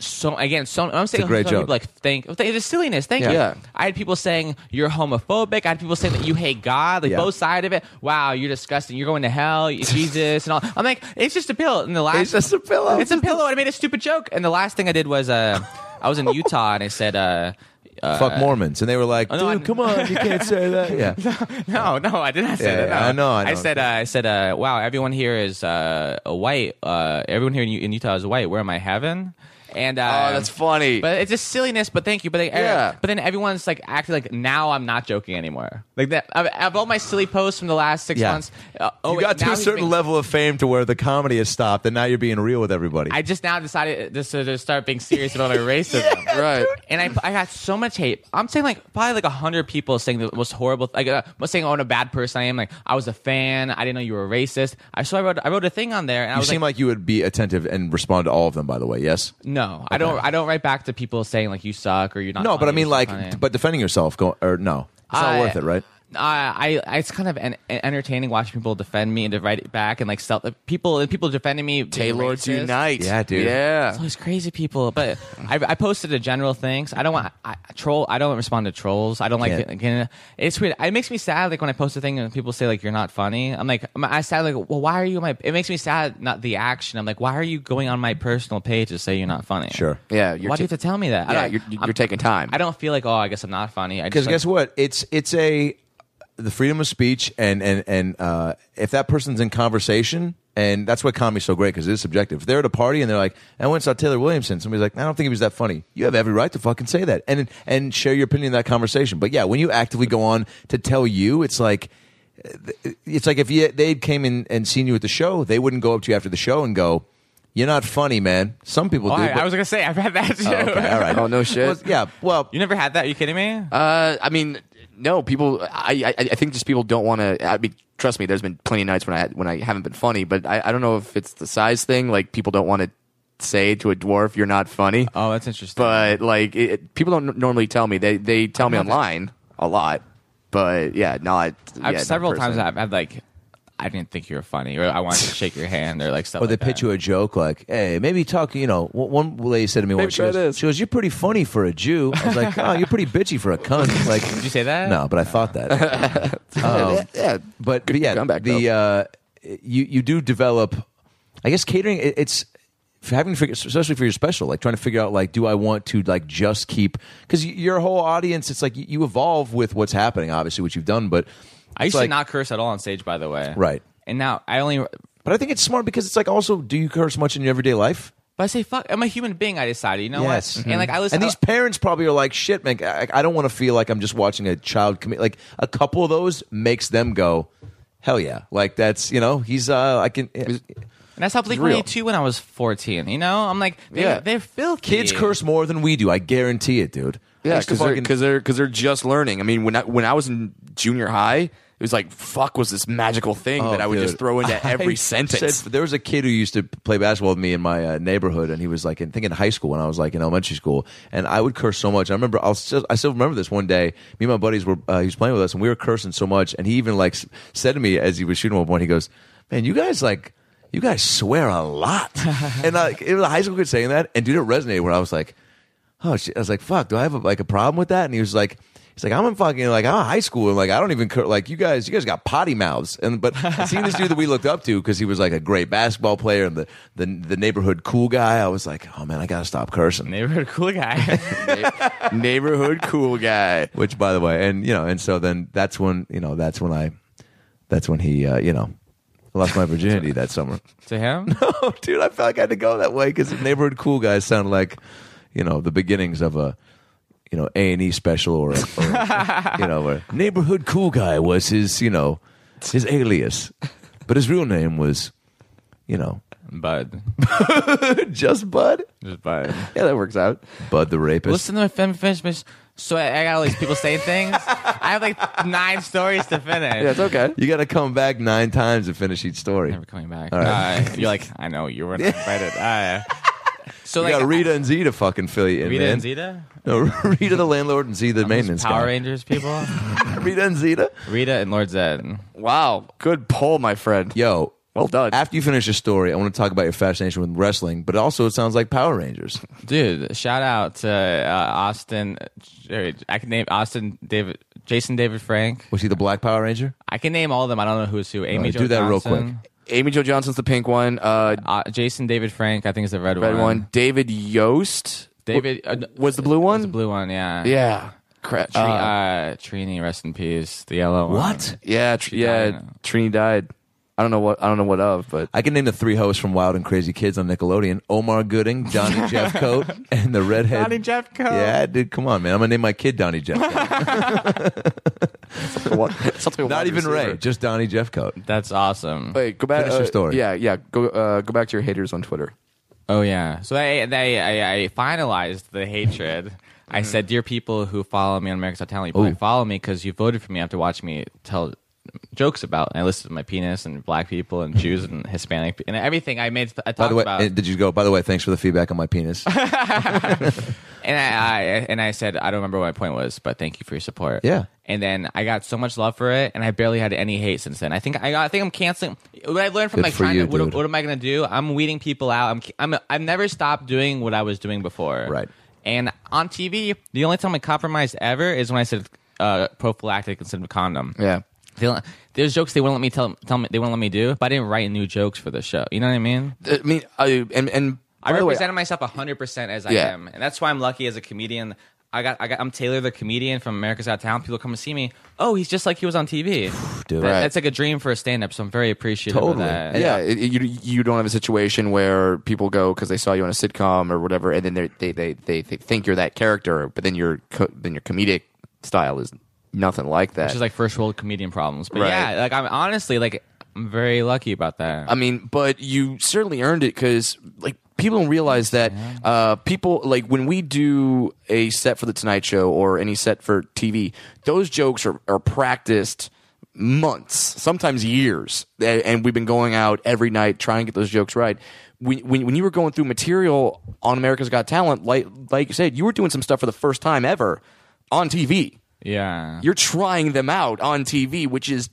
[SPEAKER 4] so again. So I'm saying
[SPEAKER 2] a great
[SPEAKER 4] so many
[SPEAKER 2] joke.
[SPEAKER 4] people like thank. It's silliness. Thank
[SPEAKER 2] Yeah.
[SPEAKER 4] you.
[SPEAKER 3] Yeah.
[SPEAKER 4] I had people saying you're homophobic. I had people saying that you hate God. Like
[SPEAKER 2] Yeah.
[SPEAKER 4] both side of it. Wow, you're disgusting. You're going to hell. you- Jesus and all. I'm like, it's just a pillow. And the last,
[SPEAKER 2] It's just a pillow.
[SPEAKER 4] It's a pillow. And I made a stupid joke. And the last thing I did was uh, I was in Utah and I said. Uh, Oh,
[SPEAKER 2] Fuck Mormons, and they were like,
[SPEAKER 4] no,
[SPEAKER 2] "Dude,
[SPEAKER 4] I-
[SPEAKER 2] come on, you can't say that." Yeah,
[SPEAKER 4] No, no, I did not say
[SPEAKER 2] Yeah,
[SPEAKER 4] that.
[SPEAKER 2] yeah, I know, I know.
[SPEAKER 4] said, uh, I said, uh, wow, everyone here is uh, a white. Uh, everyone here in, U- in Utah is white. Where am I heaven? And uh,
[SPEAKER 3] Oh, that's funny.
[SPEAKER 4] But it's just silliness. But thank you. But they,
[SPEAKER 3] Yeah.
[SPEAKER 4] but then everyone's like acting like now I'm not joking anymore. Like that. Of, of all my silly posts from the last six
[SPEAKER 2] Yeah.
[SPEAKER 4] months. Uh, oh,
[SPEAKER 2] you
[SPEAKER 4] wait,
[SPEAKER 2] got to
[SPEAKER 4] now
[SPEAKER 2] a
[SPEAKER 4] he's
[SPEAKER 2] certain
[SPEAKER 4] being-
[SPEAKER 2] level of fame to where the comedy has stopped, and now you're being real with everybody.
[SPEAKER 4] I just now decided just to just start being serious about my racism.
[SPEAKER 3] right.
[SPEAKER 4] And I, I got so much hate. I'm saying like probably like hundred people saying the most horrible. Like uh, was saying, "Oh, what a bad person I am." Like I was a fan. I didn't know you were racist. I so I wrote I wrote a thing on there, and I
[SPEAKER 2] you
[SPEAKER 4] was like,
[SPEAKER 2] seem like, you would be attentive and respond to all of them. By the way, yes.
[SPEAKER 4] "No, I don't. I don't write back to people saying like you suck or you're not."
[SPEAKER 2] No, but I
[SPEAKER 4] funny,
[SPEAKER 2] mean,
[SPEAKER 4] you're
[SPEAKER 2] like,
[SPEAKER 4] funny."
[SPEAKER 2] but defending yourself, go, or no, it's not
[SPEAKER 4] I-
[SPEAKER 2] worth it, right?
[SPEAKER 4] I, I, it's kind of en- entertaining watching people defend me and to write it back and like self people and people defending me. being
[SPEAKER 3] Taylor
[SPEAKER 4] racist.
[SPEAKER 3] tonight.
[SPEAKER 2] Yeah, dude.
[SPEAKER 4] It's
[SPEAKER 3] Yeah.
[SPEAKER 4] always crazy people, but I, I posted a general things. I don't want I, I troll. I don't respond to trolls. I don't like.
[SPEAKER 2] Can't.
[SPEAKER 4] Again, it's weird. It makes me sad. Like when I post a thing and people say like you're not funny. I'm like I'm, I sad. Like well, why are you on my? It makes me sad. Not the action. I'm like why are you going on my personal page to say you're not funny?
[SPEAKER 2] Sure.
[SPEAKER 3] Yeah.
[SPEAKER 4] Why do you have to tell me that? I
[SPEAKER 3] Yeah,
[SPEAKER 4] don't-
[SPEAKER 3] you're, you're
[SPEAKER 4] I'm-
[SPEAKER 3] taking time.
[SPEAKER 4] I don't feel like oh I guess I'm not funny. I
[SPEAKER 2] Because
[SPEAKER 4] just like,
[SPEAKER 2] guess what? It's it's a the freedom of speech, and and and uh, if that person's in conversation, and that's why comedy's so great because it is subjective. If they're at a party and they're like, "I went and saw Taylor Williamson," somebody's like, "I don't think he was that funny." You have every right to fucking say that and and share your opinion in that conversation. But yeah, when you actively go on to tell you, it's like. uh, It's like if you, they came in and seen you at the show, they wouldn't go up to you after the show and go, "You're not funny, man." Some people
[SPEAKER 4] Oh,
[SPEAKER 2] do.
[SPEAKER 4] I,
[SPEAKER 2] but-
[SPEAKER 4] I was gonna say I've had that too.
[SPEAKER 2] Oh, okay, all right.
[SPEAKER 3] Oh, no shit.
[SPEAKER 2] Well, yeah. Well,
[SPEAKER 4] You never had that? Are you kidding me?
[SPEAKER 3] Uh, I mean, no, people. I, I, I think just people don't want to. I mean, trust me. There's been plenty of nights when I when I haven't been funny, but I, I don't know if it's the size thing. Like people don't want to say to a dwarf, "You're not funny."
[SPEAKER 4] oh, that's interesting.
[SPEAKER 3] but like it, it- people don't n- normally tell me. They they tell me online a lot, but yeah, not.
[SPEAKER 4] I've
[SPEAKER 3] yeah, not
[SPEAKER 4] several times
[SPEAKER 3] personally.
[SPEAKER 4] I've had like I didn't think you were funny, or I wanted to shake your hand, or like stuff.
[SPEAKER 2] Or they
[SPEAKER 4] like
[SPEAKER 2] pitch
[SPEAKER 4] that.
[SPEAKER 2] you a joke like, "Hey, maybe talk." You know, one one lady said to me once, she
[SPEAKER 3] try
[SPEAKER 2] goes,
[SPEAKER 3] this.
[SPEAKER 2] she goes, "You're pretty funny for a Jew." I was like, "Oh, you're pretty bitchy for a cunt." Like,
[SPEAKER 4] Did you say that?
[SPEAKER 2] No, but I thought that. Um,
[SPEAKER 3] yeah, yeah,
[SPEAKER 2] But, but yeah,
[SPEAKER 3] comeback,
[SPEAKER 2] the uh, you you do develop. I guess catering it, it's for having to figure, especially for your special, like trying to figure out like, do I want to like just keep because your whole audience, it's like you- you evolve with what's happening, obviously what you've done, but
[SPEAKER 4] I
[SPEAKER 2] it's
[SPEAKER 4] used
[SPEAKER 2] like-
[SPEAKER 4] to not curse at all on stage, by the way.
[SPEAKER 2] Right.
[SPEAKER 4] And now I only.
[SPEAKER 2] But I think it's smart because it's like also, do you curse much in your everyday life?
[SPEAKER 4] But I say fuck. I'm a human being. I decided. You know
[SPEAKER 2] Yes, Mm-hmm.
[SPEAKER 4] what? And like I listen.
[SPEAKER 2] And these parents probably are like, "Shit, man, I, I don't want to feel like I'm just watching a child commit." Like a couple of those makes them go, "Hell yeah!" Like that's you know, he's uh, I can.
[SPEAKER 4] and I stopped Blink
[SPEAKER 3] real.
[SPEAKER 4] 182 when I was 14. You know, I'm like, they're,
[SPEAKER 3] Yeah.
[SPEAKER 4] they're filthy.
[SPEAKER 2] Kids curse more than we do. I guarantee it, dude. I
[SPEAKER 3] yeah,
[SPEAKER 2] used to
[SPEAKER 3] because they're
[SPEAKER 2] fucking-
[SPEAKER 3] because they're, 'cause they're just learning. I mean, when I, when I was in junior high, it was like fuck was this magical thing
[SPEAKER 2] Oh,
[SPEAKER 3] that I would
[SPEAKER 2] dude.
[SPEAKER 3] just throw into every
[SPEAKER 2] I
[SPEAKER 3] sentence.
[SPEAKER 2] said- there was a kid who used to play basketball with me in my uh, neighborhood, and he was like, in, I think in high school when I was like in elementary school, and I would curse so much. I remember, I'll still, I still remember this one day. Me and my buddies were, uh, he was playing with us, and we were cursing so much, and he even like s- said to me as he was shooting one point, he goes, "Man, you guys like." You guys swear a lot, and like it was a high school kid saying that, and dude, it resonated. Where I was like, oh shit. I was like, fuck, do I have a, like a problem with that? And he was like, he's like, I'm in fucking like I'm in high school and like I don't even cur- like you guys, you guys got potty mouths. And but I seen this dude that we looked up to because he was like a great basketball player and the, the the neighborhood cool guy. I was like, oh man, I gotta stop cursing.
[SPEAKER 4] Neighborhood cool guy.
[SPEAKER 3] Neighborhood cool guy.
[SPEAKER 2] Which by the way, and you know, and so then that's when you know that's when I that's when he uh, you know lost my virginity that summer.
[SPEAKER 4] to him.
[SPEAKER 2] oh, dude, I felt like I had to go that way because neighborhood cool guys sound like, you know, the beginnings of a, you know, A and E special or, or you know, where neighborhood cool guy was his, you know, his alias, but his real name was, you know,
[SPEAKER 4] Bud.
[SPEAKER 2] just Bud,
[SPEAKER 4] Just Bud.
[SPEAKER 3] Yeah, that works out.
[SPEAKER 2] Bud the rapist.
[SPEAKER 4] Listen to my fem- finish. finish. So I, I got all these people saying things. I have like nine stories to finish.
[SPEAKER 3] Yeah, it's okay.
[SPEAKER 2] you got to come back nine times to finish each story.
[SPEAKER 4] Never coming back. Uh, you're like, I know you were not invited. Uh, so
[SPEAKER 2] You
[SPEAKER 4] like
[SPEAKER 2] got Rita and Z to fucking fill you in,
[SPEAKER 4] Rita
[SPEAKER 2] man.
[SPEAKER 4] and Zeta,
[SPEAKER 2] No, Rita the landlord and Z the maintenance
[SPEAKER 4] Power
[SPEAKER 2] guy.
[SPEAKER 4] Rangers people,
[SPEAKER 2] Rita and Zeta.
[SPEAKER 4] Rita and Lord Zed.
[SPEAKER 3] Wow, good pull, my friend.
[SPEAKER 2] Yo,
[SPEAKER 3] Well done.
[SPEAKER 2] After you finish your story, I want to talk about your fascination with wrestling, but also it sounds like Power Rangers.
[SPEAKER 4] Dude, shout out to uh, Austin. or I can name Austin David, Jason David Frank.
[SPEAKER 2] Was he the Black Power Ranger?
[SPEAKER 4] I can name all of them. I don't know who's who. Amy
[SPEAKER 2] Alright,
[SPEAKER 4] Jo
[SPEAKER 2] do that real
[SPEAKER 4] Johnson.
[SPEAKER 3] Amy Jo Johnson's the pink one. Uh,
[SPEAKER 4] Uh, Jason David Frank, I think is the red,
[SPEAKER 3] red one. David Yost.
[SPEAKER 4] David uh,
[SPEAKER 3] w- was the blue one.
[SPEAKER 4] the blue one, yeah. uh,
[SPEAKER 3] Yeah. Crap.
[SPEAKER 4] Tr- uh, Trini, rest in peace. The yellow one.
[SPEAKER 2] What?
[SPEAKER 3] yeah. Tr- yeah.
[SPEAKER 4] died.
[SPEAKER 3] Trini died. I don't know what I don't know what of, but
[SPEAKER 2] I can name the three hosts from Wild and Crazy Kids on Nickelodeon: Omar Gooding, Donnie Jeffcoat, and the redhead
[SPEAKER 4] Donnie Jeffcoat.
[SPEAKER 2] Yeah, dude, come on, man. I'm gonna name my kid Donnie Jeffcoat.
[SPEAKER 3] what, something
[SPEAKER 2] Not even Ray, just Donnie Jeffcoat.
[SPEAKER 4] That's awesome.
[SPEAKER 3] Wait, go back.
[SPEAKER 2] Finish your
[SPEAKER 3] uh,
[SPEAKER 2] story.
[SPEAKER 3] Yeah, yeah. Go uh, go back to your haters on Twitter.
[SPEAKER 4] Oh yeah. So they they I, I finalized the hatred.
[SPEAKER 2] Mm-hmm.
[SPEAKER 4] I said, dear people who follow me on America's Got Talent, you probably follow me because you voted for me after watching me tell jokes about. And I listed my penis and black people and Jews and Hispanic pe- and everything. I made
[SPEAKER 2] By
[SPEAKER 4] I talked
[SPEAKER 2] the way,
[SPEAKER 4] about.
[SPEAKER 2] eh, did you go? By the way, thanks for the feedback on my penis.
[SPEAKER 4] and I, I and I said I don't remember what my point was, but thank you for your support.
[SPEAKER 2] Yeah.
[SPEAKER 4] And then I got so much love for it, and I barely had any hate since then. I think I, I think I'm canceling. What I've learned from
[SPEAKER 2] Good
[SPEAKER 4] like
[SPEAKER 2] for
[SPEAKER 4] trying
[SPEAKER 2] you,
[SPEAKER 4] to, what,
[SPEAKER 2] dude.
[SPEAKER 4] what am I going to do? I'm weeding people out. I'm I'm I've never stopped doing what I was doing before.
[SPEAKER 2] Right.
[SPEAKER 4] And on TV, the only time I compromised ever is when I said uh, prophylactic instead of condom.
[SPEAKER 3] Yeah.
[SPEAKER 4] They don't- There's jokes they wouldn't let me tell tell me they wouldn't let me do, but I didn't write new jokes for the show. You know what I mean?
[SPEAKER 3] Uh, I mean, I and and
[SPEAKER 4] I
[SPEAKER 3] by the way,
[SPEAKER 4] represented myself hundred percent as I
[SPEAKER 3] Yeah.
[SPEAKER 4] am, and that's why I'm lucky as a comedian. I got, I got, I'm Taylor the comedian from America's Got Talent. People come and see me. Oh, he's just like he was on TV.
[SPEAKER 2] Dude.
[SPEAKER 4] That-
[SPEAKER 2] Right.
[SPEAKER 4] That's like a dream for a stand-up. So I'm very appreciative
[SPEAKER 2] Totally.
[SPEAKER 4] of that.
[SPEAKER 3] yeah, it- it- you you don't have a situation where people go because they saw you on a sitcom or whatever, and then they're- they they they they think you're that character, but then your co- then your comedic style is nothing like that.
[SPEAKER 4] which is like first world comedian problems. But
[SPEAKER 3] Right.
[SPEAKER 4] yeah, like I'm honestly like I'm very lucky about that.
[SPEAKER 3] I mean, but you certainly earned it because like people don't realize that uh, people like when we do a set for the Tonight Show or any set for TV, those jokes are, are practiced months, sometimes years, A- and we've been going out every night trying to get those jokes right. When, when, when you were going through material on America's Got Talent, like like you said, you were doing some stuff for the first time ever on TV.
[SPEAKER 4] yeah,
[SPEAKER 3] You're trying them out on TV, which is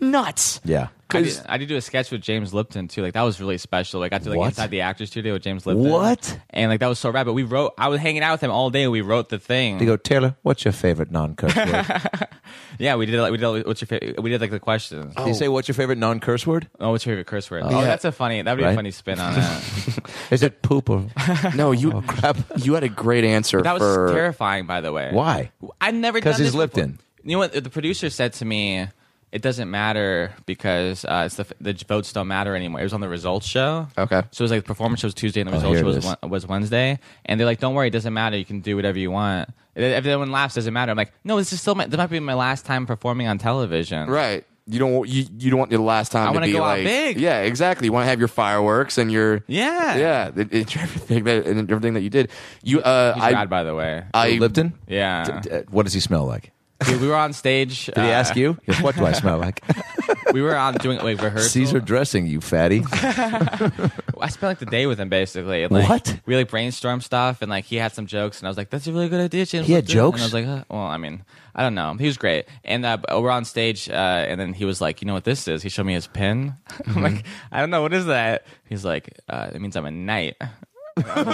[SPEAKER 3] nuts.
[SPEAKER 2] Yeah.
[SPEAKER 4] I
[SPEAKER 3] 'Cause-
[SPEAKER 4] did, I did do a sketch with James Lipton too. Like that was really special. Like I did like
[SPEAKER 2] What?
[SPEAKER 4] inside the actor studio with James Lipton.
[SPEAKER 2] What?
[SPEAKER 4] And like that was so rad. But we wrote. I was hanging out with him all day. and We wrote the thing.
[SPEAKER 2] They go, Taylor. What's your favorite non-curse word?
[SPEAKER 4] Yeah, we did. Like, we did. What's your favorite? We did like the questions.
[SPEAKER 2] Did you say what's your favorite non-curse word?
[SPEAKER 4] Oh, what's your favorite curse word? Oh,
[SPEAKER 3] Yeah.
[SPEAKER 4] that's a funny. That'd be a
[SPEAKER 2] Right?
[SPEAKER 4] funny spin on that.
[SPEAKER 2] Is it poop or
[SPEAKER 3] No, you
[SPEAKER 2] Oh,
[SPEAKER 3] You had a great answer.
[SPEAKER 4] that was
[SPEAKER 3] for,
[SPEAKER 4] terrifying, by the way.
[SPEAKER 2] why?
[SPEAKER 4] I've never
[SPEAKER 2] Because
[SPEAKER 4] done
[SPEAKER 2] he's
[SPEAKER 4] this before.
[SPEAKER 2] Lipton.
[SPEAKER 4] You know what? The producer said to me, "It doesn't matter because uh, it's the, the votes don't matter anymore." It was on the results show.
[SPEAKER 3] Okay.
[SPEAKER 4] so it was like the performance show was Tuesday and the
[SPEAKER 2] Oh, here it
[SPEAKER 4] results show was,
[SPEAKER 2] is.
[SPEAKER 4] Wed- was Wednesday, and they're like, "Don't worry, it doesn't matter. You can do whatever you want." If everyone laughs, doesn't matter. I'm like, "No, this is still my. This might be my last time performing on television."
[SPEAKER 3] Right. You don't want- you, you don't want your last time
[SPEAKER 4] I
[SPEAKER 3] to
[SPEAKER 4] wanna
[SPEAKER 3] be
[SPEAKER 4] go out
[SPEAKER 3] like
[SPEAKER 4] big.
[SPEAKER 3] yeah exactly you want to have your fireworks and your
[SPEAKER 4] Yeah.
[SPEAKER 3] yeah it, it- everything that and everything that you did you uh
[SPEAKER 4] He's
[SPEAKER 3] I
[SPEAKER 4] rad, by the way.
[SPEAKER 3] I
[SPEAKER 2] Lipton?
[SPEAKER 4] yeah.
[SPEAKER 2] D- uh, What does he smell like?
[SPEAKER 4] Dude, we were on stage.
[SPEAKER 2] Did he
[SPEAKER 4] uh,
[SPEAKER 2] ask you? He goes, what do I smell like?
[SPEAKER 4] We were on doing like rehearsal.
[SPEAKER 2] Caesar dressing, you fatty.
[SPEAKER 4] I spent like the day with him basically. Like,
[SPEAKER 2] What?
[SPEAKER 4] We like brainstormed stuff and like he had some jokes and I was like, "That's a really good idea." James.
[SPEAKER 2] He had
[SPEAKER 4] Let's do it."
[SPEAKER 2] jokes?
[SPEAKER 4] And I was like, "Huh." "Well, I mean, I don't know. He was great." And uh, but we're on stage uh, and then he was like, "You know what this is?" He showed me his pin.
[SPEAKER 2] Mm-hmm.
[SPEAKER 4] I'm like, "I don't know what is that." He's like, uh, "It means I'm a knight." I'm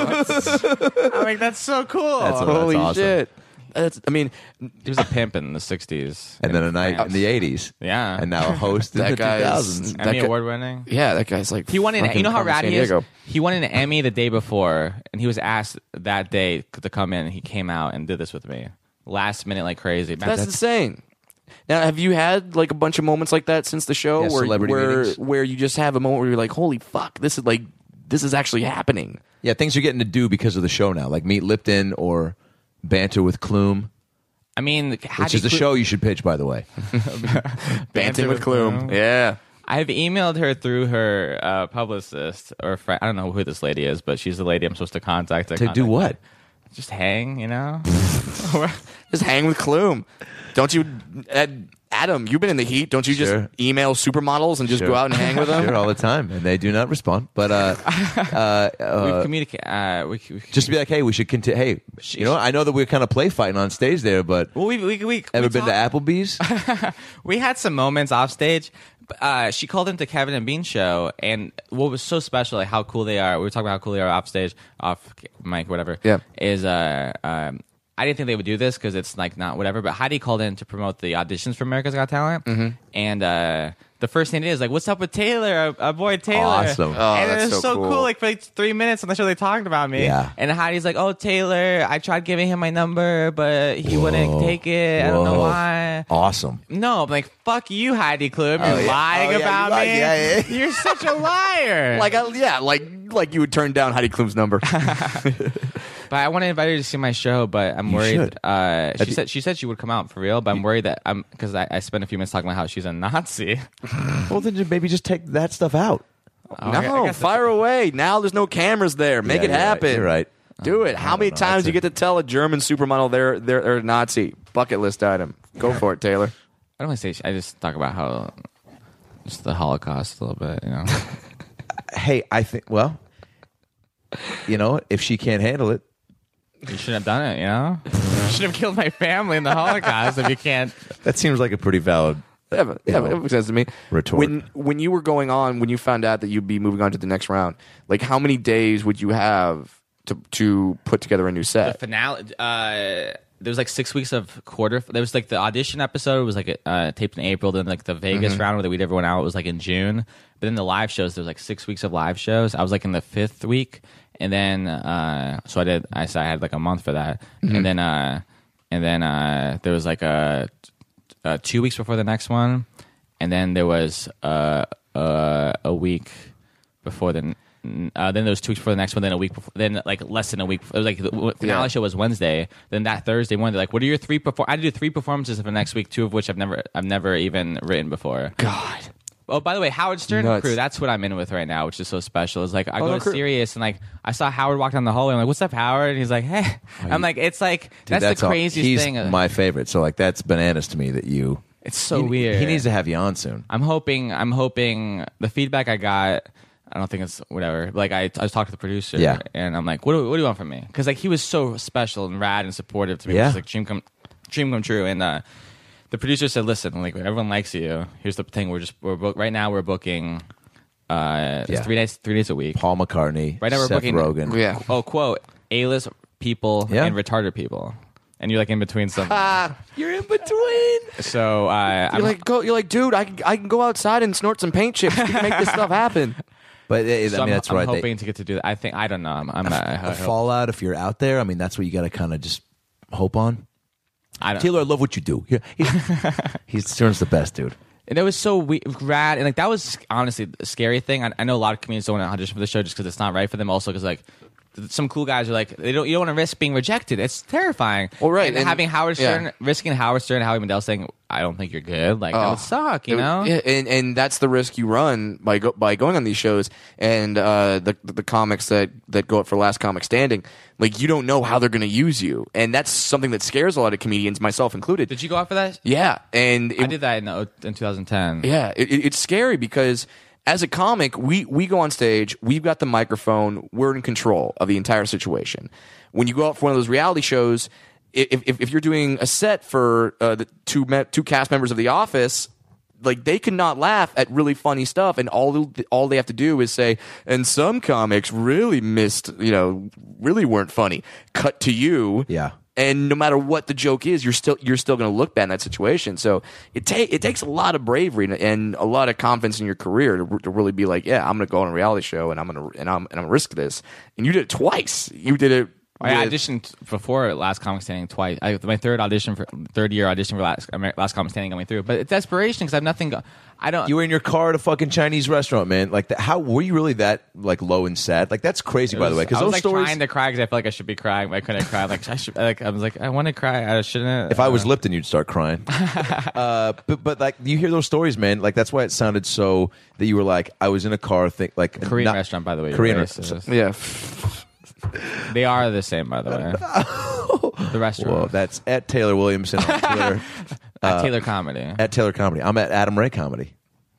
[SPEAKER 4] like, "That's so cool."
[SPEAKER 2] That's a-
[SPEAKER 3] holy
[SPEAKER 2] awesome.
[SPEAKER 3] shit that's I mean
[SPEAKER 4] he was a pimp in the '60s
[SPEAKER 2] And then a night in the 80s.
[SPEAKER 4] Yeah.
[SPEAKER 2] And now a host in
[SPEAKER 3] That
[SPEAKER 2] the
[SPEAKER 3] guy's-
[SPEAKER 2] 2000s.
[SPEAKER 3] that
[SPEAKER 4] Emmy
[SPEAKER 3] guy-
[SPEAKER 4] award winning.
[SPEAKER 3] yeah that guy's like
[SPEAKER 4] He won an.
[SPEAKER 3] fucking
[SPEAKER 4] You know how
[SPEAKER 3] from
[SPEAKER 4] rad
[SPEAKER 3] San
[SPEAKER 4] he is.
[SPEAKER 3] Diego.
[SPEAKER 4] He won an Emmy the day before, and he was asked that day to come in. and He came out and did this with me, last minute like crazy. Man,
[SPEAKER 3] that's, insane. Now, have you had like a bunch of moments like that since the show,
[SPEAKER 2] Yeah,
[SPEAKER 3] where
[SPEAKER 2] celebrity
[SPEAKER 3] where,
[SPEAKER 2] meetings.
[SPEAKER 3] where you just have a moment where you're like, "Holy fuck, this is like this is actually happening."
[SPEAKER 2] Yeah, things you're getting to do because of the show now, like meet Lipton or banter with Klum,
[SPEAKER 4] I mean,
[SPEAKER 2] which is the show you should pitch, by the way.
[SPEAKER 3] Banting with Klum, yeah.
[SPEAKER 4] I've emailed her through her uh, publicist or friend. I don't know who this lady is, but she's the lady I'm supposed to contact.
[SPEAKER 2] To do what?
[SPEAKER 4] Just hang, you know.
[SPEAKER 3] Just hang with Klum. Don't you, Ed, Adam? You've been in the heat. Don't you
[SPEAKER 2] Sure.
[SPEAKER 3] just email supermodels and just
[SPEAKER 2] Sure.
[SPEAKER 3] go out and hang with them?
[SPEAKER 2] Sure, all the time, and they do not respond. But uh,
[SPEAKER 4] We've communicated. Uh, we, we,
[SPEAKER 2] just be like, hey, we should continue. Hey, you know, I know that we're kind of play fighting on stage there, but
[SPEAKER 4] well, we, we, we
[SPEAKER 2] ever
[SPEAKER 4] we
[SPEAKER 2] been
[SPEAKER 4] talked-
[SPEAKER 2] to Applebee's?
[SPEAKER 4] we had some moments off stage. but, Uh, she called into Kevin and Bean show, and what was so special, like how cool they are. We were talking about how cool they are off stage, off mic, whatever.
[SPEAKER 3] Yeah.
[SPEAKER 4] is uh, um, I didn't think they would do this
[SPEAKER 2] Mm-hmm.
[SPEAKER 4] because it's like not whatever. But Heidi called in to promote the auditions for America's Got Talent, and uh, the first thing it is like, "What's up with Taylor? Our, our boy Taylor."
[SPEAKER 2] Awesome. Oh,
[SPEAKER 4] and
[SPEAKER 3] that's
[SPEAKER 4] it was
[SPEAKER 3] so
[SPEAKER 4] so
[SPEAKER 3] cool.
[SPEAKER 4] cool. Like for like three minutes on the show, they talked about me.
[SPEAKER 2] Yeah.
[SPEAKER 4] And Heidi's like, "Oh, Taylor, I tried giving him my number, but he wouldn't take it. I don't know
[SPEAKER 2] Whoa.
[SPEAKER 4] why."
[SPEAKER 2] Awesome.
[SPEAKER 4] No, I'm like, "Fuck you, Heidi Klum. You're
[SPEAKER 3] yeah.
[SPEAKER 4] lying
[SPEAKER 3] Oh, yeah, you
[SPEAKER 4] about
[SPEAKER 3] lied.
[SPEAKER 4] me.
[SPEAKER 3] Yeah, yeah,
[SPEAKER 4] You're such a liar."
[SPEAKER 3] Like, I, yeah, like like you would turn down Heidi Klum's number.
[SPEAKER 2] Oh,
[SPEAKER 4] But I want to invite her to see my show, but I'm worried.
[SPEAKER 2] should.
[SPEAKER 4] Uh, she said she said she would come out for real, but I'm worried that I'm because I, I spent a few minutes talking about how she's a Nazi.
[SPEAKER 2] Well, then maybe just take that stuff out.
[SPEAKER 4] I guess
[SPEAKER 3] no,
[SPEAKER 4] that's-
[SPEAKER 3] fire away. Now there's no cameras there.
[SPEAKER 2] Yeah,
[SPEAKER 3] Make it
[SPEAKER 2] you're right.
[SPEAKER 3] happen.
[SPEAKER 2] You're right.
[SPEAKER 3] Do it. How many
[SPEAKER 2] know.
[SPEAKER 3] times
[SPEAKER 2] That's
[SPEAKER 3] you
[SPEAKER 2] a-
[SPEAKER 3] get to tell a German supermodel they're they're, they're a Nazi? Bucket list item. Go for it, Taylor.
[SPEAKER 4] I don't want to say. She, I just talk about how just the Holocaust a little bit. You know,
[SPEAKER 2] Hey, I think. Well, you know, if she can't handle it,
[SPEAKER 4] you shouldn't have done it. You know, you should have killed my family in the Holocaust if you can't.
[SPEAKER 2] that seems like a pretty valid.
[SPEAKER 3] Yeah, but, yeah, but
[SPEAKER 2] know,
[SPEAKER 3] it makes sense to me.
[SPEAKER 2] retort.
[SPEAKER 3] When when you were going on, when you found out that you'd be moving on to the next round, like how many days would you have to to put together a new
[SPEAKER 4] The
[SPEAKER 3] set?
[SPEAKER 4] finale. Uh, there was like six weeks of quarter. There was like the audition episode was like uh, taped in April. Then like the Vegas round where we did everyone out was like in June. But then the live shows. There was like six weeks of live shows. I was like in the fifth week, and then uh, so I did. I said I had like a month for that, and then uh, and then uh, there was like a uh, two weeks before the next one, and then there was uh, uh, a week before the. n- Uh, then there was two weeks before the next one. Then a week before. Then like less than a week. It was like the w- finale
[SPEAKER 3] Yeah.
[SPEAKER 4] show was Wednesday. Then that Thursday one. They're like, "What are your three perform?" I had to do three performances for the next week, two of which I've never, I've never even written before.
[SPEAKER 3] God,
[SPEAKER 4] Oh, by the way, Howard Stern
[SPEAKER 3] Nuts.
[SPEAKER 4] crew. That's what I'm in with right now, which is so special. It's like
[SPEAKER 2] Oh,
[SPEAKER 4] I go
[SPEAKER 3] the
[SPEAKER 4] to
[SPEAKER 3] crew.
[SPEAKER 4] Sirius and like I saw Howard walk down the hallway. I'm like, "What's up, Howard?" And he's like, "Hey." I'm like, "It's like that's, the
[SPEAKER 2] all-
[SPEAKER 4] craziest
[SPEAKER 2] he's
[SPEAKER 4] thing."
[SPEAKER 2] My favorite. So like, that's bananas to me that you.
[SPEAKER 4] it's so
[SPEAKER 2] he,
[SPEAKER 4] weird.
[SPEAKER 2] He needs to have you on soon.
[SPEAKER 4] I'm hoping. I'm hoping the feedback I got. I don't think it's whatever. Like I, I was talking to the producer,
[SPEAKER 2] Yeah.
[SPEAKER 4] and I'm like, what do, what do you want from me? Because like he was so special and rad and supportive to me.
[SPEAKER 2] Yeah.
[SPEAKER 4] It was like dream come, dream come true. And uh, the producer said, listen, like everyone likes you. Here's the thing. We're just we're book right now. We're booking. Uh, it's
[SPEAKER 2] Yeah.
[SPEAKER 4] three days, three days a week.
[SPEAKER 2] Paul McCartney.
[SPEAKER 4] Right now we're
[SPEAKER 2] Seth
[SPEAKER 4] booking-
[SPEAKER 2] Rogen.
[SPEAKER 3] yeah.
[SPEAKER 4] Oh, quote A-list people
[SPEAKER 2] Yeah.
[SPEAKER 4] and retarded people, and you're like in between something.
[SPEAKER 2] You're in between.
[SPEAKER 4] so uh, I'm
[SPEAKER 3] You're like go. You're like, dude. I can, I can go outside and snort some paint chips. We can make this stuff happen.
[SPEAKER 2] But it,
[SPEAKER 4] so
[SPEAKER 2] I mean,
[SPEAKER 4] am
[SPEAKER 2] that's right. They-
[SPEAKER 4] hoping to get to do that. I think I don't know. I'm, I'm uh, I
[SPEAKER 2] a
[SPEAKER 4] hope-
[SPEAKER 2] fallout if you're out there. I mean, that's what you got to kind of just hope on.
[SPEAKER 4] I don't.
[SPEAKER 2] Taylor, I love what you do. Yeah, he's, he's Stern's the best dude.
[SPEAKER 4] And it was so we- rad, and like that was honestly a scary thing. I, I know a lot of comedians don't want to audition for the show just because it's not right for them. Also, because like th- some cool guys are like they don't you don't want to risk being rejected. It's terrifying.
[SPEAKER 3] Well, right,
[SPEAKER 4] and,
[SPEAKER 3] and-
[SPEAKER 4] having Howard
[SPEAKER 3] yeah.
[SPEAKER 4] Stern risking Howard Stern, and Howie Mandel saying I don't think you're good, like that would suck. You
[SPEAKER 3] It-
[SPEAKER 4] know,
[SPEAKER 3] yeah, and and that's the risk you run by go, by going on these shows and uh, the the comics that that go up for last comic standing. Like you don't know how they're going to use you, and that's something that scares a lot of comedians, myself included.
[SPEAKER 4] did you go out for that?
[SPEAKER 3] yeah, and it,
[SPEAKER 4] I did that in, the, in 2010.
[SPEAKER 3] yeah, it, it- it's scary because as a comic, we we go on stage, we've got the microphone, we're in control of the entire situation. When you go out for one of those reality shows, i- if if, if you're doing a set for uh, the two me- two cast members of The Office. Like they could not laugh at really funny stuff, and all all they have to do is say, "And some comics really missed, you know, really weren't funny." Cut to you,
[SPEAKER 2] Yeah.
[SPEAKER 3] and no matter what the joke is, you're still you're still going to look bad in that situation. So it ta- it takes a lot of bravery and, and a lot of confidence in your career to, to really be like, yeah, I'm going to go on a reality show and I'm going to and I'm and I'm gonna risk this. And you did it twice. You did it.
[SPEAKER 4] Oh, I
[SPEAKER 3] with-
[SPEAKER 4] auditioned before Last Comic Standing twice. I, my third audition for third year audition for Last, Amer- Last Comic Standing going through, but it's desperation because I have nothing. Go- I don't.
[SPEAKER 2] You were in your car at a fucking Chinese restaurant, man. Like, that, how were you really that like low and sad? Like, that's crazy, by the way. Because
[SPEAKER 4] I was
[SPEAKER 2] those
[SPEAKER 4] like
[SPEAKER 2] stories.
[SPEAKER 4] trying to cry because I felt like I should be crying, but I couldn't cry. Like I should, like I was like I want to cry, I shouldn't.
[SPEAKER 2] if I was Lipton, you'd start crying. uh, but but like you hear those stories, man. Like that's why it sounded so that you were like, I was in a car, think like
[SPEAKER 4] Korean
[SPEAKER 2] not-
[SPEAKER 4] restaurant, by the way,
[SPEAKER 2] Korean
[SPEAKER 4] restaurant.
[SPEAKER 3] yeah.
[SPEAKER 4] They are the same, by the way. the
[SPEAKER 2] Whoa,
[SPEAKER 4] restaurant
[SPEAKER 2] that's at Taylor Williamson on Twitter, uh,
[SPEAKER 4] at Taylor Comedy.
[SPEAKER 2] at Taylor Comedy. I'm at Adam Ray Comedy.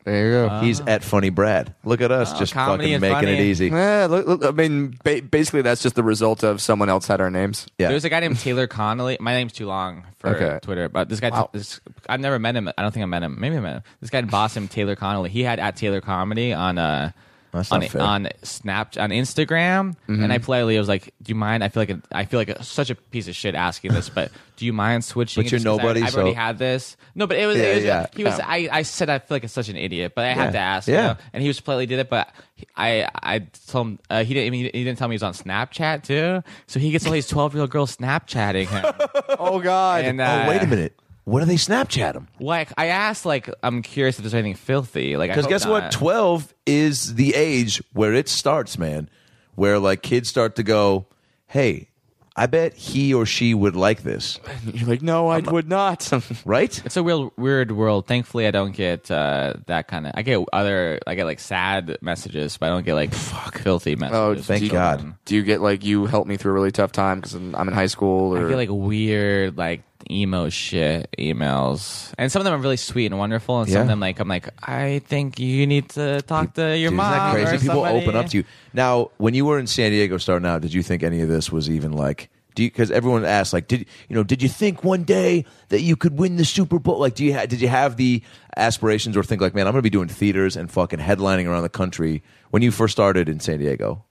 [SPEAKER 3] There you go.
[SPEAKER 4] Uh,
[SPEAKER 2] He's at Funny Brad. Look at us,
[SPEAKER 4] Oh,
[SPEAKER 2] just
[SPEAKER 4] Uh-huh. comedy
[SPEAKER 2] fucking
[SPEAKER 4] and
[SPEAKER 2] making
[SPEAKER 4] funny.
[SPEAKER 2] it easy.
[SPEAKER 3] Yeah, look, look, I mean, ba- basically, that's just the result of someone else had our names.
[SPEAKER 2] Yeah.
[SPEAKER 4] There's a guy named Taylor Connolly. My name's too long for
[SPEAKER 3] Okay.
[SPEAKER 4] Twitter, but this guy, this, I've never met him. I don't think I met him. Maybe I met him. This guy in Boston, Taylor Connolly. He had at Taylor Comedy on uh,
[SPEAKER 2] That's
[SPEAKER 4] on
[SPEAKER 2] not fair. Mm-hmm.
[SPEAKER 4] on Snapchat, on Instagram, and I politely was like, "Do you mind? I feel like a, I feel like a, such a piece of shit asking this, but do you mind switching?"
[SPEAKER 2] But
[SPEAKER 4] it
[SPEAKER 2] you're
[SPEAKER 4] just 'cause I-
[SPEAKER 2] nobody,
[SPEAKER 4] I've already
[SPEAKER 2] so-
[SPEAKER 4] had this. No, but it was,
[SPEAKER 2] Yeah,
[SPEAKER 4] it was
[SPEAKER 2] yeah.
[SPEAKER 4] he was.
[SPEAKER 3] Yeah.
[SPEAKER 4] I, I said I feel like it's such an idiot, but I had to ask.
[SPEAKER 2] Yeah.
[SPEAKER 4] you know? and he was politely did it, but he- I I told him uh, he didn't I mean, he didn't tell me he was on Snapchat too, so he gets all these twelve year old girls Snapchatting him.
[SPEAKER 3] Oh God.
[SPEAKER 4] and,
[SPEAKER 2] oh,
[SPEAKER 4] uh,
[SPEAKER 2] wait a minute. What do they Snapchat him?
[SPEAKER 4] Like I asked, like I'm curious if there's anything filthy. Like I
[SPEAKER 2] Because
[SPEAKER 4] hope
[SPEAKER 2] guess what?
[SPEAKER 4] not.
[SPEAKER 2] Twelve is the age where it starts, man. Where like kids start to go, hey, I bet he or she would like this,
[SPEAKER 3] You're like, no, I would not.
[SPEAKER 2] right?
[SPEAKER 4] it's a real weird world. Thankfully, I don't get uh, that kind of. I get other. I get like sad messages, but I don't get like filthy
[SPEAKER 3] oh,
[SPEAKER 4] messages.
[SPEAKER 2] thank
[SPEAKER 3] do you-
[SPEAKER 2] God.
[SPEAKER 3] Do you get like you helped me through a really tough time because I'm, I'm in high school? Or
[SPEAKER 4] I get like weird, like emo shit emails, and some of them are really sweet and wonderful, and some
[SPEAKER 2] Yeah.
[SPEAKER 4] of them like I'm like, I think you need to talk to your
[SPEAKER 2] Dude,
[SPEAKER 4] mom.
[SPEAKER 2] Isn't that
[SPEAKER 4] or
[SPEAKER 2] crazy? People
[SPEAKER 4] somebody.
[SPEAKER 2] open up to you. Now, when you were in San Diego starting out, did you think any of this was even like? Do because everyone asks like, did you know? Did you think one day that you could win the Super Bowl? Like, do you ha- did you have the aspirations or think like, man, I'm going to be doing theaters and fucking headlining around the country when you first started in San Diego?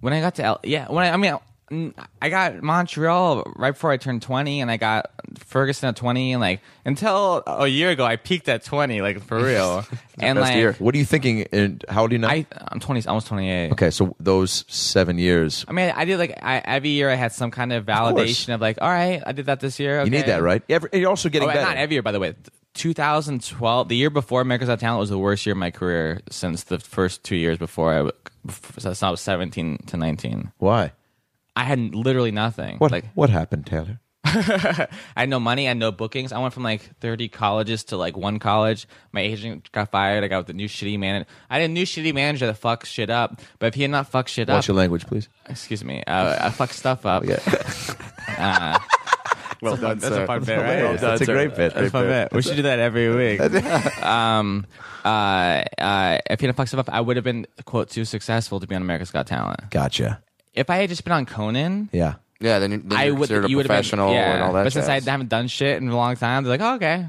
[SPEAKER 4] when I got to L, yeah, when I, I mean, mm, I got Montreal right before I turned twenty, and I got Ferguson at twenty, and like until a year ago, I peaked at twenty, like for real. and
[SPEAKER 3] best
[SPEAKER 4] like,
[SPEAKER 3] year.
[SPEAKER 2] What are you thinking? And how old are you now?
[SPEAKER 4] I I'm twenty, almost twenty eight.
[SPEAKER 2] okay, so those seven years,
[SPEAKER 4] I mean, I did like I, every year. I had some kind of
[SPEAKER 2] course.
[SPEAKER 4] validation of, like, all right, I did that this year.
[SPEAKER 2] you need
[SPEAKER 4] okay.
[SPEAKER 2] that, right? Every, and you're also getting
[SPEAKER 4] Oh,
[SPEAKER 2] better.
[SPEAKER 4] not every year, by the way. 2012, the year before America's Got Talent was the worst year of my career since the first two years before I, w- since I was 17 to 19.
[SPEAKER 2] Why?
[SPEAKER 4] I had literally nothing.
[SPEAKER 2] What?
[SPEAKER 4] Like,
[SPEAKER 2] what happened, Taylor?
[SPEAKER 4] I had no money, I had no bookings. I went from like 30 colleges to like one college. My agent got fired. I got with the new shitty manager. I had a new shitty manager that fucks shit up. But if he had not fucked shit
[SPEAKER 2] Watch
[SPEAKER 4] up,
[SPEAKER 2] your language, please.
[SPEAKER 4] excuse me, uh, I fucked stuff up. Uh,
[SPEAKER 2] Yeah,
[SPEAKER 3] well done,
[SPEAKER 4] That's a fun bit, right?
[SPEAKER 2] hilarious. That's a great bit.
[SPEAKER 4] That's fun bit. We should do that every week. um, uh, uh, if he didn't fuck stuff up, I would have been quote too successful to be on America's Got Talent.
[SPEAKER 2] gotcha.
[SPEAKER 4] If I had just been on Conan,
[SPEAKER 2] Yeah.
[SPEAKER 3] Yeah, then, you- then
[SPEAKER 4] I
[SPEAKER 3] you're
[SPEAKER 4] would.
[SPEAKER 3] considered a
[SPEAKER 4] You would have been
[SPEAKER 3] professional
[SPEAKER 4] yeah.
[SPEAKER 3] and all that.
[SPEAKER 4] But since I
[SPEAKER 3] jazz.
[SPEAKER 4] haven't done shit in a long time, they're like, oh, okay.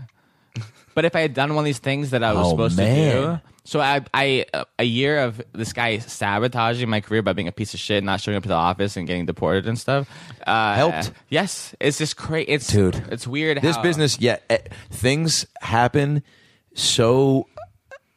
[SPEAKER 4] But if I had done one of these things that I was
[SPEAKER 2] Oh,
[SPEAKER 4] supposed
[SPEAKER 2] man.
[SPEAKER 4] to do, so I, I, a year of this guy sabotaging my career by being a piece of shit, not showing up to the office and getting deported and stuff, uh,
[SPEAKER 2] Helped.
[SPEAKER 4] Yes, it's just crazy. It's
[SPEAKER 2] Dude.
[SPEAKER 4] it's weird.
[SPEAKER 2] this
[SPEAKER 4] how-
[SPEAKER 2] business yeah eh, things happen so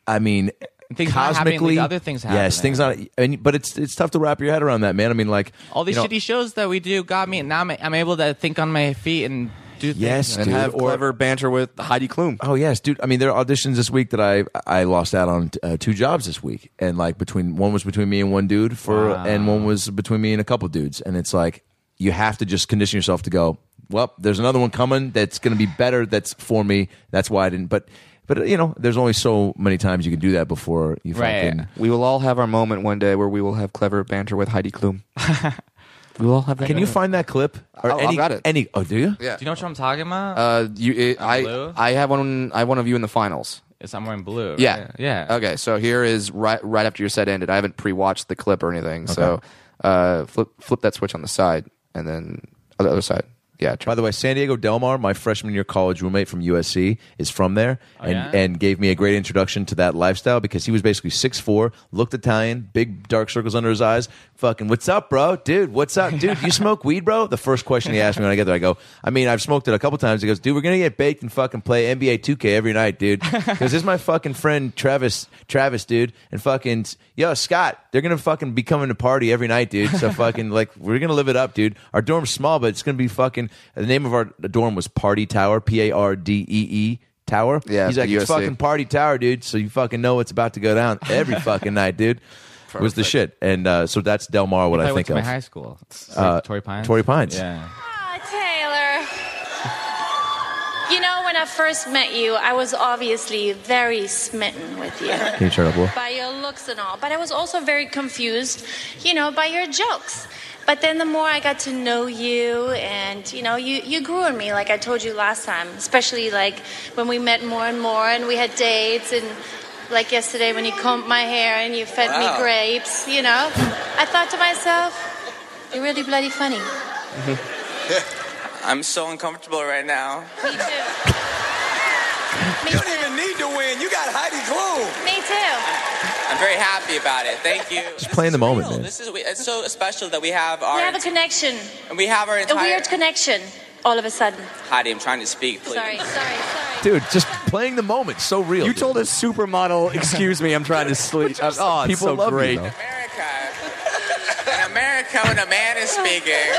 [SPEAKER 2] i mean
[SPEAKER 4] Things not happening,
[SPEAKER 2] cosmically
[SPEAKER 4] like other things
[SPEAKER 2] yes
[SPEAKER 4] happening.
[SPEAKER 2] things not and, but it's it's tough to wrap your head around that man i mean like
[SPEAKER 4] All these
[SPEAKER 2] you know,
[SPEAKER 4] shitty shows that we do got me, and now I'm, I'm able to think on my feet and do
[SPEAKER 2] Yes,
[SPEAKER 4] things.
[SPEAKER 3] and
[SPEAKER 2] dude,
[SPEAKER 3] have
[SPEAKER 2] or-
[SPEAKER 3] clever banter with Heidi Klum.
[SPEAKER 2] Oh yes, dude. I mean, there are auditions this week that I I lost out on uh, two jobs this week, and like between one was between me and one dude for, and one was between me and a couple dudes, and it's like you have to just condition yourself to go. Well, there's another one coming that's going to be better. That's for me. That's why I didn't. But but you know, there's only so many times you can do that before you
[SPEAKER 4] Right.
[SPEAKER 2] fucking.
[SPEAKER 3] We will all have our moment one day where we will have clever banter with Heidi Klum. we will all have that.
[SPEAKER 2] Can you find that clip or
[SPEAKER 3] Oh, I've
[SPEAKER 2] any
[SPEAKER 3] got it.
[SPEAKER 2] any? Oh, do you?
[SPEAKER 3] Yeah.
[SPEAKER 4] Do you know what I'm talking about?
[SPEAKER 3] Uh, you, it, I,
[SPEAKER 4] Blue?
[SPEAKER 3] I have one. I have one of you in the finals.
[SPEAKER 4] it's I'm wearing blue. right?
[SPEAKER 3] Yeah,
[SPEAKER 4] yeah.
[SPEAKER 3] Okay, so here is right right after your set ended. I haven't pre-watched the clip or anything. So, uh, flip flip that switch on the side and then on the other side. Yeah.
[SPEAKER 2] By
[SPEAKER 3] Try
[SPEAKER 2] the way, San Diego Del Mar, my freshman year college roommate from USC, is from there
[SPEAKER 3] Oh,
[SPEAKER 2] and,
[SPEAKER 4] yeah?
[SPEAKER 2] and gave me a great introduction to that lifestyle because he was basically 6'4, looked Italian, big dark circles under his eyes. Fucking, what's up, bro? Dude, what's up? Dude, you smoke weed, bro? The first question he asked me when I get there, I go, I mean, I've smoked it a couple times. He goes, dude, we're going to get baked and fucking play NBA 2K every night, dude. Because this is my fucking friend Travis, Travis, dude. And fucking, yo, Scott, they're going to fucking be coming to party every night, dude. So fucking, like, we're going to live it up, dude. Our dorm's small, but it's going to be fucking. The name of our dorm was Party Tower, P A R D E E Tower.
[SPEAKER 3] Yeah,
[SPEAKER 2] He's like,
[SPEAKER 3] the
[SPEAKER 2] it's
[SPEAKER 3] USC.
[SPEAKER 2] fucking Party Tower, dude. So you fucking know what's about to go down every fucking night, dude. Was the shit. And uh, so that's Del Mar, what
[SPEAKER 4] I,
[SPEAKER 2] I, think
[SPEAKER 4] went to
[SPEAKER 2] of.
[SPEAKER 4] my high school. It's like
[SPEAKER 2] Uh,
[SPEAKER 4] Torrey Pines.
[SPEAKER 2] Torrey Pines.
[SPEAKER 4] Yeah.
[SPEAKER 6] Ah, Taylor. You know, when I first met you, I was obviously very smitten with you
[SPEAKER 2] Can you turn up a little?
[SPEAKER 6] by your looks and all, but I was also very confused, you know, by your jokes. But then the more I got to know you, and you know, you, you grew on me, like I told you last time, especially like when we met more and more and we had dates, and like yesterday when you combed my hair and you fed me grapes, you know. I thought to myself, you're really bloody funny.
[SPEAKER 7] I'm so uncomfortable right now.
[SPEAKER 6] Me too. Me
[SPEAKER 7] You don't even need to win. You got Heidi Klum.
[SPEAKER 6] Me too.
[SPEAKER 7] I'm very happy about it. Thank you. Just
[SPEAKER 2] play in the moment, man.
[SPEAKER 7] This is we- it's so special that we have our
[SPEAKER 6] We have a connection,
[SPEAKER 7] we have our
[SPEAKER 6] a
[SPEAKER 7] entire.
[SPEAKER 6] weird connection, all of a sudden.
[SPEAKER 7] Heidi, I'm trying to speak, please.
[SPEAKER 6] Sorry, sorry, sorry.
[SPEAKER 2] dude. Just playing the moment, so real.
[SPEAKER 3] You
[SPEAKER 2] dude.
[SPEAKER 3] told a supermodel, "Excuse me, I'm trying to sleep." Uh, Oh, it's
[SPEAKER 2] People
[SPEAKER 3] so
[SPEAKER 2] love you,
[SPEAKER 3] great.
[SPEAKER 2] though.
[SPEAKER 7] America. In America, when a man is speaking,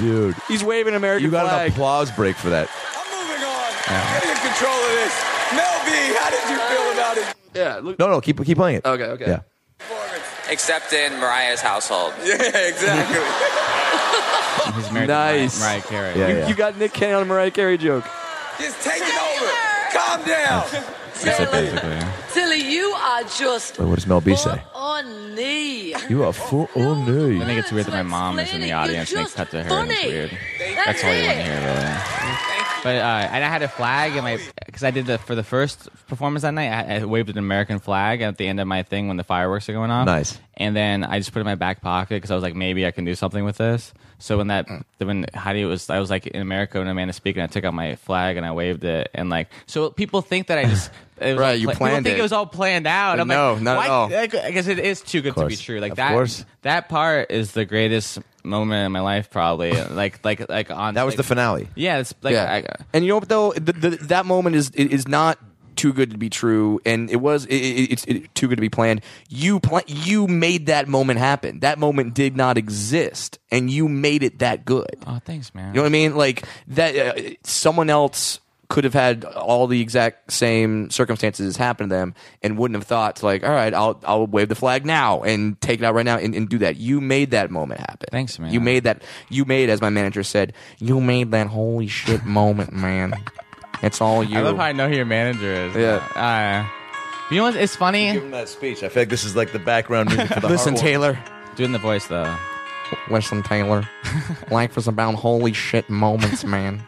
[SPEAKER 2] dude.
[SPEAKER 3] He's waving American
[SPEAKER 2] You got
[SPEAKER 3] flag.
[SPEAKER 2] an applause break for that.
[SPEAKER 1] I'm moving on. I'm getting in control of this. Mel B, how did you feel about it?
[SPEAKER 3] yeah. Look.
[SPEAKER 2] No, no, keep keep playing it.
[SPEAKER 3] Okay. Okay.
[SPEAKER 2] Yeah.
[SPEAKER 7] except in Mariah's household.
[SPEAKER 1] Yeah, exactly.
[SPEAKER 4] He's married
[SPEAKER 3] Nice.
[SPEAKER 4] to Mariah, Mariah Carey.
[SPEAKER 2] Yeah.
[SPEAKER 3] You, you got Nick Cannon on a Mariah Carey joke.
[SPEAKER 1] Just take it over. Calm down.
[SPEAKER 4] So basically,
[SPEAKER 8] Tilly, you are just
[SPEAKER 2] Wait, what does Mel B say?
[SPEAKER 8] full on me.
[SPEAKER 2] You are full on me.
[SPEAKER 4] I think it's weird that my mom is in the audience and they cut to her. and It's weird. That's all you want to hear, really. But uh, and I had a flag, and my because I did the for the first performance that night, I, I waved an American flag at the end of my thing when the fireworks are going off.
[SPEAKER 2] Nice.
[SPEAKER 4] And then I just put it in my back pocket because I was like, maybe I can do something with this. So when that when Heidi was, I was like in America when Amanda speaking, I took out my flag and I waved it, and like so people think that I just. It was
[SPEAKER 3] Right,
[SPEAKER 4] all
[SPEAKER 3] you
[SPEAKER 4] pla- people
[SPEAKER 3] planned
[SPEAKER 4] think
[SPEAKER 3] it.
[SPEAKER 4] it was all planned out. I'm
[SPEAKER 3] No,
[SPEAKER 4] like,
[SPEAKER 3] not at
[SPEAKER 4] why-
[SPEAKER 3] all.
[SPEAKER 4] like, I guess it is too good to be
[SPEAKER 2] course.
[SPEAKER 4] true. Like
[SPEAKER 2] Of
[SPEAKER 4] that.
[SPEAKER 2] course.
[SPEAKER 4] That part is the greatest moment in my life, probably. like, like, like on.
[SPEAKER 2] That was
[SPEAKER 4] like-
[SPEAKER 2] the finale.
[SPEAKER 4] Yeah, it's like I,
[SPEAKER 3] and you know what though, the, the, that moment is it is not too good to be true, and it was it, it, it's it, too good to be planned. You pla- you made that moment happen. That moment did not exist, and you made it that good.
[SPEAKER 4] oh, thanks, man.
[SPEAKER 3] You know what I mean? Like that. Uh, someone else could have had all the exact same circumstances happen to them, and wouldn't have thought to like, all right, I'll I'll wave the flag now and take it out right now and, and do that. You made that moment happen.
[SPEAKER 4] Thanks, man.
[SPEAKER 3] You made that. You made, as my manager said, you made that holy shit moment, man. It's all you.
[SPEAKER 4] I love how I know who your manager is.
[SPEAKER 3] Yeah.
[SPEAKER 4] Uh, you know what? It's funny
[SPEAKER 2] that speech. I feel like this is like the background music for the
[SPEAKER 3] Listen, Taylor.
[SPEAKER 4] doing the voice though.
[SPEAKER 3] Listen, Taylor. Life is about holy shit moments, man.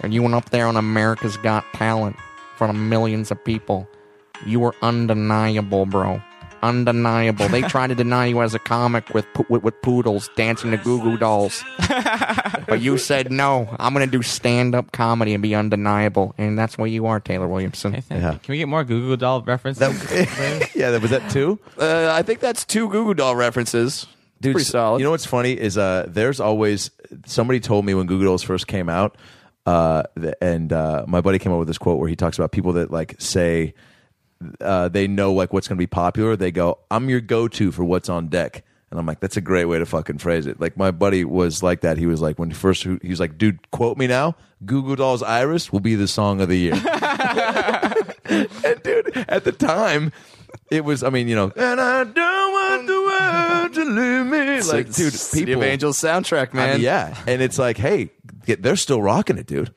[SPEAKER 3] And you went up there on America's Got Talent in front of millions of people. You were undeniable, bro. Undeniable. They tried to deny you as a comic with po- with, with poodles dancing to Goo Goo Dolls, but you said no. I'm gonna do stand up comedy and be undeniable, and that's where you are, Taylor
[SPEAKER 4] I
[SPEAKER 3] Williamson.
[SPEAKER 4] think.
[SPEAKER 2] Yeah.
[SPEAKER 4] Can we get more Google Doll references?
[SPEAKER 2] yeah, that was that too.
[SPEAKER 3] Uh, I think that's two Goo Goo Doll references.
[SPEAKER 2] Dude, s- You know what's funny is uh, there's always somebody told me when Google Dolls first came out, uh, th- and uh, my buddy came up with this quote where he talks about people that like say uh, they know like what's going to be popular. They go, "I'm your go-to for what's on deck," and I'm like, "That's a great way to fucking phrase it." Like my buddy was like that. He was like when he first he was like, "Dude, quote me now. Google Dolls Iris will be the song of the year." and dude, at the time. It was, I mean, you know, and I don't want the world to leave me. Like, dude,
[SPEAKER 3] City
[SPEAKER 2] people,
[SPEAKER 3] of Angels soundtrack,
[SPEAKER 2] I
[SPEAKER 3] man.
[SPEAKER 2] mean, yeah, and it's like, hey, get- they're still rocking it, dude.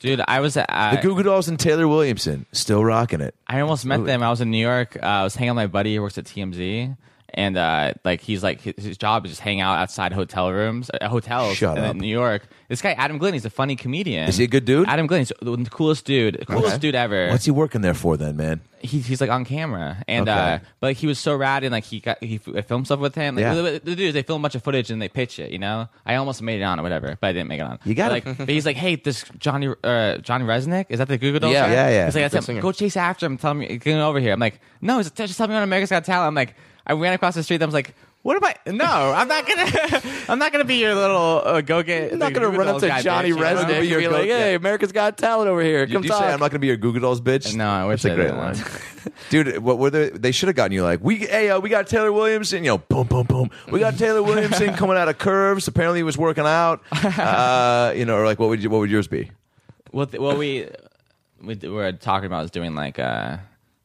[SPEAKER 4] Dude, I was. I,
[SPEAKER 2] The Goo Goo Dolls and Taylor Williamson still rocking it.
[SPEAKER 4] I almost met them. I was in New York. Uh, I was hanging out with my buddy who works at TMZ. And uh, like he's like his, his job is just hang out outside hotel rooms, uh, hotels
[SPEAKER 2] Shut
[SPEAKER 4] in
[SPEAKER 2] up.
[SPEAKER 4] New York. This guy Adam Glynn, he's a funny comedian.
[SPEAKER 2] Is he a good dude?
[SPEAKER 4] Adam Glynn, he's the coolest dude, coolest dude ever.
[SPEAKER 2] What's he working there for then, man?
[SPEAKER 4] he, he's like on camera and
[SPEAKER 2] Okay.
[SPEAKER 4] uh but he was so rad and like he got he f- I filmed stuff with him like,
[SPEAKER 2] Yeah.
[SPEAKER 4] the, the dudes they film a bunch of footage and they pitch it you know i almost made it on or whatever but i didn't make it on
[SPEAKER 2] You gotta-
[SPEAKER 4] But, like but he's like hey this johnny uh johnny resnick is that the google Dolls
[SPEAKER 3] Yeah.
[SPEAKER 4] guy?"
[SPEAKER 2] Yeah, yeah.
[SPEAKER 4] he's like
[SPEAKER 3] The
[SPEAKER 4] That's him.
[SPEAKER 3] singer.
[SPEAKER 4] go chase after him tell me get over here i'm like no it's- just tell me on america's got talent i'm like i ran across the street i was like what am I? No, I'm not gonna. I'm not gonna be your little uh, go get.
[SPEAKER 3] I'm not going to run up to Johnny Resnick and be like, "Hey, America's Got Talent over here.
[SPEAKER 2] Did
[SPEAKER 3] Come
[SPEAKER 2] you
[SPEAKER 3] talk."
[SPEAKER 2] say I'm not going to be your Goo Goo Dolls bitch?
[SPEAKER 4] No, I wish
[SPEAKER 2] that's a
[SPEAKER 4] I
[SPEAKER 2] great
[SPEAKER 4] didn't.
[SPEAKER 2] line, dude. What were they? They should have gotten you like we. Hey, uh, we got Taylor Williamson. You know, boom, boom, boom. We got Taylor Williamson coming out of curves. Apparently, he was working out. Uh, you know, or like what would you, what would yours be?
[SPEAKER 4] Well, th- well, we we d- were talking about is doing like, uh,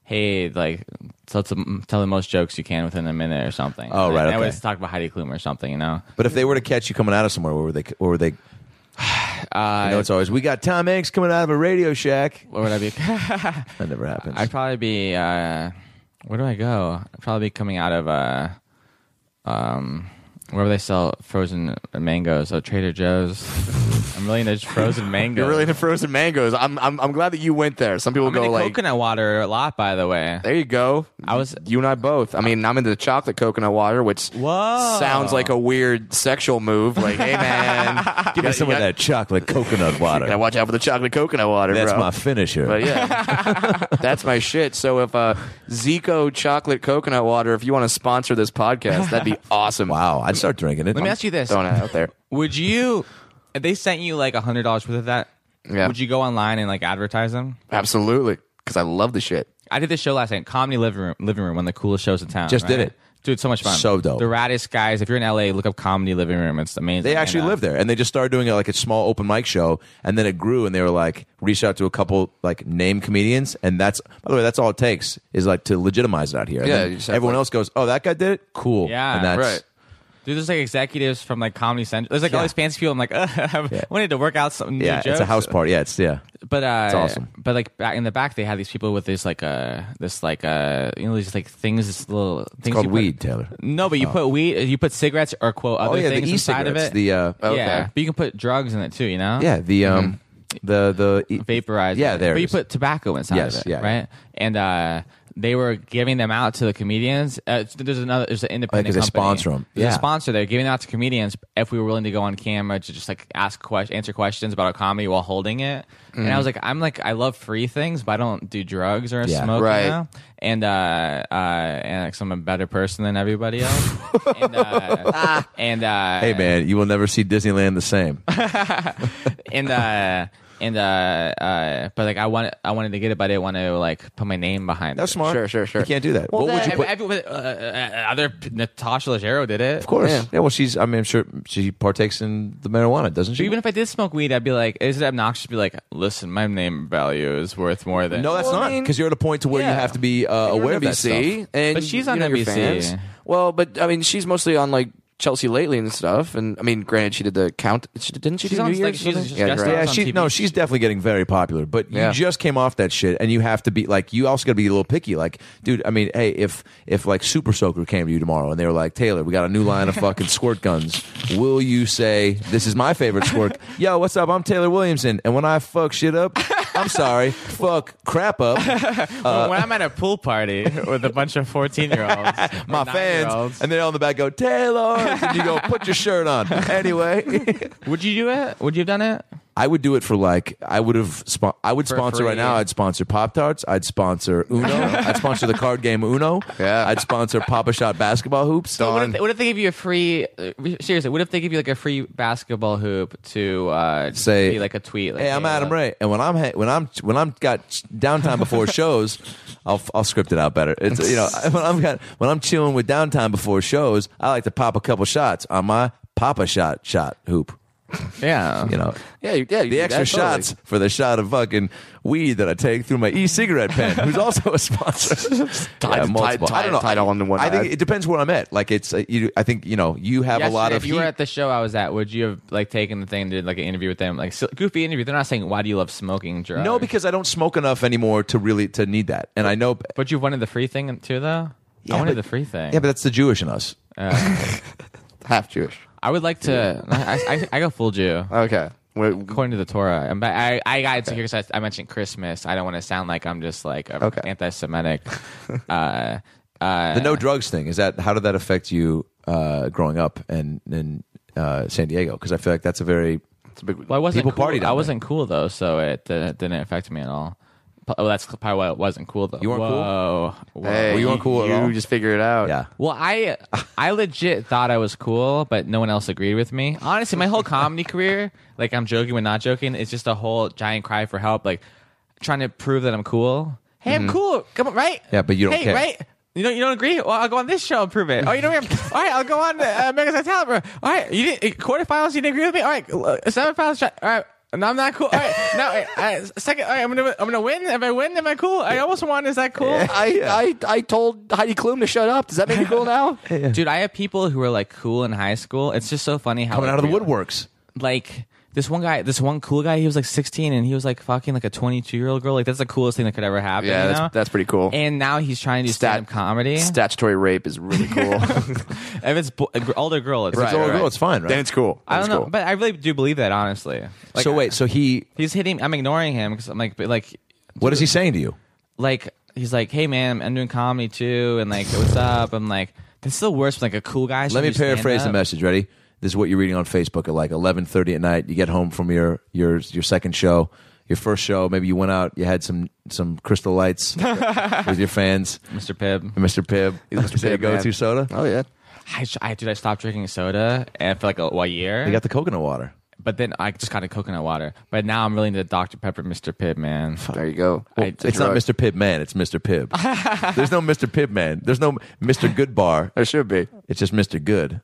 [SPEAKER 4] hey, like tell some, tell the most jokes you can within a minute or something.
[SPEAKER 2] Oh, right,
[SPEAKER 4] And I
[SPEAKER 2] okay.
[SPEAKER 4] was talking about Heidi Klum or something, you know.
[SPEAKER 2] But if they were to catch you coming out of somewhere, where were they? Where were they?
[SPEAKER 3] Uh,
[SPEAKER 2] I know it's always we got Tom Hanks coming out of a Radio Shack.
[SPEAKER 4] What would I be?
[SPEAKER 2] That never happens.
[SPEAKER 4] I'd probably be. Uh, where do I go? I'd probably be coming out of. Uh, um, wherever they sell frozen mangoes, so Trader Joe's. I'm really into frozen mangoes.
[SPEAKER 3] You're really into frozen mangoes. I'm, I'm, I'm glad that you went there. Some people
[SPEAKER 4] I'm
[SPEAKER 3] go
[SPEAKER 4] into
[SPEAKER 3] like,
[SPEAKER 4] coconut water a lot, by the way.
[SPEAKER 3] there you go.
[SPEAKER 4] I was-
[SPEAKER 3] you and I both. I mean, I'm into the chocolate coconut water, which
[SPEAKER 4] Whoa.
[SPEAKER 3] sounds like a weird sexual move. Like, hey man,
[SPEAKER 2] Give me
[SPEAKER 3] you
[SPEAKER 2] some of
[SPEAKER 3] got-
[SPEAKER 2] that chocolate coconut
[SPEAKER 3] gotta
[SPEAKER 2] water.
[SPEAKER 3] watch out for the chocolate coconut water.
[SPEAKER 2] That's
[SPEAKER 3] bro.
[SPEAKER 2] my finisher.
[SPEAKER 3] But yeah, that's my shit. So if uh, Zico chocolate coconut water, if you want to sponsor this podcast, that'd be awesome.
[SPEAKER 2] Wow, I'd start drinking it.
[SPEAKER 4] Let me ask you this:
[SPEAKER 3] Throwing it out there.
[SPEAKER 4] Would you? If they sent you like a hundred dollars worth of that,
[SPEAKER 3] Yeah.
[SPEAKER 4] would you go online and like advertise them?
[SPEAKER 3] Absolutely, because I love the shit.
[SPEAKER 4] I did this show last night, Comedy Living Room, Living Room, one of the coolest shows in town.
[SPEAKER 2] Just did it.
[SPEAKER 4] dude. So much fun,
[SPEAKER 2] So dope.
[SPEAKER 4] The raddest guys. If you're in LA, look up Comedy Living Room. It's amazing.
[SPEAKER 2] They actually
[SPEAKER 4] And, uh,
[SPEAKER 2] lived there, and they just started doing it like a small open mic show, and then it grew, and they were like reached out to a couple like name comedians, and that's by the way, that's all it takes is like to legitimize it out here. And
[SPEAKER 3] Yeah,
[SPEAKER 2] then
[SPEAKER 3] you just have,
[SPEAKER 2] everyone
[SPEAKER 3] like-
[SPEAKER 2] else goes, "Oh, that guy did it, cool."
[SPEAKER 4] Yeah,
[SPEAKER 2] and that's,
[SPEAKER 4] right. Dude, there's like executives from like Comedy Central. There's like all
[SPEAKER 2] Yeah.
[SPEAKER 4] these fancy people. I'm like, Ugh, I wanted to work out some new
[SPEAKER 2] Yeah, it's a
[SPEAKER 4] jokes.
[SPEAKER 2] house party. Yeah, it's yeah.
[SPEAKER 4] But uh, it's
[SPEAKER 2] awesome.
[SPEAKER 4] But like back in the back, they had these people with this like uh this like uh you know these like things, this little things
[SPEAKER 2] called
[SPEAKER 4] you put-
[SPEAKER 2] weed, Taylor.
[SPEAKER 4] No, but you put weed, you put cigarettes or quote other
[SPEAKER 2] oh yeah, the
[SPEAKER 4] things inside of
[SPEAKER 2] e-cigarettes.
[SPEAKER 4] it. Oh.
[SPEAKER 2] The uh,
[SPEAKER 4] Yeah, but you can put drugs in it too. You know.
[SPEAKER 2] yeah, the um,
[SPEAKER 4] Mm-hmm.
[SPEAKER 2] the the e-
[SPEAKER 4] Vaporize.
[SPEAKER 2] Yeah,
[SPEAKER 4] it.
[SPEAKER 2] there.
[SPEAKER 4] But
[SPEAKER 2] it
[SPEAKER 4] you
[SPEAKER 2] is.
[SPEAKER 4] put tobacco inside
[SPEAKER 2] Yes,
[SPEAKER 4] of it.
[SPEAKER 2] yeah, yeah.
[SPEAKER 4] Right. And uh, they were giving them out to the comedians. Uh, it's- there's another. There's an independent.
[SPEAKER 2] 'cause Oh, they
[SPEAKER 4] company.
[SPEAKER 2] sponsor 'em.
[SPEAKER 4] There's
[SPEAKER 2] Yeah.
[SPEAKER 4] a sponsor. They're giving it out to comedians if we were willing to go on camera to just like ask questions, answer questions about our comedy while holding it. And
[SPEAKER 2] Mm.
[SPEAKER 4] I was like, I'm like, I love free things, but I don't do drugs or
[SPEAKER 2] Yeah.
[SPEAKER 4] smoke. you
[SPEAKER 3] Right.
[SPEAKER 4] know? And uh, uh, and like, so I'm a better person than everybody else. and uh, and uh,
[SPEAKER 2] Hey man, you will never see Disneyland the same.
[SPEAKER 4] and uh and uh, uh but like I wanted I wanted to get it, but I didn't want to like put my name behind.
[SPEAKER 2] That's
[SPEAKER 4] it.
[SPEAKER 2] smart.
[SPEAKER 3] Sure, sure, sure.
[SPEAKER 2] You can't do that.
[SPEAKER 4] Well,
[SPEAKER 2] what would you put?
[SPEAKER 4] I, uh, uh, other p- Natasha Leggero did it.
[SPEAKER 2] Of course.
[SPEAKER 3] Yeah.
[SPEAKER 2] Yeah. well, she's. I mean, I'm sure she partakes in the marijuana, doesn't she?
[SPEAKER 4] Even if I did smoke weed, I'd be like, is it obnoxious to be like, listen, my name value is worth more than
[SPEAKER 2] no, that's
[SPEAKER 3] Well, I
[SPEAKER 2] not
[SPEAKER 3] mean,
[SPEAKER 2] because you're at a point to where you
[SPEAKER 3] yeah.
[SPEAKER 2] have to be uh,
[SPEAKER 3] You're on
[SPEAKER 2] aware of that
[SPEAKER 3] NBC,
[SPEAKER 2] stuff.
[SPEAKER 3] and
[SPEAKER 4] But she's
[SPEAKER 3] you
[SPEAKER 4] on
[SPEAKER 3] know your
[SPEAKER 4] NBC.
[SPEAKER 3] fans. Well, but I mean, she's mostly on like Chelsea lately and stuff. And I mean, granted, she did the count. She, didn't she
[SPEAKER 4] She's
[SPEAKER 3] do
[SPEAKER 4] on-
[SPEAKER 3] New
[SPEAKER 4] like,
[SPEAKER 3] Year's? or
[SPEAKER 4] she's
[SPEAKER 3] something?
[SPEAKER 4] just
[SPEAKER 3] yeah,
[SPEAKER 4] dressed
[SPEAKER 3] you're right.
[SPEAKER 4] up.
[SPEAKER 2] Yeah,
[SPEAKER 4] on
[SPEAKER 2] she
[SPEAKER 4] TV.
[SPEAKER 2] no, she's definitely getting very popular. But you
[SPEAKER 3] Yeah.
[SPEAKER 2] just came off that shit, and you have to be like, you also got to be a little picky. Like, dude, I mean, hey, if if like Super Soaker came to you tomorrow and they were like, Taylor, we got a new line of fucking squirt guns, will you say this is my favorite squirt? Yo, what's up? I'm Taylor Williamson, and when I fuck shit up, I'm sorry, fuck crap up.
[SPEAKER 4] uh, when I'm at a pool party with a bunch of 14 year olds,
[SPEAKER 2] my fans, and they're all in the back go Taylor, and you go put your shirt on. Anyway,
[SPEAKER 4] would you do it? Would you have done it?
[SPEAKER 2] I would do it for like I would have. Spo- I would
[SPEAKER 4] For
[SPEAKER 2] sponsor
[SPEAKER 4] free,
[SPEAKER 2] right now.
[SPEAKER 4] yeah.
[SPEAKER 2] I'd sponsor Pop Tarts. I'd sponsor Uno. I'd sponsor the card game Uno.
[SPEAKER 3] Yeah.
[SPEAKER 2] I'd sponsor Papa Shot basketball hoops.
[SPEAKER 4] What if, they, what if they give you a free? Uh, seriously, what if they give you like a free basketball hoop to uh,
[SPEAKER 2] Say-
[SPEAKER 4] be like a tweet? Like,
[SPEAKER 2] Hey, I'm Adam
[SPEAKER 4] uh,
[SPEAKER 2] Ray, and when I'm ha- when I'm when I'm got downtime before shows, I'll I'll script it out better. It's you know when I'm got when I'm chilling with downtime before shows, I like to pop a couple shots on my Papa Shot shot hoop.
[SPEAKER 4] Yeah,
[SPEAKER 2] You know,
[SPEAKER 3] Uh-huh. Yeah, you- yeah. you
[SPEAKER 2] the
[SPEAKER 3] do
[SPEAKER 2] extra
[SPEAKER 3] that, totally.
[SPEAKER 2] shots for the shot of fucking weed that I take through my e-cigarette pen, who's also a sponsor.
[SPEAKER 3] Tied- tied-
[SPEAKER 2] I don't know.
[SPEAKER 3] tied all into one
[SPEAKER 2] I
[SPEAKER 3] ad.
[SPEAKER 2] think it depends where I'm at. Like it's, uh, you, I think you know, you have a lot
[SPEAKER 4] Yesterday,
[SPEAKER 2] of.
[SPEAKER 4] If you were
[SPEAKER 2] heat.
[SPEAKER 4] at the show I was at, would you have like taken the thing and did like an interview with them, like s- goofy interview? They're not saying why do you love smoking drugs?
[SPEAKER 2] no, because I don't smoke enough anymore to really to need that, and I know.
[SPEAKER 4] but you wanted the free thing too, though. I wanted the free thing.
[SPEAKER 2] Yeah, but that's the Jewish in us.
[SPEAKER 3] half Jewish.
[SPEAKER 4] I would like to. I, I, I go full Jew.
[SPEAKER 2] Uh,
[SPEAKER 3] Okay. Wait,
[SPEAKER 4] According to the Torah, and but I, I got insecure because I, I mentioned Christmas. I don't want to sound like I'm just like a
[SPEAKER 3] Okay.
[SPEAKER 4] anti-Semitic. uh, uh,
[SPEAKER 3] Ah.
[SPEAKER 2] The no drugs thing is that. How did that affect you uh, growing up and in uh, San Diego? Because I feel like that's a very.
[SPEAKER 3] it's a big-
[SPEAKER 4] Well, I wasn't
[SPEAKER 2] People
[SPEAKER 4] cool.
[SPEAKER 2] partied
[SPEAKER 4] I
[SPEAKER 2] on
[SPEAKER 4] wasn't cool though, so it uh, didn't affect me at all. P- Well, that's probably why it wasn't cool though.
[SPEAKER 2] You weren't cool?
[SPEAKER 4] Whoa. cool. Whoa.
[SPEAKER 3] Hey,
[SPEAKER 2] Well, you weren't cool at
[SPEAKER 3] You
[SPEAKER 2] all.
[SPEAKER 3] just figure it out.
[SPEAKER 2] Yeah.
[SPEAKER 4] Well, I I legit thought I was cool, but no one else agreed with me. Honestly, my whole comedy career, like I'm joking but not joking, it's just a whole giant cry for help, like trying to prove that I'm cool. Hey, I'm cool. Come on, right?
[SPEAKER 2] Mm-hmm. Yeah, but you don't
[SPEAKER 4] hey,
[SPEAKER 2] care.
[SPEAKER 4] right? You don't, you don't agree? Well, I'll go on this show and prove it. Oh, you don't agree? All right, I'll go on uh, America's Got Talent. bro. All right, you didn't, uh, quarterfinals, you didn't agree with me? All right, uh, semifinals, try- all right. No, I'm not cool. All right, no, all right, second, all right, I'm gonna, I'm gonna win. If I win, am I cool? I almost won. Is that cool?
[SPEAKER 3] I, I I told Heidi Klum to shut up. Does that make me cool now?
[SPEAKER 4] Dude, I have people who are like cool in high school. It's just so funny how
[SPEAKER 2] Coming
[SPEAKER 4] like,
[SPEAKER 2] out of the
[SPEAKER 4] we-
[SPEAKER 2] woodworks.
[SPEAKER 4] Like this one guy, this one cool guy, he was like 16 and he was like fucking like a 22 year old girl. Like that's the coolest thing that could ever happen.
[SPEAKER 3] Yeah,
[SPEAKER 4] you
[SPEAKER 3] that's-
[SPEAKER 4] know?
[SPEAKER 3] that's pretty cool.
[SPEAKER 4] And now he's trying to do
[SPEAKER 3] Stat-
[SPEAKER 4] stand-up comedy.
[SPEAKER 3] Statutory rape is really cool.
[SPEAKER 4] if it's bo- a gr- older girl, it's
[SPEAKER 2] If it's
[SPEAKER 4] right,
[SPEAKER 2] all
[SPEAKER 4] right.
[SPEAKER 2] girl, it's fine, right?
[SPEAKER 3] then it's cool.
[SPEAKER 4] I
[SPEAKER 3] Then
[SPEAKER 4] don't
[SPEAKER 3] it's
[SPEAKER 4] know,
[SPEAKER 3] cool.
[SPEAKER 4] but I really do believe that honestly. Like,
[SPEAKER 2] so wait, so he,
[SPEAKER 4] he's hitting. I'm ignoring him because I'm like, but like,
[SPEAKER 2] what is he saying to you?
[SPEAKER 4] like he's like, hey man, I'm doing comedy too, and like, what's up? I'm like, this is the worst. Like a cool guy. should
[SPEAKER 2] Let me
[SPEAKER 4] do stand-up.
[SPEAKER 2] paraphrase the message. Ready? This is what you're reading on Facebook at like 11:30 at night. You get home from your your your second show, your first show. Maybe you went out. You had some some crystal lights with your fans.
[SPEAKER 4] Mr. Pibb.
[SPEAKER 2] And Mr. Pibb,
[SPEAKER 3] He's Mr. Pibb,
[SPEAKER 2] go
[SPEAKER 3] man.
[SPEAKER 2] to soda.
[SPEAKER 3] Oh yeah.
[SPEAKER 4] I, sh- I dude, I stopped drinking soda and for like a, a year.
[SPEAKER 2] They got the coconut water.
[SPEAKER 4] but then I just got a coconut water. But now I'm really into Dr Pepper, Mr Pibb, man.
[SPEAKER 3] There you go.
[SPEAKER 4] I-
[SPEAKER 3] It's a
[SPEAKER 2] It's not
[SPEAKER 3] drug.
[SPEAKER 2] Mr. Pibb man. It's Mr. Pibb. There's no Mr. Pibb man. There's no Mr. Goodbar.
[SPEAKER 3] There should be.
[SPEAKER 2] It's just Mr. Good.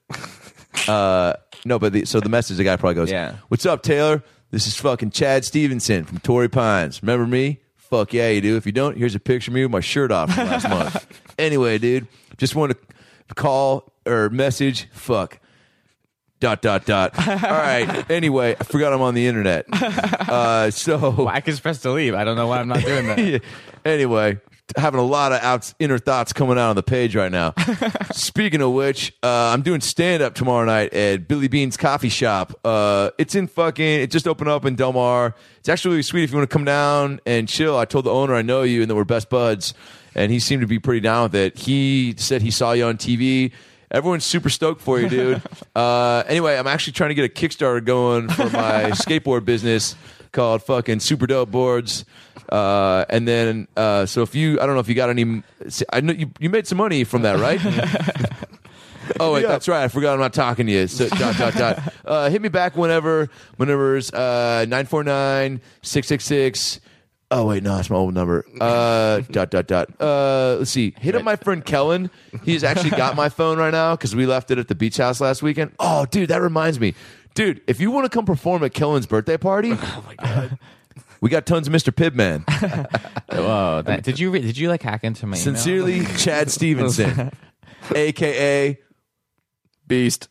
[SPEAKER 2] Uh, no, but the, so the message the guy probably goes,
[SPEAKER 4] Yeah.
[SPEAKER 2] "What's up, Taylor? This is fucking Chad Stevenson from Torrey Pines. Remember me? Fuck yeah, you do. If you don't, here's a picture of me with my shirt off from last month. Anyway, dude, just want to call or message. Fuck." Dot dot dot. All right. Anyway, I forgot I'm on the internet. Uh, so
[SPEAKER 4] I can press to leave. I don't know why I'm not doing that.
[SPEAKER 2] Yeah. anyway, having a lot of outs, inner thoughts coming out on the page right now. Speaking of which, uh, I'm doing stand up tomorrow night at Billy Bean's Coffee Shop. Uh, it's in fucking. It just opened up in Del Mar. It's actually really sweet if you want to come down and chill. I told the owner I know you and that we're best buds, and he seemed to be pretty down with it. He said he saw you on TV. Everyone's super stoked for you, dude. Uh, anyway, I'm actually trying to get a Kickstarter going for my skateboard business called fucking Super Dope Boards. Uh, and then, uh, so if you, I don't know if you got any, I know you, you made some money from that, right? oh, wait, that's right. I forgot I'm not talking to you. So, dot, dot, dot. Uh, hit me back whenever, whenever it's, uh, 949 666. Oh, wait, no, that's my old number. Uh, dot, dot, dot. Uh, let's see. Hit up my friend Kellen. He's actually got my phone right now because we left it at the beach house last weekend. Oh, dude, that reminds me. Dude, if you want to come perform at Kellen's birthday party, oh my God. we got tons of Mr. Pibman.
[SPEAKER 4] Whoa! That, Oh, did you re- did you like hack into my email?
[SPEAKER 2] Sincerely, Chad Stevenson, aka
[SPEAKER 3] Beast.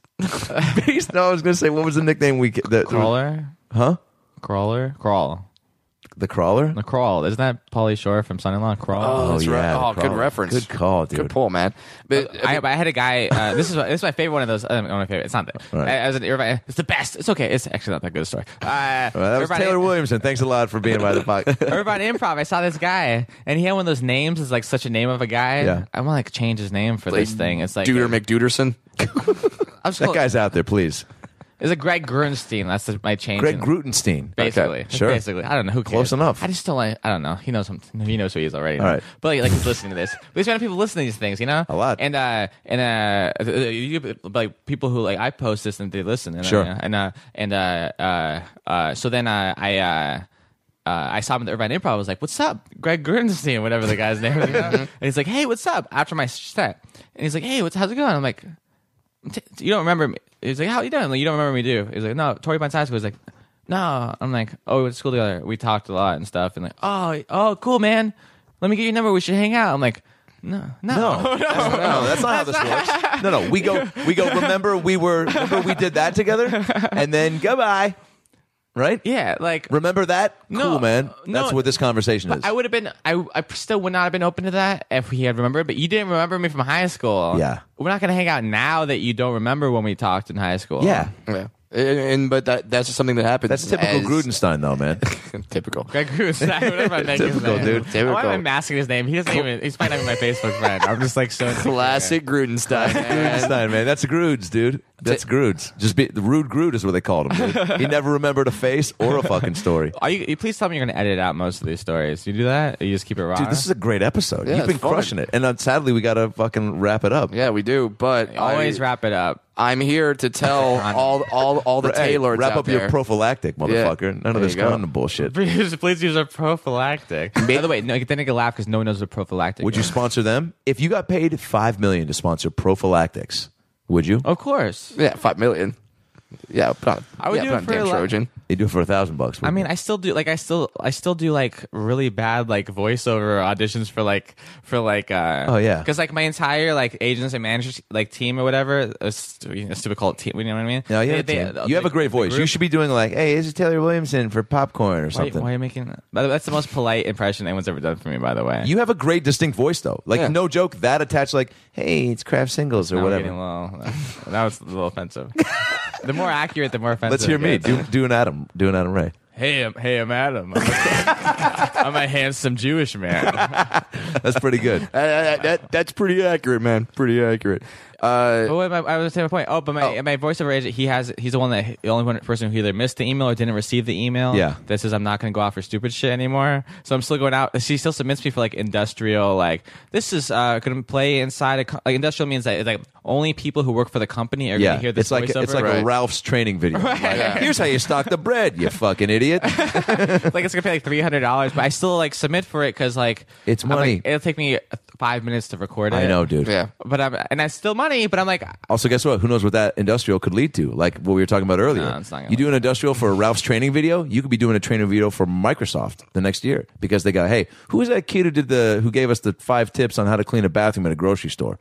[SPEAKER 2] Beast. No, I was gonna say what was the nickname we the
[SPEAKER 4] crawler?
[SPEAKER 2] Huh?
[SPEAKER 4] Crawler? Crawl?
[SPEAKER 2] The crawler.
[SPEAKER 4] The crawl? Isn't that Polly Shore from Son in Law? Crawl.
[SPEAKER 3] that's right.
[SPEAKER 2] the
[SPEAKER 3] Oh, good
[SPEAKER 2] crawler.
[SPEAKER 3] reference.
[SPEAKER 2] Good call, dude.
[SPEAKER 3] Good pull, man. But I
[SPEAKER 4] I,
[SPEAKER 3] mean,
[SPEAKER 4] but I had a guy. Uh, this is this is my favorite one of those. Um, one of my favorite. It's not that.
[SPEAKER 2] Right.
[SPEAKER 4] I, I was an Irvine. It's the best. It's okay. It's actually not that good a story. Uh,
[SPEAKER 2] Well, that was
[SPEAKER 4] Irvine-
[SPEAKER 2] Taylor Williamson. Thanks a lot for being by the podcast.
[SPEAKER 4] Irvine Improv. I saw this guy, and he had one of those names. Is like such a name of a guy.
[SPEAKER 2] Yeah.
[SPEAKER 4] I want to like change his name for this thing. It's like
[SPEAKER 3] Duder McDuderson.
[SPEAKER 4] I'm just
[SPEAKER 2] that
[SPEAKER 4] called,
[SPEAKER 2] guy's out there, please.
[SPEAKER 4] It's a Greg Grunstein. That's the, my change.
[SPEAKER 2] Greg
[SPEAKER 4] in-
[SPEAKER 2] Grutenstein.
[SPEAKER 4] Basically,
[SPEAKER 2] sure.
[SPEAKER 4] Basically, I don't know who cares.
[SPEAKER 2] Close enough.
[SPEAKER 4] I just don't like. I don't know. He knows him. He knows who he is already.
[SPEAKER 2] All right.
[SPEAKER 4] But like, like he's listening to this. But there's kind of people listening to these things, you know.
[SPEAKER 2] A lot.
[SPEAKER 4] And uh, and uh, you, like people who like I post this and they listen. And,
[SPEAKER 2] Sure.
[SPEAKER 4] Uh, and uh, and uh, uh, uh, so then uh, I. Uh, uh, I saw him at the Irvine Improv. I was like, "What's up, Greg Grunstein? Whatever the guy's name." is, you know?
[SPEAKER 2] Mm-hmm.
[SPEAKER 4] and he's like, "Hey, what's up?" After my set, and he's like, "Hey, what's how's it going?" I'm like, t- t- you don't remember me. He's like, how you doing? Like, you don't remember me, do? you?" He's like, no, Tori Pines High School. He's like, no. I'm like, oh, we went to school together. We talked a lot and stuff. And like, oh, oh, cool, man. Let me get your number. We should hang out. I'm like, no, no.
[SPEAKER 2] No, that's, no, that's not how this works. No, no, we go, we go. Remember, we were, remember, we did that together, and then goodbye, right?
[SPEAKER 4] Yeah, like,
[SPEAKER 2] Remember that?
[SPEAKER 4] No,
[SPEAKER 2] cool, man.
[SPEAKER 4] no.
[SPEAKER 2] That's what this conversation is.
[SPEAKER 4] I would have been. I, I still would not have been open to that if he had remembered. But you didn't remember me from high school.
[SPEAKER 2] Yeah.
[SPEAKER 4] we're not gonna hang out now that you don't remember when we talked in high school.
[SPEAKER 2] yeah,
[SPEAKER 3] Yeah. And, and- but that that's just something that happens.
[SPEAKER 2] that's typical
[SPEAKER 3] as-
[SPEAKER 2] Grudenstein, though, man.
[SPEAKER 3] Typical.
[SPEAKER 4] Greg Goose. Whatever I think his
[SPEAKER 2] Typical,
[SPEAKER 4] name.
[SPEAKER 2] dude.
[SPEAKER 4] Why am I
[SPEAKER 3] Typical.
[SPEAKER 4] masking his name? He doesn't even. He's probably not even my Facebook friend. I'm just like so. insecure.
[SPEAKER 3] Classic Grudenstein. man.
[SPEAKER 2] Grudenstein, man. That's Grudes, dude. That's Grudes. Just be the rude Grude is what they called him. Dude. He never remembered a face or a fucking story.
[SPEAKER 4] Are you, you- please tell me you're going to edit out most of these stories. You do that? Or you just keep it raw?
[SPEAKER 2] Dude, this is a great episode.
[SPEAKER 3] Yeah,
[SPEAKER 2] You've been
[SPEAKER 3] it's fun.
[SPEAKER 2] crushing it, and uh, sadly, we got to fucking wrap it up.
[SPEAKER 3] Yeah, we do. But
[SPEAKER 4] Always
[SPEAKER 3] I,
[SPEAKER 4] wrap it up.
[SPEAKER 3] I'm here to tell all all all the
[SPEAKER 2] Hey,
[SPEAKER 3] Taylors
[SPEAKER 2] wrap
[SPEAKER 3] out
[SPEAKER 2] up
[SPEAKER 3] there-
[SPEAKER 2] your prophylactic, motherfucker. None
[SPEAKER 3] There
[SPEAKER 2] of this
[SPEAKER 3] you go.
[SPEAKER 2] condom bullshit.
[SPEAKER 4] Please, please use a prophylactic. By the way, no, then I can laugh because no one knows what prophylactic
[SPEAKER 2] Would you
[SPEAKER 4] is.
[SPEAKER 2] sponsor them if you got
[SPEAKER 3] Oh.
[SPEAKER 2] paid five million to sponsor prophylactics? Would you?
[SPEAKER 4] Of course.
[SPEAKER 3] yeah, five million. Yeah, put on,
[SPEAKER 4] I would
[SPEAKER 3] yeah,
[SPEAKER 4] do
[SPEAKER 3] put
[SPEAKER 4] it
[SPEAKER 3] on
[SPEAKER 4] for
[SPEAKER 3] damn
[SPEAKER 4] a lot-
[SPEAKER 3] Trojan.
[SPEAKER 2] They do it for a thousand bucks.
[SPEAKER 4] I mean, I still do like I still I still do like really bad like voiceover auditions for like for like uh
[SPEAKER 2] Oh, yeah.
[SPEAKER 4] because like my entire like agents and managers like team or whatever uh, st- you know, stupid call it team you know what I mean
[SPEAKER 2] no, you,
[SPEAKER 4] They-
[SPEAKER 2] have, a
[SPEAKER 4] they-
[SPEAKER 2] team.
[SPEAKER 4] uh,
[SPEAKER 2] you have a
[SPEAKER 4] the-
[SPEAKER 2] great
[SPEAKER 4] the
[SPEAKER 2] voice. You
[SPEAKER 4] group-
[SPEAKER 2] should be doing like, "Hey, this is Taylor Williamson for popcorn or
[SPEAKER 4] why,
[SPEAKER 2] something."
[SPEAKER 4] why are you making that? By the way, That's the most polite impression anyone's ever done for me. By the way,
[SPEAKER 2] You have a great distinct voice though. Like
[SPEAKER 3] Yeah.
[SPEAKER 2] no joke, that attached like, hey, it's craft singles or
[SPEAKER 4] Now we're
[SPEAKER 2] whatever.
[SPEAKER 4] getting a little- uh, that was a little offensive. the more accurate, the more offensive.
[SPEAKER 2] Let's hear
[SPEAKER 4] it
[SPEAKER 2] me.
[SPEAKER 4] gets.
[SPEAKER 2] Do, do an Adam. Do an Adam Ray.
[SPEAKER 4] Hey, I'm, hey, I'm Adam. I'm a, I'm a handsome Jewish man.
[SPEAKER 2] That's pretty good.
[SPEAKER 3] Uh, that, that- that's pretty accurate, man. Pretty accurate. Uh,
[SPEAKER 4] But wait, my, I was saying my point. Oh, but my my voiceover agent, he has he's the one that the only one person who either missed the email or didn't receive the email.
[SPEAKER 2] Yeah.
[SPEAKER 4] that says I'm not going to go out for stupid shit anymore. So I'm still going out. She still submits me for like industrial. Like this is uh, going to play inside a co- like industrial means that like only people who work for the company are going
[SPEAKER 2] Yeah,
[SPEAKER 4] to hear this
[SPEAKER 2] it's like
[SPEAKER 4] voiceover.
[SPEAKER 2] it's like a
[SPEAKER 3] Right.
[SPEAKER 2] Ralph's training video. Like, Here's how you stock the bread, you fucking idiot.
[SPEAKER 4] like it's gonna pay like three hundred dollars, but I still like submit for it because like
[SPEAKER 2] It's
[SPEAKER 4] I'm like,
[SPEAKER 2] money.
[SPEAKER 4] it'll take me five minutes to record it.
[SPEAKER 2] I know, dude.
[SPEAKER 3] yeah.
[SPEAKER 4] but I'm and that's still money. But I'm like,
[SPEAKER 2] Also, guess what? Who knows what that industrial could lead to? Like what we were talking about earlier.
[SPEAKER 4] No, it's not gonna
[SPEAKER 2] you do an industrial for a Ralph's training video, you could be doing a training video for Microsoft the next year because they go, hey, who was that kid who did the who gave us the five tips on how to clean a bathroom in a grocery store?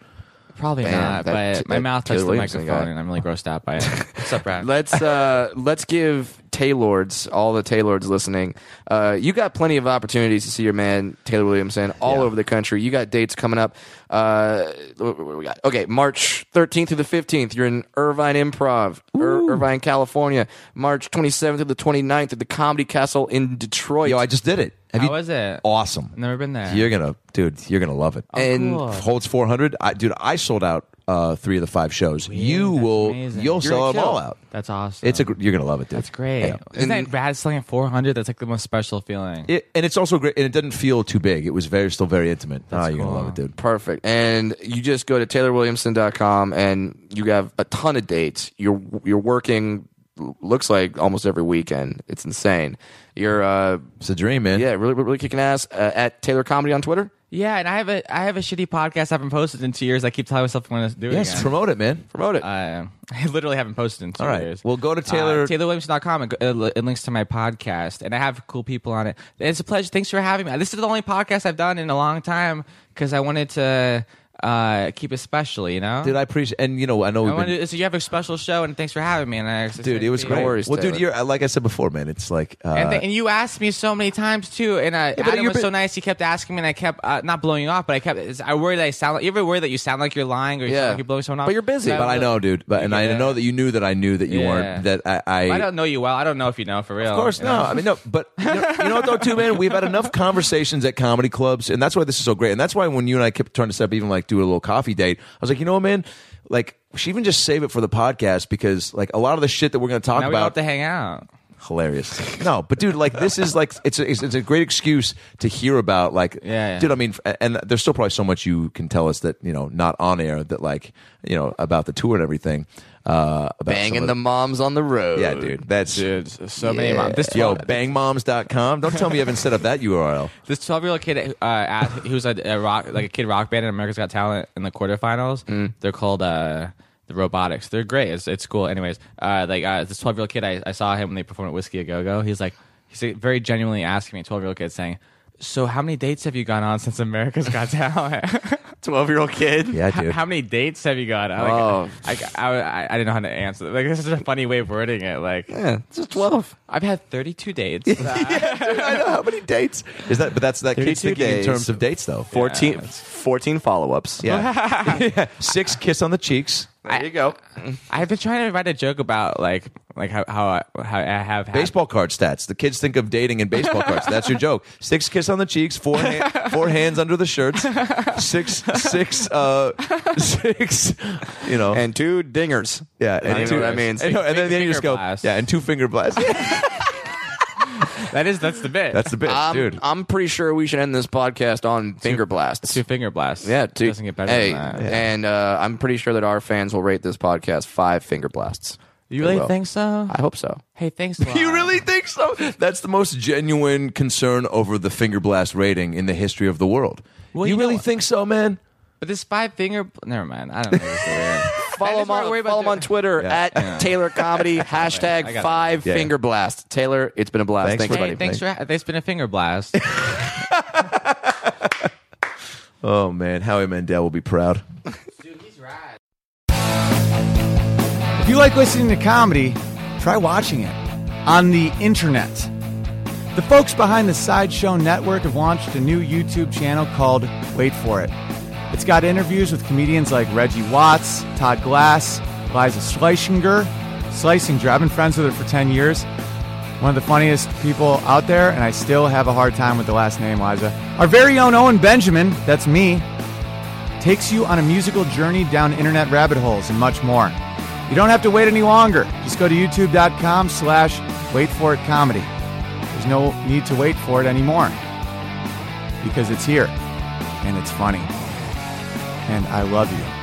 [SPEAKER 4] probably
[SPEAKER 3] Damn,
[SPEAKER 4] not.
[SPEAKER 3] that-
[SPEAKER 4] but my
[SPEAKER 3] that
[SPEAKER 4] mouth
[SPEAKER 3] Taylor
[SPEAKER 4] touched the
[SPEAKER 3] Williamson
[SPEAKER 4] microphone,
[SPEAKER 3] guy.
[SPEAKER 4] and I'm really grossed out by it. What's up, Brad?
[SPEAKER 3] Let's uh, let's give Taylords all the Taylords listening. Uh, you got plenty of opportunities to see your man Taylor Williamson all over the country. You got dates coming up. Uh, what- what we got? Okay, March 13th through the 15th, you're in Irvine Improv, Ir- Irvine, California. March 27th through the 29th at the Comedy Castle in Detroit.
[SPEAKER 2] Yo, I just did it. Have
[SPEAKER 4] How
[SPEAKER 2] you-
[SPEAKER 4] was it?
[SPEAKER 2] Awesome.
[SPEAKER 4] Never been there.
[SPEAKER 2] You're gonna, dude. You're gonna love it. and
[SPEAKER 4] cool.
[SPEAKER 2] holds 400. I, dude, I sold out uh, three of the five shows. you
[SPEAKER 4] that's
[SPEAKER 2] will,
[SPEAKER 4] amazing.
[SPEAKER 2] you'll
[SPEAKER 4] You're
[SPEAKER 2] sell them
[SPEAKER 3] kill.
[SPEAKER 2] all out.
[SPEAKER 4] that's awesome.
[SPEAKER 2] It's a, gr- you're gonna love it, dude.
[SPEAKER 4] that's great.
[SPEAKER 2] Yeah.
[SPEAKER 4] Isn't that Brad selling at four hundred? That's like the most special feeling.
[SPEAKER 2] It, and it's also great, and it doesn't feel too big. It was very, still very intimate. oh, you're gonna
[SPEAKER 4] cool.
[SPEAKER 2] love it, dude.
[SPEAKER 3] Perfect. And you just go to taylorwilliamson.com and you have a ton of dates. You're you're working looks like almost every weekend. It's insane. You're uh
[SPEAKER 2] It's a dream, man.
[SPEAKER 3] yeah, really really kicking ass uh, at Taylor Comedy on Twitter.
[SPEAKER 4] yeah, and I have a I have a shitty podcast I haven't posted in two years. I keep telling myself I'm gonna do it.
[SPEAKER 2] Yes,
[SPEAKER 4] again.
[SPEAKER 2] promote it, man.
[SPEAKER 3] Promote it.
[SPEAKER 4] I, I literally haven't posted in two
[SPEAKER 2] All right.
[SPEAKER 4] years.
[SPEAKER 2] Well, go to Taylor-
[SPEAKER 4] uh, TaylorWilliamson.com. It, go- it links to my podcast, and I have cool people on it. It's a pleasure. Thanks for having me. This is the only podcast I've done in a long time because I wanted to uh, keep it special. You know,
[SPEAKER 2] Dude, I appreciate, and you know, I know
[SPEAKER 4] I
[SPEAKER 2] we've been,
[SPEAKER 4] wanted to- so you have a special show, and thanks for having me. And I,
[SPEAKER 2] dude, it was
[SPEAKER 4] Yeah.
[SPEAKER 2] great.
[SPEAKER 3] worries,
[SPEAKER 2] well, dude,
[SPEAKER 3] Taylor.
[SPEAKER 2] you're uh, like I said before, man. It's like, uh,
[SPEAKER 4] And, th- and you asked me so many times too, and uh, Adam
[SPEAKER 2] you're
[SPEAKER 4] was
[SPEAKER 2] bit-
[SPEAKER 4] so nice. He kept asking me, and I kept uh, not blowing you off, but I kept. it's- I worry that I sound. Like, you ever worry that you sound like you're lying or you
[SPEAKER 3] Yeah.
[SPEAKER 4] sound like you're blowing someone off?
[SPEAKER 3] But you're busy.
[SPEAKER 2] but I know, dude, but and I
[SPEAKER 4] Yeah.
[SPEAKER 2] know that you knew that I knew that you
[SPEAKER 4] Yeah.
[SPEAKER 2] weren't that I.
[SPEAKER 4] I don't know you well. I don't know if you know for real.
[SPEAKER 2] Of course,
[SPEAKER 4] you know?
[SPEAKER 2] no. I mean, no. But you know, you know what, though, too, man? We've had enough conversations at comedy clubs, and that's why this is so great. And that's why when you and I kept trying to set up, even like do a little coffee date, I was like, you know what, man? Like, we should even just save it for the podcast because, like, a lot of the shit that we're going to talk
[SPEAKER 4] Now we don't have
[SPEAKER 2] about,
[SPEAKER 4] to hang out.
[SPEAKER 2] hilarious. No, but dude, like, this is like, it's a, it's, it's a great excuse to hear about, like,
[SPEAKER 4] Yeah, yeah.
[SPEAKER 2] dude. I mean, f- and there's still probably so much you can tell us that you know, not on air, that like, you know, about the tour and everything. Uh, about some
[SPEAKER 3] Banging
[SPEAKER 2] of
[SPEAKER 3] the moms on the road.
[SPEAKER 2] yeah, dude. That's um,
[SPEAKER 4] Dude, so
[SPEAKER 3] many moms.
[SPEAKER 4] This
[SPEAKER 2] Yo,
[SPEAKER 4] twelve-
[SPEAKER 2] bangmoms.com. Don't tell me you haven't set up that URL.
[SPEAKER 4] This twelve-year-old kid, uh, at, who's a, a rock, like a kid rock band in America's Got Talent in the quarterfinals.
[SPEAKER 3] Mm.
[SPEAKER 4] They're called uh, the Robotics. They're great. It's, it's cool. Anyways, uh, like uh, this twelve-year-old kid, I, I saw him when they performed at Whiskey a Go Go. He's like, he's like, very genuinely asking me, twelve-year-old kid, saying. So, how many dates have you gone on since America's Got Talent?
[SPEAKER 3] Twelve year old kid.
[SPEAKER 2] Yeah,
[SPEAKER 4] how,
[SPEAKER 2] dude.
[SPEAKER 4] how many dates have you gone? on?
[SPEAKER 3] Oh.
[SPEAKER 4] Like, I, I, I, I didn't know how to answer. Like, this is a funny way of wording it. Like,
[SPEAKER 3] Yeah, just twelve.
[SPEAKER 4] I've had 32 dates.
[SPEAKER 2] I know how many dates is that, but that's that kid's
[SPEAKER 3] 32
[SPEAKER 2] thinking in
[SPEAKER 3] days.
[SPEAKER 2] terms of dates, though.
[SPEAKER 3] 14, 14 follow ups.
[SPEAKER 2] Yeah, six kiss on the cheeks.
[SPEAKER 3] There you go.
[SPEAKER 4] I've been trying to write a joke about like like how how I, how I have had,
[SPEAKER 2] Baseball card stats. The kids think of dating in baseball cards. That's your joke. Six kiss on the cheeks. Four ha- four hands under the shirts. Six six uh six. You know.
[SPEAKER 3] And two dingers.
[SPEAKER 2] yeah,
[SPEAKER 3] I don't
[SPEAKER 2] and
[SPEAKER 3] know what that means.
[SPEAKER 2] And, no, and then, then you
[SPEAKER 4] Finger
[SPEAKER 2] just go,
[SPEAKER 4] blasts.
[SPEAKER 2] yeah, and two finger blasts.
[SPEAKER 4] That is that's the bit.
[SPEAKER 2] That's the bit,
[SPEAKER 3] I'm,
[SPEAKER 2] dude.
[SPEAKER 3] I'm pretty sure we should end this podcast on finger blasts.
[SPEAKER 4] two finger blasts.
[SPEAKER 3] Yeah,
[SPEAKER 4] It
[SPEAKER 3] dude.
[SPEAKER 4] doesn't get better
[SPEAKER 3] Hey,
[SPEAKER 4] than that.
[SPEAKER 3] and uh, I'm pretty sure that our fans will rate this podcast five finger blasts.
[SPEAKER 4] You
[SPEAKER 3] They
[SPEAKER 4] really
[SPEAKER 3] will.
[SPEAKER 4] think so?
[SPEAKER 3] I hope so.
[SPEAKER 4] hey, thanks. a lot.
[SPEAKER 2] You really think so? That's the most genuine concern over the finger blast rating in the history of the world.
[SPEAKER 4] Well,
[SPEAKER 2] you,
[SPEAKER 4] you know
[SPEAKER 2] really
[SPEAKER 4] what?
[SPEAKER 2] think so, man?
[SPEAKER 4] But this five finger. Never mind. I don't know. This is weird.
[SPEAKER 3] Follow him
[SPEAKER 4] why I worry
[SPEAKER 3] on,
[SPEAKER 4] about
[SPEAKER 3] follow him on
[SPEAKER 4] doing-
[SPEAKER 3] Twitter
[SPEAKER 2] Yeah.
[SPEAKER 3] at Taylor Comedy
[SPEAKER 4] I
[SPEAKER 3] hashtag
[SPEAKER 4] got it.
[SPEAKER 3] Five
[SPEAKER 2] Yeah.
[SPEAKER 3] Finger Blast. Taylor, it's been a blast.
[SPEAKER 2] Thanks
[SPEAKER 3] Thanks,
[SPEAKER 2] for-
[SPEAKER 3] buddy.
[SPEAKER 4] Hey, thanks for it's been a finger blast.
[SPEAKER 2] Oh man, Howie Mandel will be proud.
[SPEAKER 4] Dude, he's rad.
[SPEAKER 9] If you like listening to comedy, try watching it on the internet. The folks behind the Sideshow Network have launched a new YouTube channel called Wait For It. It's got interviews with comedians like Reggie Watts, Todd Glass, Liza Schleichinger, Schlesinger. I've been friends with her for 10 years. One of the funniest people out there, and I still have a hard time with the last name, Liza. Our very own Owen Benjamin, that's me, takes you on a musical journey down internet rabbit holes and much more. You don't have to wait any longer. Just go to youtube.com slash wait for it comedy. There's no need to wait for it anymore because it's here and it's funny. And I love you.